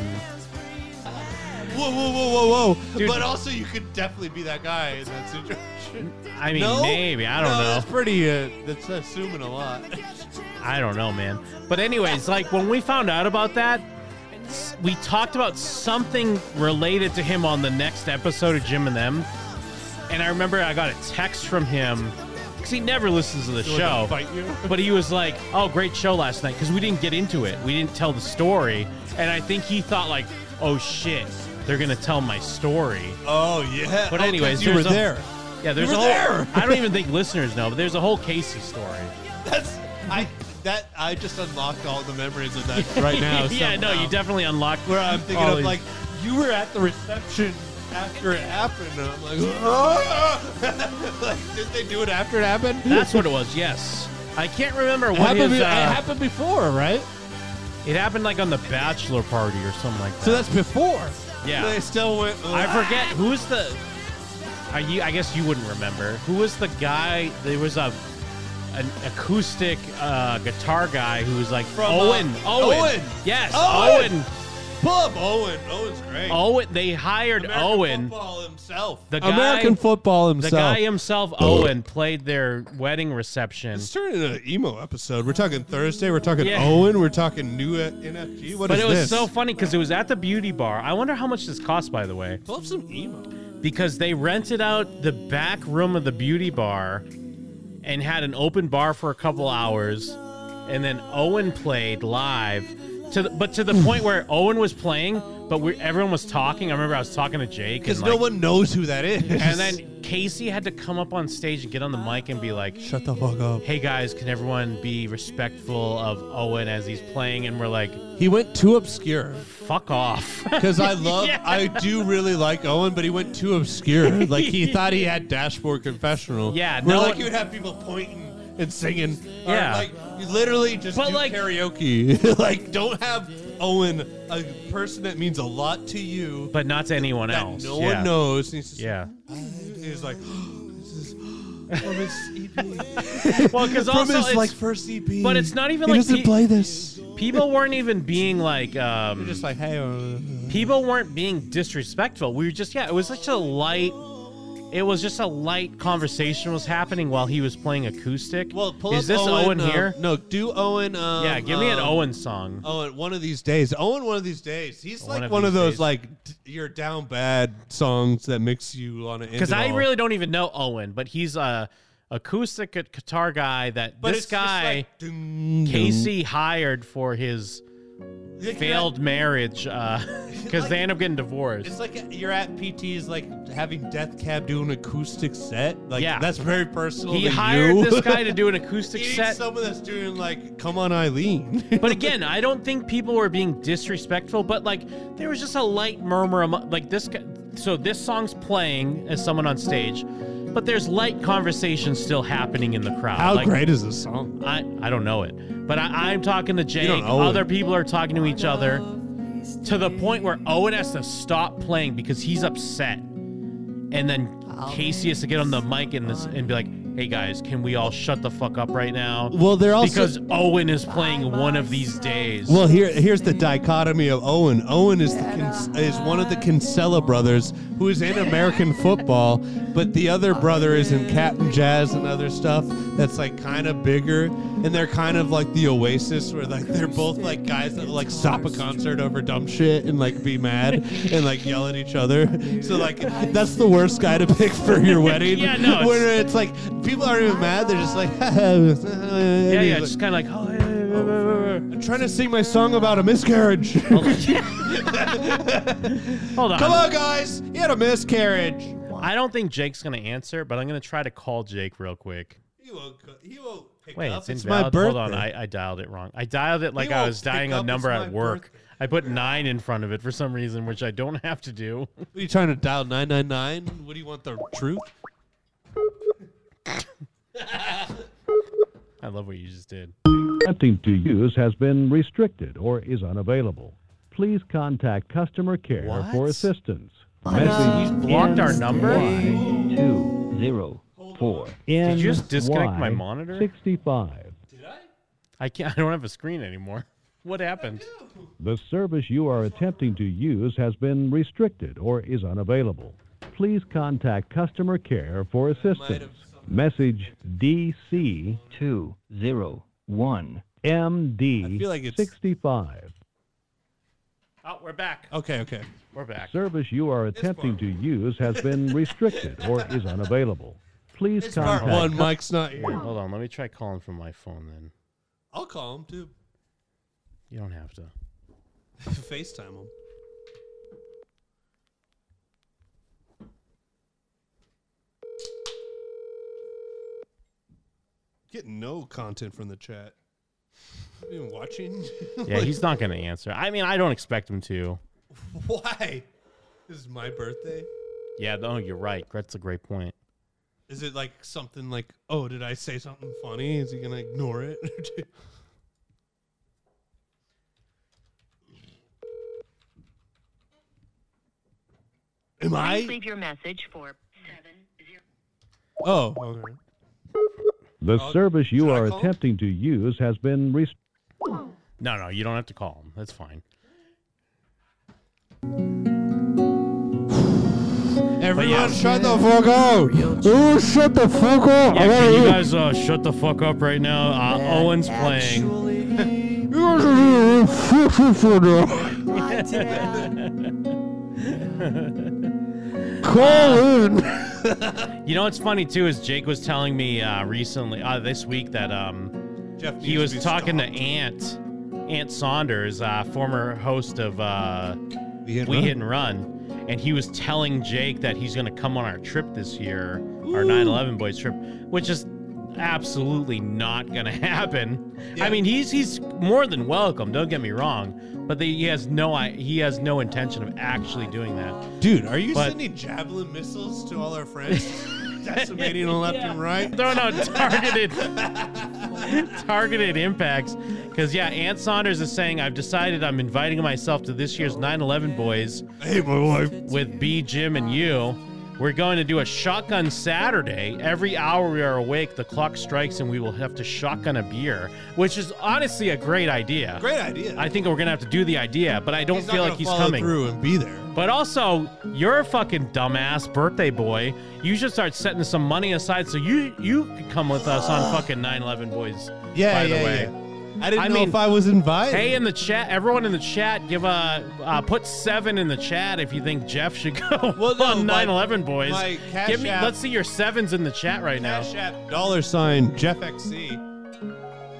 Whoa, whoa, whoa, whoa, whoa!
Dude.
But also, you could definitely be that guy in that situation.
I mean,
No?
maybe. I don't
No,
know.
That's pretty. Uh, that's assuming a lot.
I don't know, man. But anyways, like when we found out about that, s- we talked about something related to him on the next episode of Jim and Them. And I remember I got a text from him because he never listens to the
He'll
show.
invite you.
But he was like, "Oh, great show last night," because we didn't get into it. We didn't tell the story, and I think he thought like, "Oh shit, they're gonna tell my story."
Oh yeah.
But
Oh, 'cause
anyways,
you were
there's a-
there.
Yeah, there's
You
a
were
whole.
there.
I don't even think listeners know, but there's a whole Casey story.
That's I. That I just unlocked all the memories of that right now.
yeah, no,
somehow.
you definitely unlocked.
Where I'm thinking
all
of
these-
like you were at the reception after it happened, and I'm like, "Ah!" like did they do it after it happened?
That's what it was. Yes, I can't remember
It
what
happened,
his.
be-
uh,
it happened before, right?
it happened like on the bachelor party or something like that.
So that's before.
Yeah.
They still went.
I forget who's the. Are you? I guess you wouldn't remember who was the guy. There was a an acoustic uh, guitar guy who was like
From, uh,
Owen. Owen.
Owen.
Yes.
Owen.
Owen.
Pull up "Ah, Owen. Owen's great.
Owen. They hired
American
Owen.
football himself.
The guy,
American football
The
himself.
guy himself,
Oh.
Owen, played their wedding reception.
It's turning into an emo episode. We're talking Thursday. We're talking
Yeah.
Owen. We're talking new uh, NFG. What
but
is
it was
this?
so funny because it was at the beauty bar. I wonder how much this cost, by the way.
Pull up some emo.
because they rented out the back room of the beauty bar and had an open bar for a couple hours and then Owen played live to the, but to the point where Owen was playing but we, everyone was talking I remember I was talking to Jake
Because
and
no
like-
one knows who that is.
and then Casey had to come up on stage and get on the mic and be like
shut the fuck up.
hey guys can everyone be respectful of Owen as he's playing and we're like
He went too obscure.
fuck off
Because I love,
Yeah.
I do really like Owen, but he went too obscure. Like he thought he had Dashboard Confessional.
Yeah,
Where
no
like
one-
you would have people pointing and singing. Or
Yeah.
like you literally just
But,
do
like-
karaoke. like don't have Owen, a person that means a lot to you,
but not to anyone
that
else
no
yeah.
one knows. And he's just,
yeah
He's like, this is oh, from his EP.
well because
from
also
his
it's
like first E EP.
but it's not even
he
like
doesn't
pe-
play this.
people weren't even being like um
just like hey
people weren't being disrespectful we were just yeah it was such a light it was just a light conversation was happening while he was playing acoustic well
pull
is
up
this owen,
um,
here
no, do Owen. Um,
yeah give me an
um,
owen song
Owen, one of these days. Owen, one of these days. He's
One
like
of
one of
these
those
days.
like d- you're down bad songs that makes you on an.
because i really don't even know owen but he's a acoustic gu- guitar guy that
But
this
it's just
guy
like, dun, dun.
casey hired for his
Yeah, you're
failed marriage uh because they end up getting divorced
It's like you're at PT's like having Death Cab do an acoustic set. Like
Yeah.
that's very personal.
He
to
hired
you.
this guy to do an acoustic
He needs
set.
Someone that's doing like "Come on, Eileen."
but again, I don't think people were being disrespectful, but like there was just a light murmur. Among, like this, guy, so this song's playing as someone on stage, but there's light conversation still happening in the crowd.
How
Like,
great is this song?
I I don't know it, but I, I'm talking to Jake.
know
Other people are talking to each other to the point where Owen has to stop playing because he's upset, and then Casey has to get on the mic and this and be like. Hey guys, can we all shut the fuck up right now?
Well, they're also-
because Owen is playing one of these days.
Well, here here's the dichotomy of Owen. Owen is the Kin- is one of the Kinsella brothers who is in American football, but the other
Oh,
brother is in Captain Jazz and other stuff that's like kind of bigger, and they're kind of like the Oasis, where like they're both like guys that like stop a concert over dumb shit and like be mad and like yell at each other. So like that's the worst guy to pick for your wedding.
Yeah, no, it's-
Where it's like people aren't even mad; they're just like. yeah,
Yeah, yeah, just kind of like, oh, yeah, yeah, yeah, yeah,
I'm trying to sing my song about a miscarriage.
yeah. hold on.
Come on, guys. He had a miscarriage.
I don't think Jake's gonna answer, but I'm gonna try to call Jake real quick.
He won't, co- he won't pick
Wait,
up.
it's invalid. Hold on, I, I dialed it wrong. I dialed it like I
won't
was
pick
dialing
up,
a
it's
number
my
at work. I put nine in front of it for some reason, which I don't have to do.
What are you trying to dial 999? What do you want, the truth?
I love what you just did.
Attempting to use has been restricted or is unavailable. Please contact customer care for assistance.
Message You blocked our number?
Two zero four.
Did you just disconnect my monitor?
Sixty-five.
I can't. I don't have a screen anymore. What happened?
The service you are attempting to use has been restricted or is unavailable. Please contact customer care for assistance. Message DC two zero one MD
feel like it's-
sixty-five.
Oh, we're back.
Okay, okay.
We're back.
Service you are attempting to use has been restricted or is unavailable. Please
It's part
contact.
one. Mike's not here.
Hold on. Let me try calling from my phone. Then
I'll call him to
you don't have to.
FaceTime him. Getting no content from the chat. Been watching.
Yeah, he's not gonna answer. I mean, I don't expect him to.
Why? This is my birthday.
Yeah. No, you're right. That's a great point.
Is it like something like, oh, did I say something funny? Is he gonna ignore it? Am
Please
I?
leave your message for
Oh, okay.
The
Oh,
service you are
call him?
attempting to use has been restricted.
No, no, you don't have to call him. That's fine.
Everyone,
yeah.
shut the fuck up! Oh, shut the fuck up!
Yeah, can you guys uh, shut the fuck up right now? Uh, Owen's playing. You know what's funny too is Jake was telling me uh, recently, uh, this week that um,
Jeff needs
he
to
was
be
talking to Aunt Aunt Saunders, uh, former host of uh,
We, Hit,
we
Run.
Hit and Run, and he was telling Jake that he's going to come on our trip this year, our 9/11 boys trip, which is absolutely not going to happen. I mean, he's he's more than welcome. Don't get me wrong, but they, he has no I, he has no intention of actually doing that.
Dude, are you
But-
sending javelin missiles to all our friends? Decimating them left and right.
throwing out targeted targeted impacts because yeah Aunt Saunders is saying I've decided I'm inviting myself to this year's 9/11 boys
Hey, my wife.
with B Jim and you We're going to do a shotgun Saturday. Every hour we are awake, the clock strikes and we will have to shotgun a beer, which is honestly a great idea.
Great idea.
I think we're going to have to do the idea, but I don't
He's not
feel
gonna
like he's
follow
coming.
through and be there.
But also, you're a fucking dumbass birthday boy. You should start setting some money aside so you you could come with us on fucking 9/11 boys.
Yeah,
by the
yeah,
way.
yeah. I didn't know
mean,
if I was invited.
Hey, in the chat, everyone in the chat, give a uh, put seven in the chat if you think Jeff should go on
my-
9/11 boys.
my Cash
give me,
App-
let's see your sevens in the chat right now.
dollar sign Jeff XC.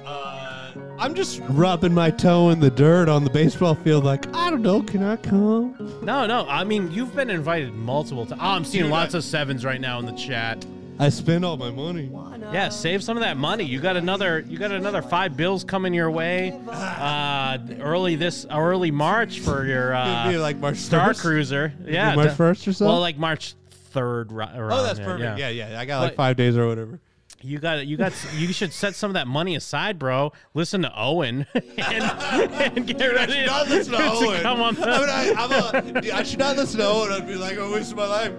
Uh, I'm just rubbing my toe in the dirt on the baseball field, like I don't know, can I come?
No, no, I mean you've been invited multiple times. Oh, I'm seeing
Dude,
lots
I-
of sevens right now in the chat.
I spend all my money.
Yeah, save some of that money. You got another. You got another five bills coming your way. Uh, early this early March for your uh,
It'll be like March
Star
1st?
Cruiser.
It'll be
Yeah,
March
d-
1st or so?
Well, like March third.
Oh, that's perfect. Yeah, yeah. I got like five days or whatever.
You got you got you should set some of that money aside, bro. Listen to Owen and, and get
Dude, I
ready
should not listen to
to
Owen.
come on the-
I, mean, I, I'm a, dude, I should not listen to Owen. I'd be like, I wasted my life.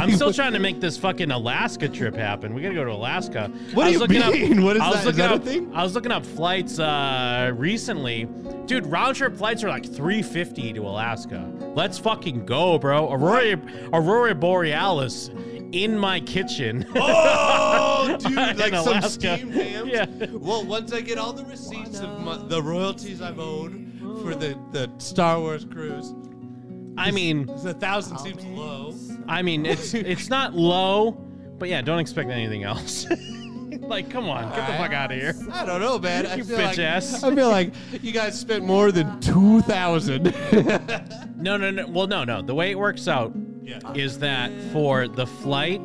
I'm still trying to make this fucking Alaska trip happen. We gotta go to Alaska.
What
I
do
was
you
looking
mean? What is
I was
that? Is
Looking
that a
up, I was looking up flights uh, recently, dude. Round trip flights are like 350 to Alaska. Let's fucking go, bro. Aurora, Aurora Borealis. In my kitchen.
Oh, dude,
In
like some
Alaska.
steamed hams. Well, once I get all the receipts of my, the royalties I've owed for the, the Star Wars cruise,
I mean,
the thousand seems low.
I mean, it's it's not low, but yeah, don't expect anything else. like, come on, get the fuck out of here.
I don't know, man. I
You
feel
bitch
like,
ass.
I feel like you guys spent more than two thousand.
No, no, no. Well, no, no. The way it works out is that for the flight,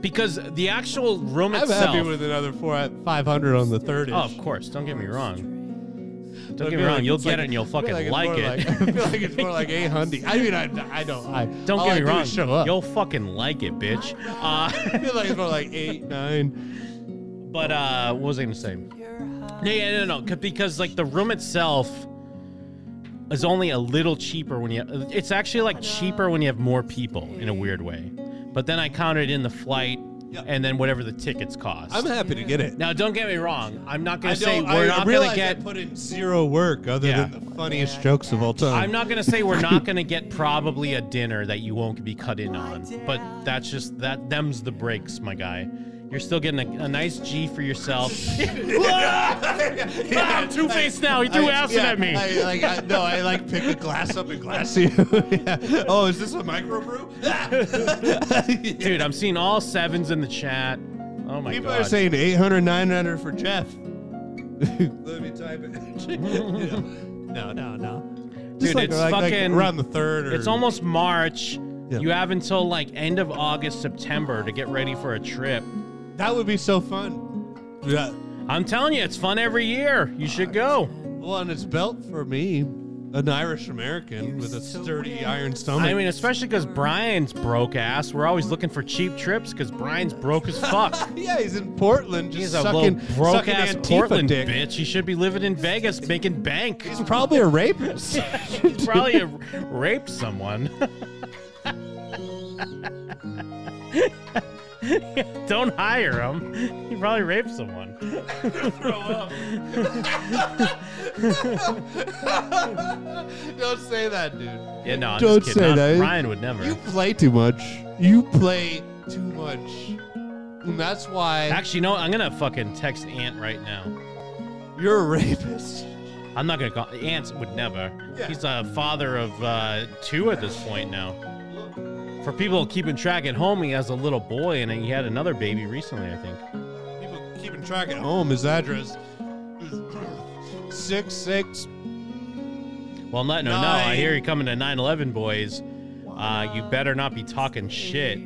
because the actual room
I'm
itself.
happy with another four five hundred on the third.
Oh, of course. Don't get me wrong.
I feel
Don't get me wrong.
like
You'll
it's
get
like-
it and you'll
I feel like
fucking like,
it's
it.
more like- I feel like it's more like 800. I mean, I, I don't. I,
Don't
all
get
I
me
do is
wrong.
Show up.
You'll fucking like it, bitch. Uh,
I feel like it's more like eight, nine.
But uh, what was I gonna say? No, yeah, no, no, 'cause- because like the room itself is only a little cheaper when you. It's actually like cheaper when you have more people in a weird way. But then I counted in the flight and then whatever the tickets cost.
I'm happy to get it.
Now, don't get me wrong. I'm not gonna
I
say
don't-
we're
I
not
realize
gonna
I
get.
put in zero work other
Yeah.
than the funniest jokes of all time.
I'm not gonna say we're not gonna get probably a dinner that you won't be cut in on, but that's just that. Them's the breaks, my guy. You're still getting a, a nice G for yourself. I'm two faced now. He threw
I-
acid
yeah,
at me.
I, like, I, no, I like pick a glass up and glass you. Yeah. Oh, is this a microbrew?
Dude, I'm seeing all sevens in the chat. Oh my
People
god.
are saying 800, 900 for Jeff. Let me type it. no, no, no.
Dude, it's fucking
around the third. Or,
It's almost March. You have until like end of August, September to get ready for a trip.
That would be so fun. Yeah.
I'm telling you, it's fun every year. You should go.
Well, and it's belt for me, an Irish American with a sturdy iron stomach.
I mean, especially because Brian's broke ass. We're always looking for cheap trips because Brian's broke as fuck.
yeah, he's in Portland, just
He's a
sucking
little broke
sucking
ass
Antifa
Portland
dick.
bitch. He should be living in Vegas making bank. He's
Probably a rapist.
probably a, raped someone. Don't hire him. He probably raped someone.
Don't say that, dude.
Yeah, no, I'm
Don't
just
say
kidding. Not-
that.
Brian would never.
You play too much. You play too much. And that's why
Actually, no, I'm gonna fucking text Ant right now.
you're a rapist.
I'm not gonna call Ant would never. He's a father of uh, two at this point now. For people keeping track at home, he has a little boy and he had another baby recently, I think.
Keeping track at home, his address is six six.
Well, I'm letting her know. I hear you coming to 9/11, boys. Uh, you better not be talking shit.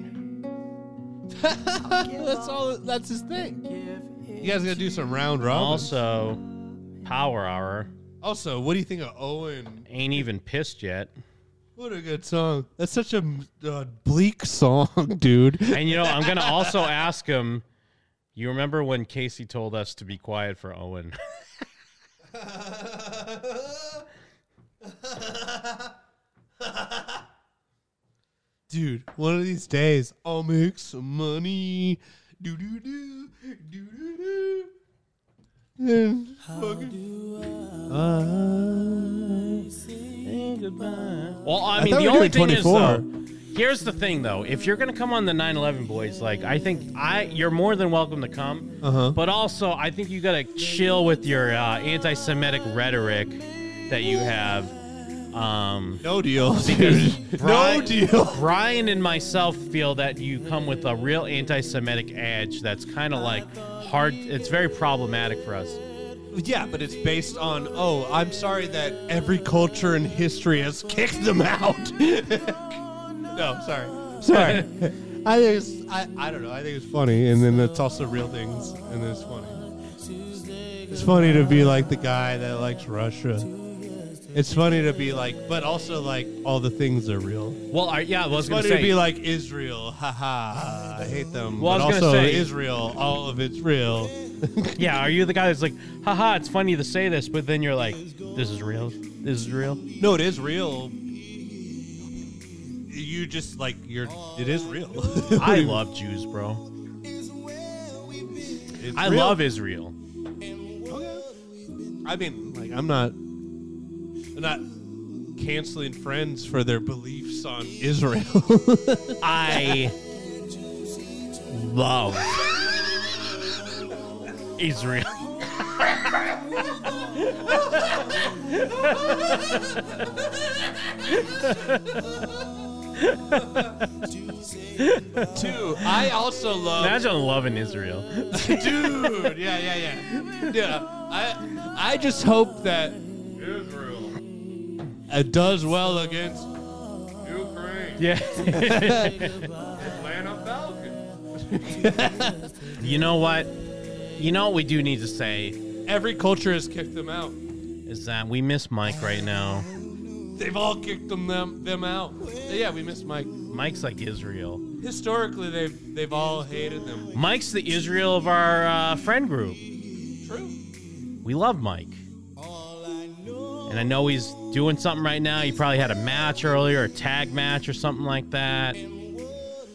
that's all. That's his thing. You guys gotta do some round robin.
Also, Power Hour
Also, what do you think of Owen?
ain't even pissed yet.
What a good song. That's such a uh, bleak song, dude.
And you know, I'm gonna also ask him. You remember when Casey told us to be quiet for Owen?
Dude, one of these days I'll make some money. Do do do do do do. And fucking.
Well, I
I
mean,
thought
the
we were
only
doing
thing is
24.
though. Here's the thing though. If you're gonna come on the 9/11 boys, like I think I, you're more than welcome to come.
Uh-huh.
But also, I think you gotta chill with your uh, anti-Semitic rhetoric that you have. Um,
no deal,
Because
dude.
Brian,
No deal.
Brian and myself feel that you come with a real anti-Semitic edge that's kind of like hard. It's very problematic for us.
Yeah, but it's based on oh, I'm sorry that every culture in history has kicked them out. no, sorry, sorry. I think it's, I, I don't know. I think it's funny, and then it's also real things, and it's funny. It's funny to be like the guy that likes Russia. It's funny to be like, but also like all the things are real.
Well, I, yeah, well, I was
it's
gonna
funny
say
to be like Israel, haha, I hate them.
Well, I
but
was gonna
also
say-
Israel, all of it's real.
yeah, are you the guy that's like, haha, it's funny to say this, but then you're like, this is real? This is real?
No, it is real. You just like you're. It is real.
I love Jews, bro.
It's
I
real.
love Israel.
I mean, like I'm not. I'm not canceling friends for their beliefs on Israel.
I love Israel.
Dude, I also love.
Imagine loving Israel.
dude. Yeah, yeah, yeah. Yeah, I I just hope that Israel it does well against Ukraine.
Yeah.
Atlanta Falcons.
You know what? You know what we do need to say
Every culture has kicked them out.
is that we miss Mike right now.
They've all kicked them them, them out. Yeah, we missed Mike.
Mike's like Israel.
Historically, they've they've all hated them.
Mike's the Israel of our uh, friend group.
True.
We love Mike. And I know he's doing something right now. He probably had a match earlier, a tag match or something like that.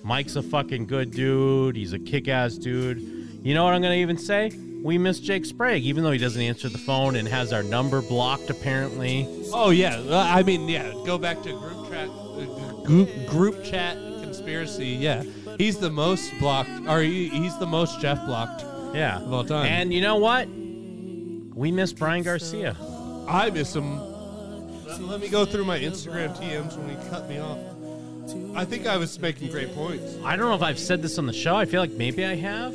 Mike's a fucking good dude. He's a kick ass dude. You know what I'm going to even say? We miss Jake Sprague, even though he doesn't answer the phone and has our number blocked, apparently.
Oh yeah, Uh, I mean yeah. Go back to group chat, uh, group, group chat conspiracy. Yeah, he's the most blocked, or he, he's the most Jeff blocked.
Yeah,
of all time.
And you know what? We miss Brian Garcia.
I miss him. Let, let me go through my Instagram TMs when he cut me off. I think I was making great points.
I don't know if I've said this on the show. I feel like maybe I have,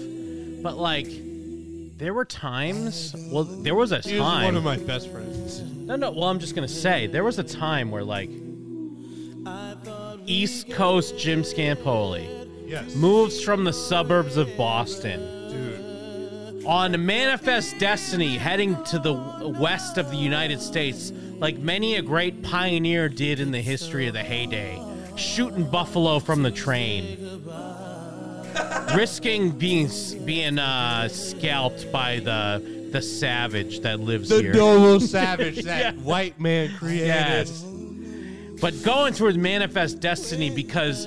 but like there were times. Well, there was a
He was one
time.
of my best friends.
no, no. Well, I'm just gonna say there was a time where like East Coast Jim Scampoli
Yes.
moves from the suburbs of Boston
Dude,
on manifest destiny, heading to the west of the United States, like many a great pioneer did in the history of the heyday, shooting buffalo from the train. risking being being uh, scalped by the the savage that lives
the
here.
Domo Savage, that
Yeah.
white man created.
Yes. But going towards manifest destiny because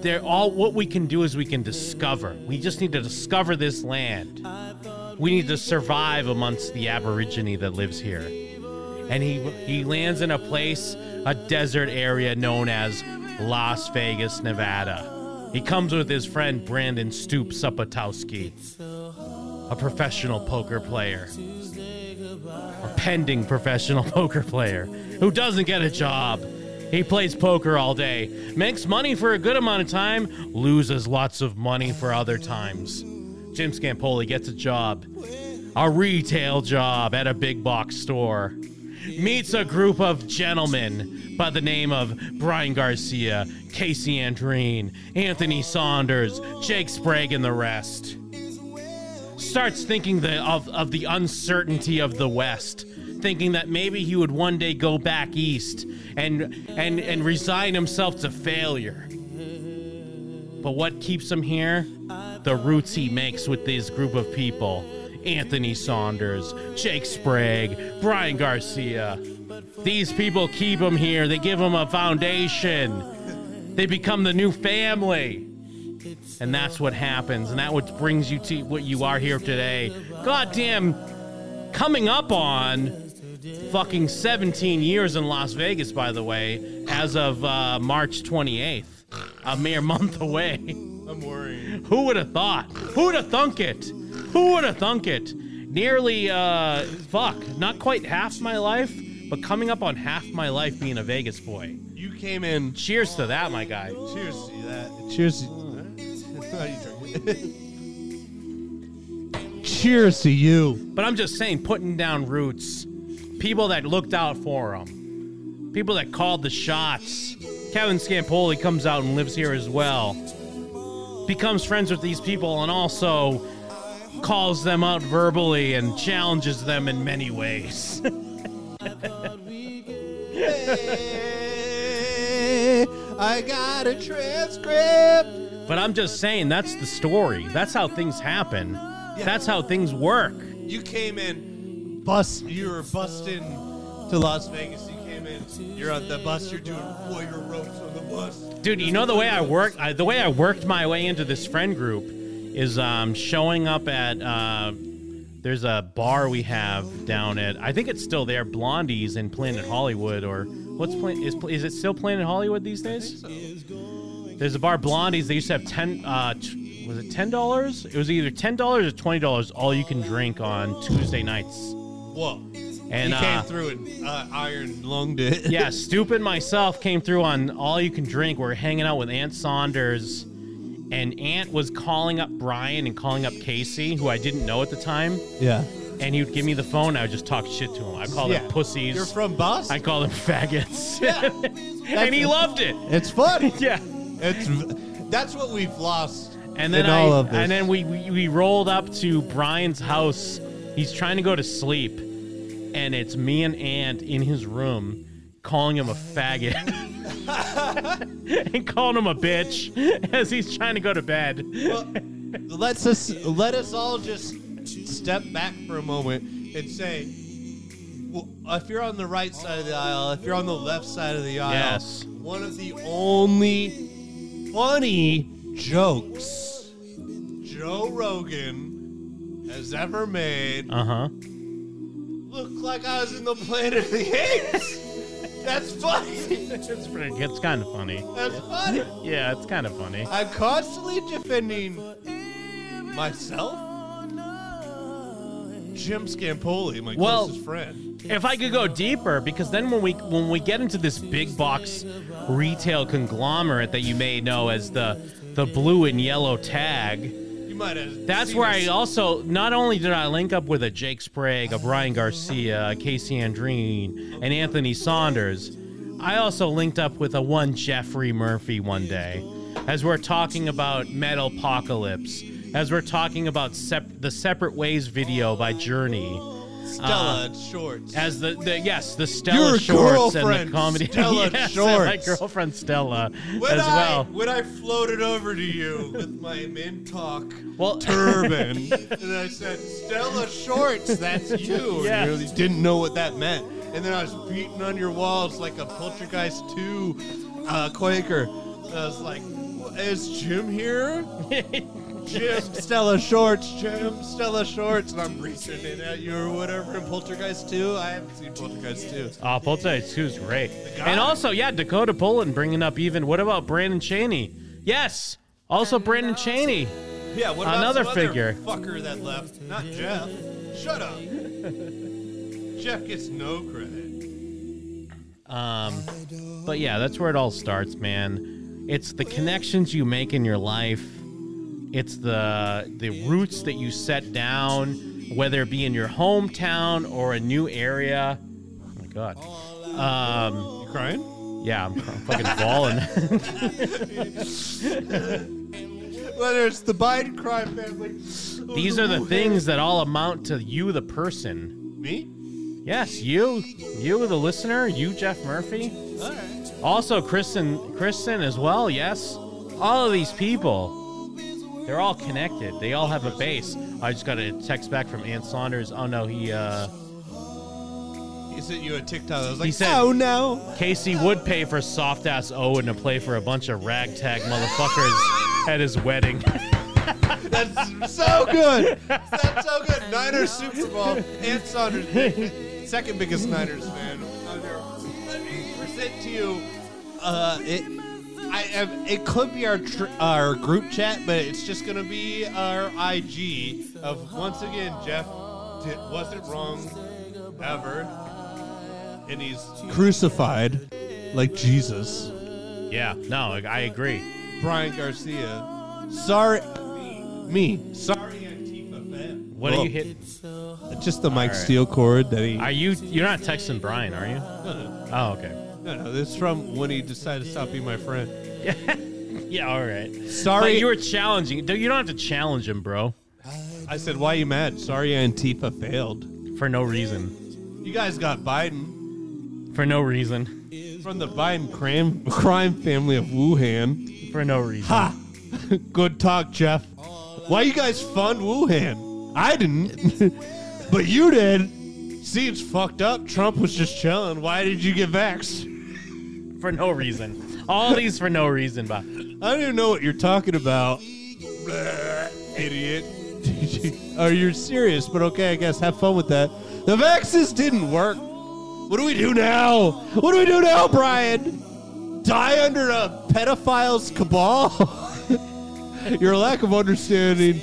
they're all what we can do is we can discover. We just need to discover this land. We need to survive amongst the aborigine that lives here. And he he lands in a place, a desert area known as Las Vegas, Nevada. He comes with his friend Brandon Stoop Sapatowski, a professional poker player a pending professional poker player who doesn't get a job. He plays poker all day, makes money for a good amount of time, loses lots of money for other times. Jim Scampoli gets a job, a retail job at a big box store, meets a group of gentlemen by the name of Brian Garcia, Casey Andreen, Anthony Saunders, Jake Sprague, and the rest starts thinking the, of, of the uncertainty of the West, thinking that maybe he would one day go back east and, and, and resign himself to failure. But what keeps him here? The roots he makes with this group of people Anthony Saunders, Jake Sprague, Brian Garcia. These people keep him here, they give him a foundation. They become the new family. And that's what happens. And that what brings you to what you are here today. Goddamn, coming up on fucking 17 years in Las Vegas, by the way, as of uh, March 28th, a mere month away. I'm
worried.
Who would have thought? Who would have thunk it? Who would have thunk it? Nearly, uh, fuck, not quite half my life, but coming up on half my life being a Vegas boy.
You came in.
Cheers to that, my guy.
Cheers to that. Cheers. Cheers to you.
But I'm just saying, putting down roots, people that looked out for him, people that called the shots. Kevin Scampoli comes out and lives here as well, becomes friends with these people, and also calls them out verbally and challenges them in many ways.
I got a transcript.
But I'm just saying, that's the story. That's how things happen. That's how things work.
You came in, bus. You were busting to Las Vegas. You came in. You're on the bus. You're doing warrior ropes on the bus.
Dude, you know the way I work. I, the way I worked my way into this friend group is um, showing up at. Uh, there's a bar we have down at. I think it's still there. Blondie's in Planet Hollywood, or what's Plan- is is it still Planet Hollywood these days? There's a bar Blondie's. They used to have ten. Uh, t- was it ten dollars? It was either ten dollars or twenty dollars. All you can drink on Tuesday nights.
Whoa.
And,
you came
uh,
through and uh, iron lunged it.
yeah, stupid myself came through on all you can drink. We're hanging out with Aunt Saunders, and Aunt was calling up Brian and calling up Casey, who I didn't know at the time.
Yeah.
And he would give me the phone. And I would just talk shit to him. I called
Yeah.
them pussies.
You're from Boston.
I called them faggots. and he
That's-
loved it.
It's funny.
yeah.
It's that's what we've lost.
And then
in
I,
all of this.
and then we, we we rolled up to Brian's house. He's trying to go to sleep, and it's me and Aunt in his room, calling him a faggot and calling him a bitch as he's trying to go to bed.
let's us let us all just step back for a moment and say, well, if you're on the right side of the aisle, if you're on the left side of the aisle,
Yes.
one of the only funny jokes Joe Rogan has ever made.
Uh huh.
Look like I was in the Planet of the Apes. That's funny.
That's pretty. It's kind of funny.
That's funny.
Yeah, it's kind of funny.
I'm constantly defending myself, Jim Scampoli, my
Well,
closest friend.
If I could go deeper, because then when we when we get into this big box retail conglomerate that you may know as the the blue and yellow tag,
You might have.
That's
seen
where
this.
I also not only did I link up with a Jake Sprague, a Brian Garcia, a Casey Andreen, and Anthony Saunders, I also linked up with a one Jeffrey Murphy one day. As we're talking about Metal Apocalypse, as we're talking about sep- the Separate Ways video by Journey.
Stella
uh,
Shorts.
as the, the yes, the Stella
Your
shorts and
girlfriend,
the comedy
Stella
Yes, and my
Shorts.
girlfriend Stella
when
as
I
well.
when I floated over to you with my Mintalk
Well-
turban, and I said, "Stella Shorts, that's you."
Yeah.
And you really didn't know what that meant, and then I was beating on your walls like a Poltergeist Two uh, Quaker. And I was like, "Wha- "Is Jim here?" Jim Stella Shorts, Jim Stella Shorts, and I'm reaching it at you or whatever in Poltergeist 2. I haven't seen Poltergeist 2.
Oh, Poltergeist 2 is great.
guy.
And also, yeah, Dakota Poland bringing up even. What about Brandon Cheney? Yes, also Brandon Cheney.
Yeah, what about
Another
some other
figure.
fucker that left? Not Jeff. Shut up. Jeff gets no credit.
Um, but yeah, that's where it all starts, man. It's the connections you make in your life. It's the the roots that you set down, whether it be in your hometown or a new area. Oh my god. Um,
You crying?
yeah, I'm, I'm fucking balling.
Whether it's the Biden crime family.
These are the things that all amount to you, the person.
Me?
Yes, you, you, the listener, you, Jeff Murphy,
All right.
also Kristen, Kristen as well. Yes, all of these people, they're all connected. They all have a base. I just got a text back from Ann Saunders. Oh no, he uh,
He sent you a TikTok. I was like,
he said,
"Oh no!"
Casey would pay for soft ass Owen to play for a bunch of ragtag motherfuckers at his wedding.
That's so good. That's so good. Niners Super Bowl and Saunders, big- second biggest Niners fan. Present to you. Uh, it, I, I, it could be our tr- our group chat, but it's just gonna be our IG of once again Jeff did, wasn't wrong ever, and he's crucified like Jesus.
Yeah, no, I agree.
Brian Garcia, sorry, me, sorry.
What
Whoa.
are you hitting?
Just the Mike
All right.
Steele chord that he.
Are you? You're not texting Brian, are you?
No,
Oh, okay.
No, no, this is from when he decided to stop being my friend.
Yeah, all right.
Sorry.
But you were challenging. You don't have to challenge him, bro.
I said, "Why are you mad?" Sorry, Antifa failed
for no reason.
You guys got Biden
for no reason
from the Biden crime crime family of Wuhan
for no reason.
Ha! Good talk, Jeff. Why you guys fund Wuhan? I didn't, but you did. See, it's fucked up. Trump was just chilling. Why did you get vaxxed?
For no reason. All these for no reason, but
I don't even know what you're talking about. Blah, idiot. Are you serious? But okay, I guess have fun with that. The vaccines didn't work. What do we do now? What do we do now, Brian? Die under a pedophile's cabal? Your lack of understanding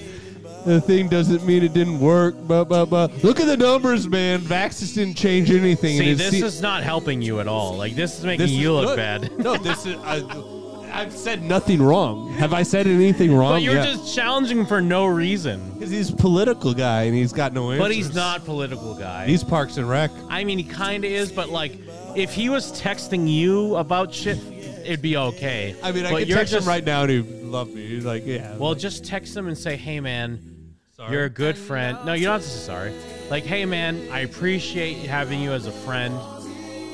the thing doesn't mean it didn't work. Blah, blah, blah. Look at the numbers, man. Vaccines didn't change anything. and
see,
it
this
se-
is not helping you at all. Like this is making
This
you
is
look
good.
bad.
No, this is. I, I've said nothing wrong. Have I said anything wrong?
But you're
Oh, Yeah.
just challenging for no reason.
Because he's a political guy and he's got no answers.
But he's not political guy.
He's Parks and Rec.
I mean, he kind of is, but like, if he was texting you about shit, it'd be okay.
I mean, I
but
can
you're
text
just,
him right now and he'd love me. He's like, yeah.
Well, just text him and say, "Hey, man, you're a good friend." No, you don't have to say sorry. Like, "Hey, man, I appreciate having you as a friend,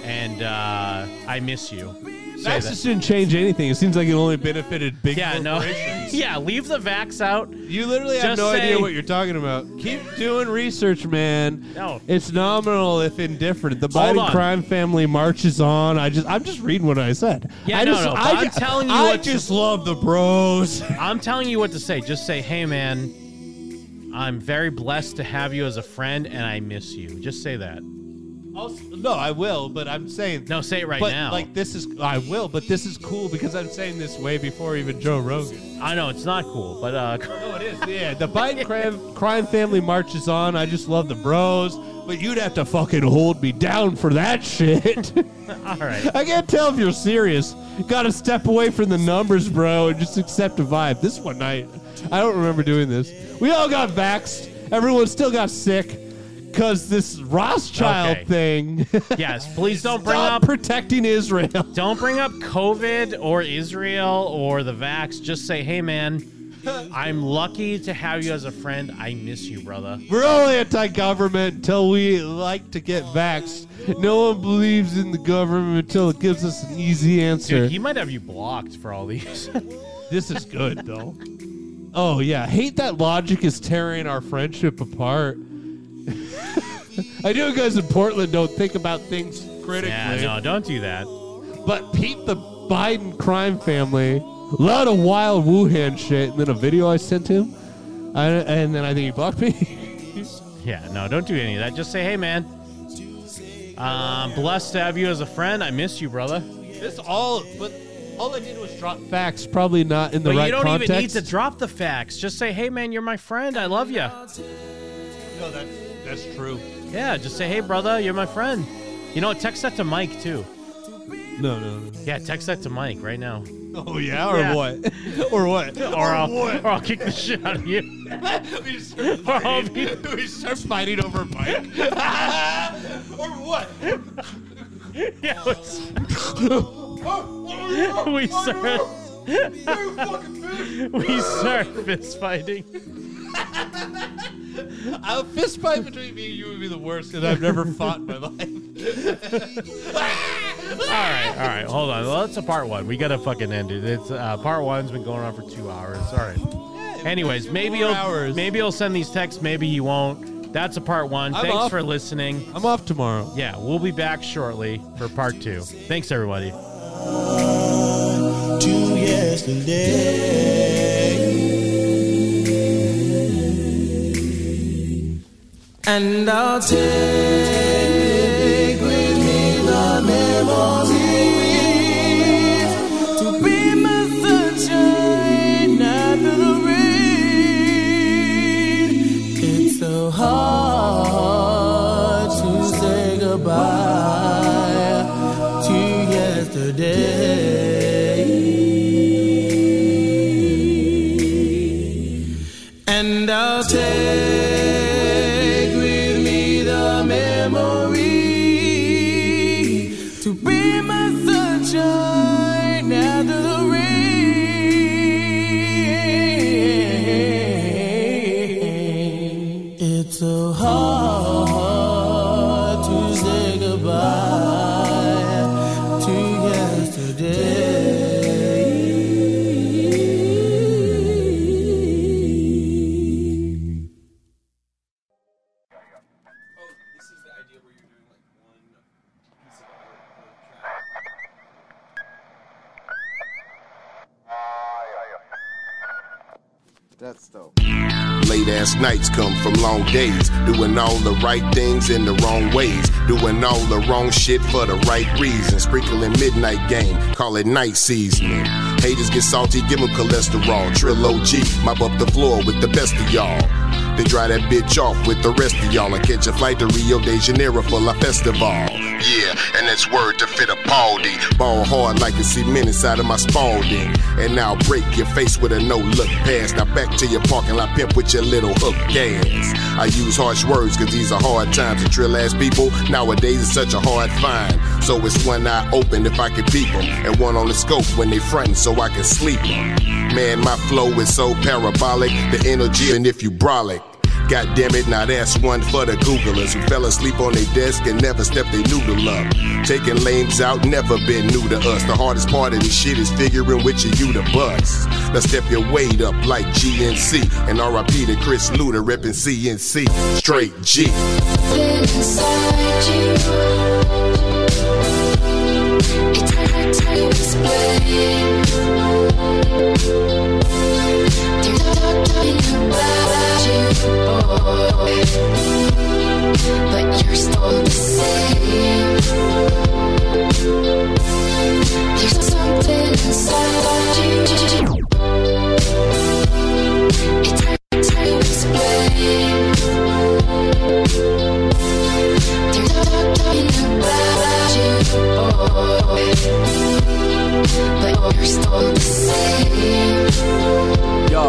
and uh, I miss you." Say
Vax
that.
just didn't change anything. It seems like it only benefited big
yeah, no,
corporations.
yeah. Leave the vax out.
You literally I have no idea what you're talking about. Keep doing research, man.
No.
It's nominal if indifferent. The
Hold
Biden
on.
crime family marches on. I just I'm just reading what I said.
Yeah,
I
no,
just,
no. But
I,
I'm telling you,
I
what
just love the bros.
I'm telling you what to say. Just say, "Hey, man, I'm very blessed to have you as a friend, and I miss you." Just say that.
Also, no, I will, but I'm saying
no. Say it right
but,
now.
Like this is I will, but this is cool because I'm saying this way before even Joe Rogan.
I know it's not cool, but uh,
no, it is. Yeah, the Biden crime, crime family marches on. I just love the bros, but you'd have to fucking hold me down for that shit.
All right.
I can't tell if you're serious. Got to step away from the numbers, bro, and just accept a vibe. This one night, I don't remember doing this. We all got vaxxed. Everyone still got sick because this Rothschild
Okay.
thing.
Yes, please don't bring
Stop
up
protecting Israel.
Don't bring up COVID or Israel or the vax. Just say, "Hey, man, I'm lucky to have you as a friend. I miss you, brother."
We're all anti-government until we like to get vaxxed. No one believes in the government until it gives us an easy answer.
Dude, he might have you blocked for all these.
this is good though. Oh yeah, hate that logic is tearing our friendship apart. I know you guys in Portland don't think about things critically.
yeah, no, don't do that.
But peep the Biden crime family. A lot of wild Wuhan shit, and then a video I sent him, I, and then I think he blocked me.
Yeah, no, don't do any of that. Just say, "Hey, man, I'm blessed to have you as a friend. I miss you, brother."
This all, but all I did was drop facts, probably not in the
but
right
you don't
context.
even need to drop the facts. Just say, "Hey, man, you're my friend. I love you."
No, that's that's true.
Yeah, just say, "Hey, brother, you're my friend." You know, what? text that to Mike too.
No, no, no.
Yeah, text that to Mike right now.
Oh yeah, or what? or what?
Or, I'll, or I'll kick the shit out of you.
we, start
Or I'll
fighting. we start fighting over a bike. or what?
Yeah, let's-
we
we start. we start fist fighting.
A fist fight between me and you would be the worst because I've never fought in my life.
All right, all right, hold on. Well, that's a part one. We gotta fucking end it. It's uh, part one's been going on for two hours. All right. Anyways, maybe
Four
he'll
hours.
maybe he'll send these texts. Maybe he won't. That's a part one.
I'm
Thanks
off-
for listening.
I'm off tomorrow.
Yeah, we'll be back shortly for part two. Thanks, everybody.
to yesterday. And I'll take with me the memories to be my sunshine after the rain. It's so hard to say goodbye to yesterday. And I'll take with me the memory to be my sunshine after the rain. It's so hard to say goodbye to yesterday.
That's dope.
Late ass nights come from long days. Doing all the right things in the wrong ways. Doing all the wrong shit for the right reason. Sprinkling midnight game, call it night seasoning. Haters get salty, give them cholesterol. Trill OG, mop up the floor with the best of y'all. Then dry that bitch off with the rest of y'all and catch a flight to Rio de Janeiro for La Festival. Yeah, and that's word to fit a Baldy. Ball hard like a cement inside of my Spalding. And now break your face with a no look pass. Now back to your parking lot pimp with your little hook gas. I use harsh words cause these are hard times to drill ass people. Nowadays it's such a hard find. So it's one eye open if I can peep 'em, And one on the scope when they frontin' so I can sleep 'em. Man, my flow is so parabolic. The energy, and if you brolic. God damn it, now that's one for the Googlers who fell asleep on their desk and never stepped their noodle up. Taking lames out, never been new to us. The hardest part of this shit is figuring which of you to bust. Now step your weight up like GNC and RIP to Chris Luda reppin' CNC. Straight G.
But you're still the same. There's something inside you. It's hard to explain. There's something about you, but you're still the same.
Yo.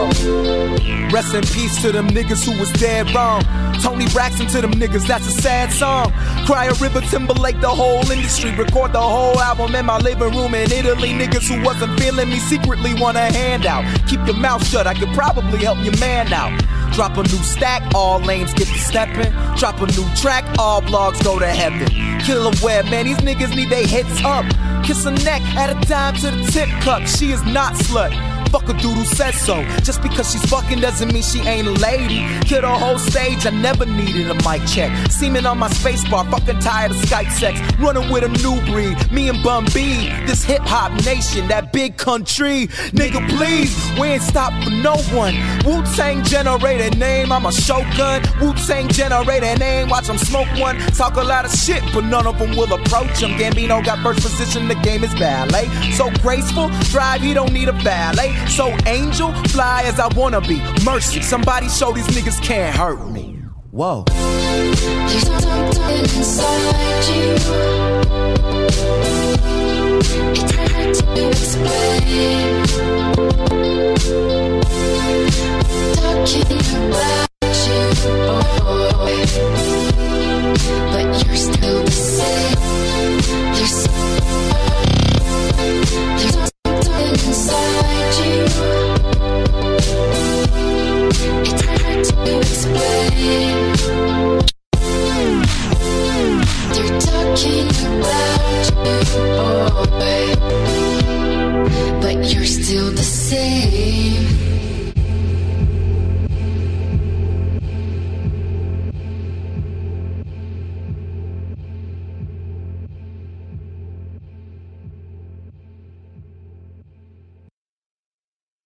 Rest in peace to them niggas who was dead wrong. Tony Braxton to them niggas, that's a sad song. Cry a river, Timberlake, the whole industry. Record the whole album in my living room in Italy. Niggas who wasn't feeling me secretly want a handout. Keep your mouth shut, I could probably help your man out. Drop a new stack, all lanes get to stepping. Drop a new track, all blogs go to heaven. Killer web, man, these niggas need they hits up. Kiss her neck at a time to the tip cup. She is not slut. Fuck a dude who says so. Just because she's fucking doesn't mean she ain't a lady. Kill the whole stage, I never needed a mic check. Semen on my spacebar, fucking tired of Skype sex. Running with a new breed, me and Bum B. This hip hop nation, that big country. Nigga, please, we ain't stop for no one. Wu Tang generator name, I'm a shogun. Wu Tang generator name, watch them smoke one. Talk a lot of shit, but none of them will approach him. Gambino got first position, the game is ballet. So graceful, drive, he don't need a valet. So angel, fly as I wanna be. Mercy, somebody show these niggas can't hurt me. Whoa.
There's something inside you. It's hard to explain. Talking about you, but you're
oh,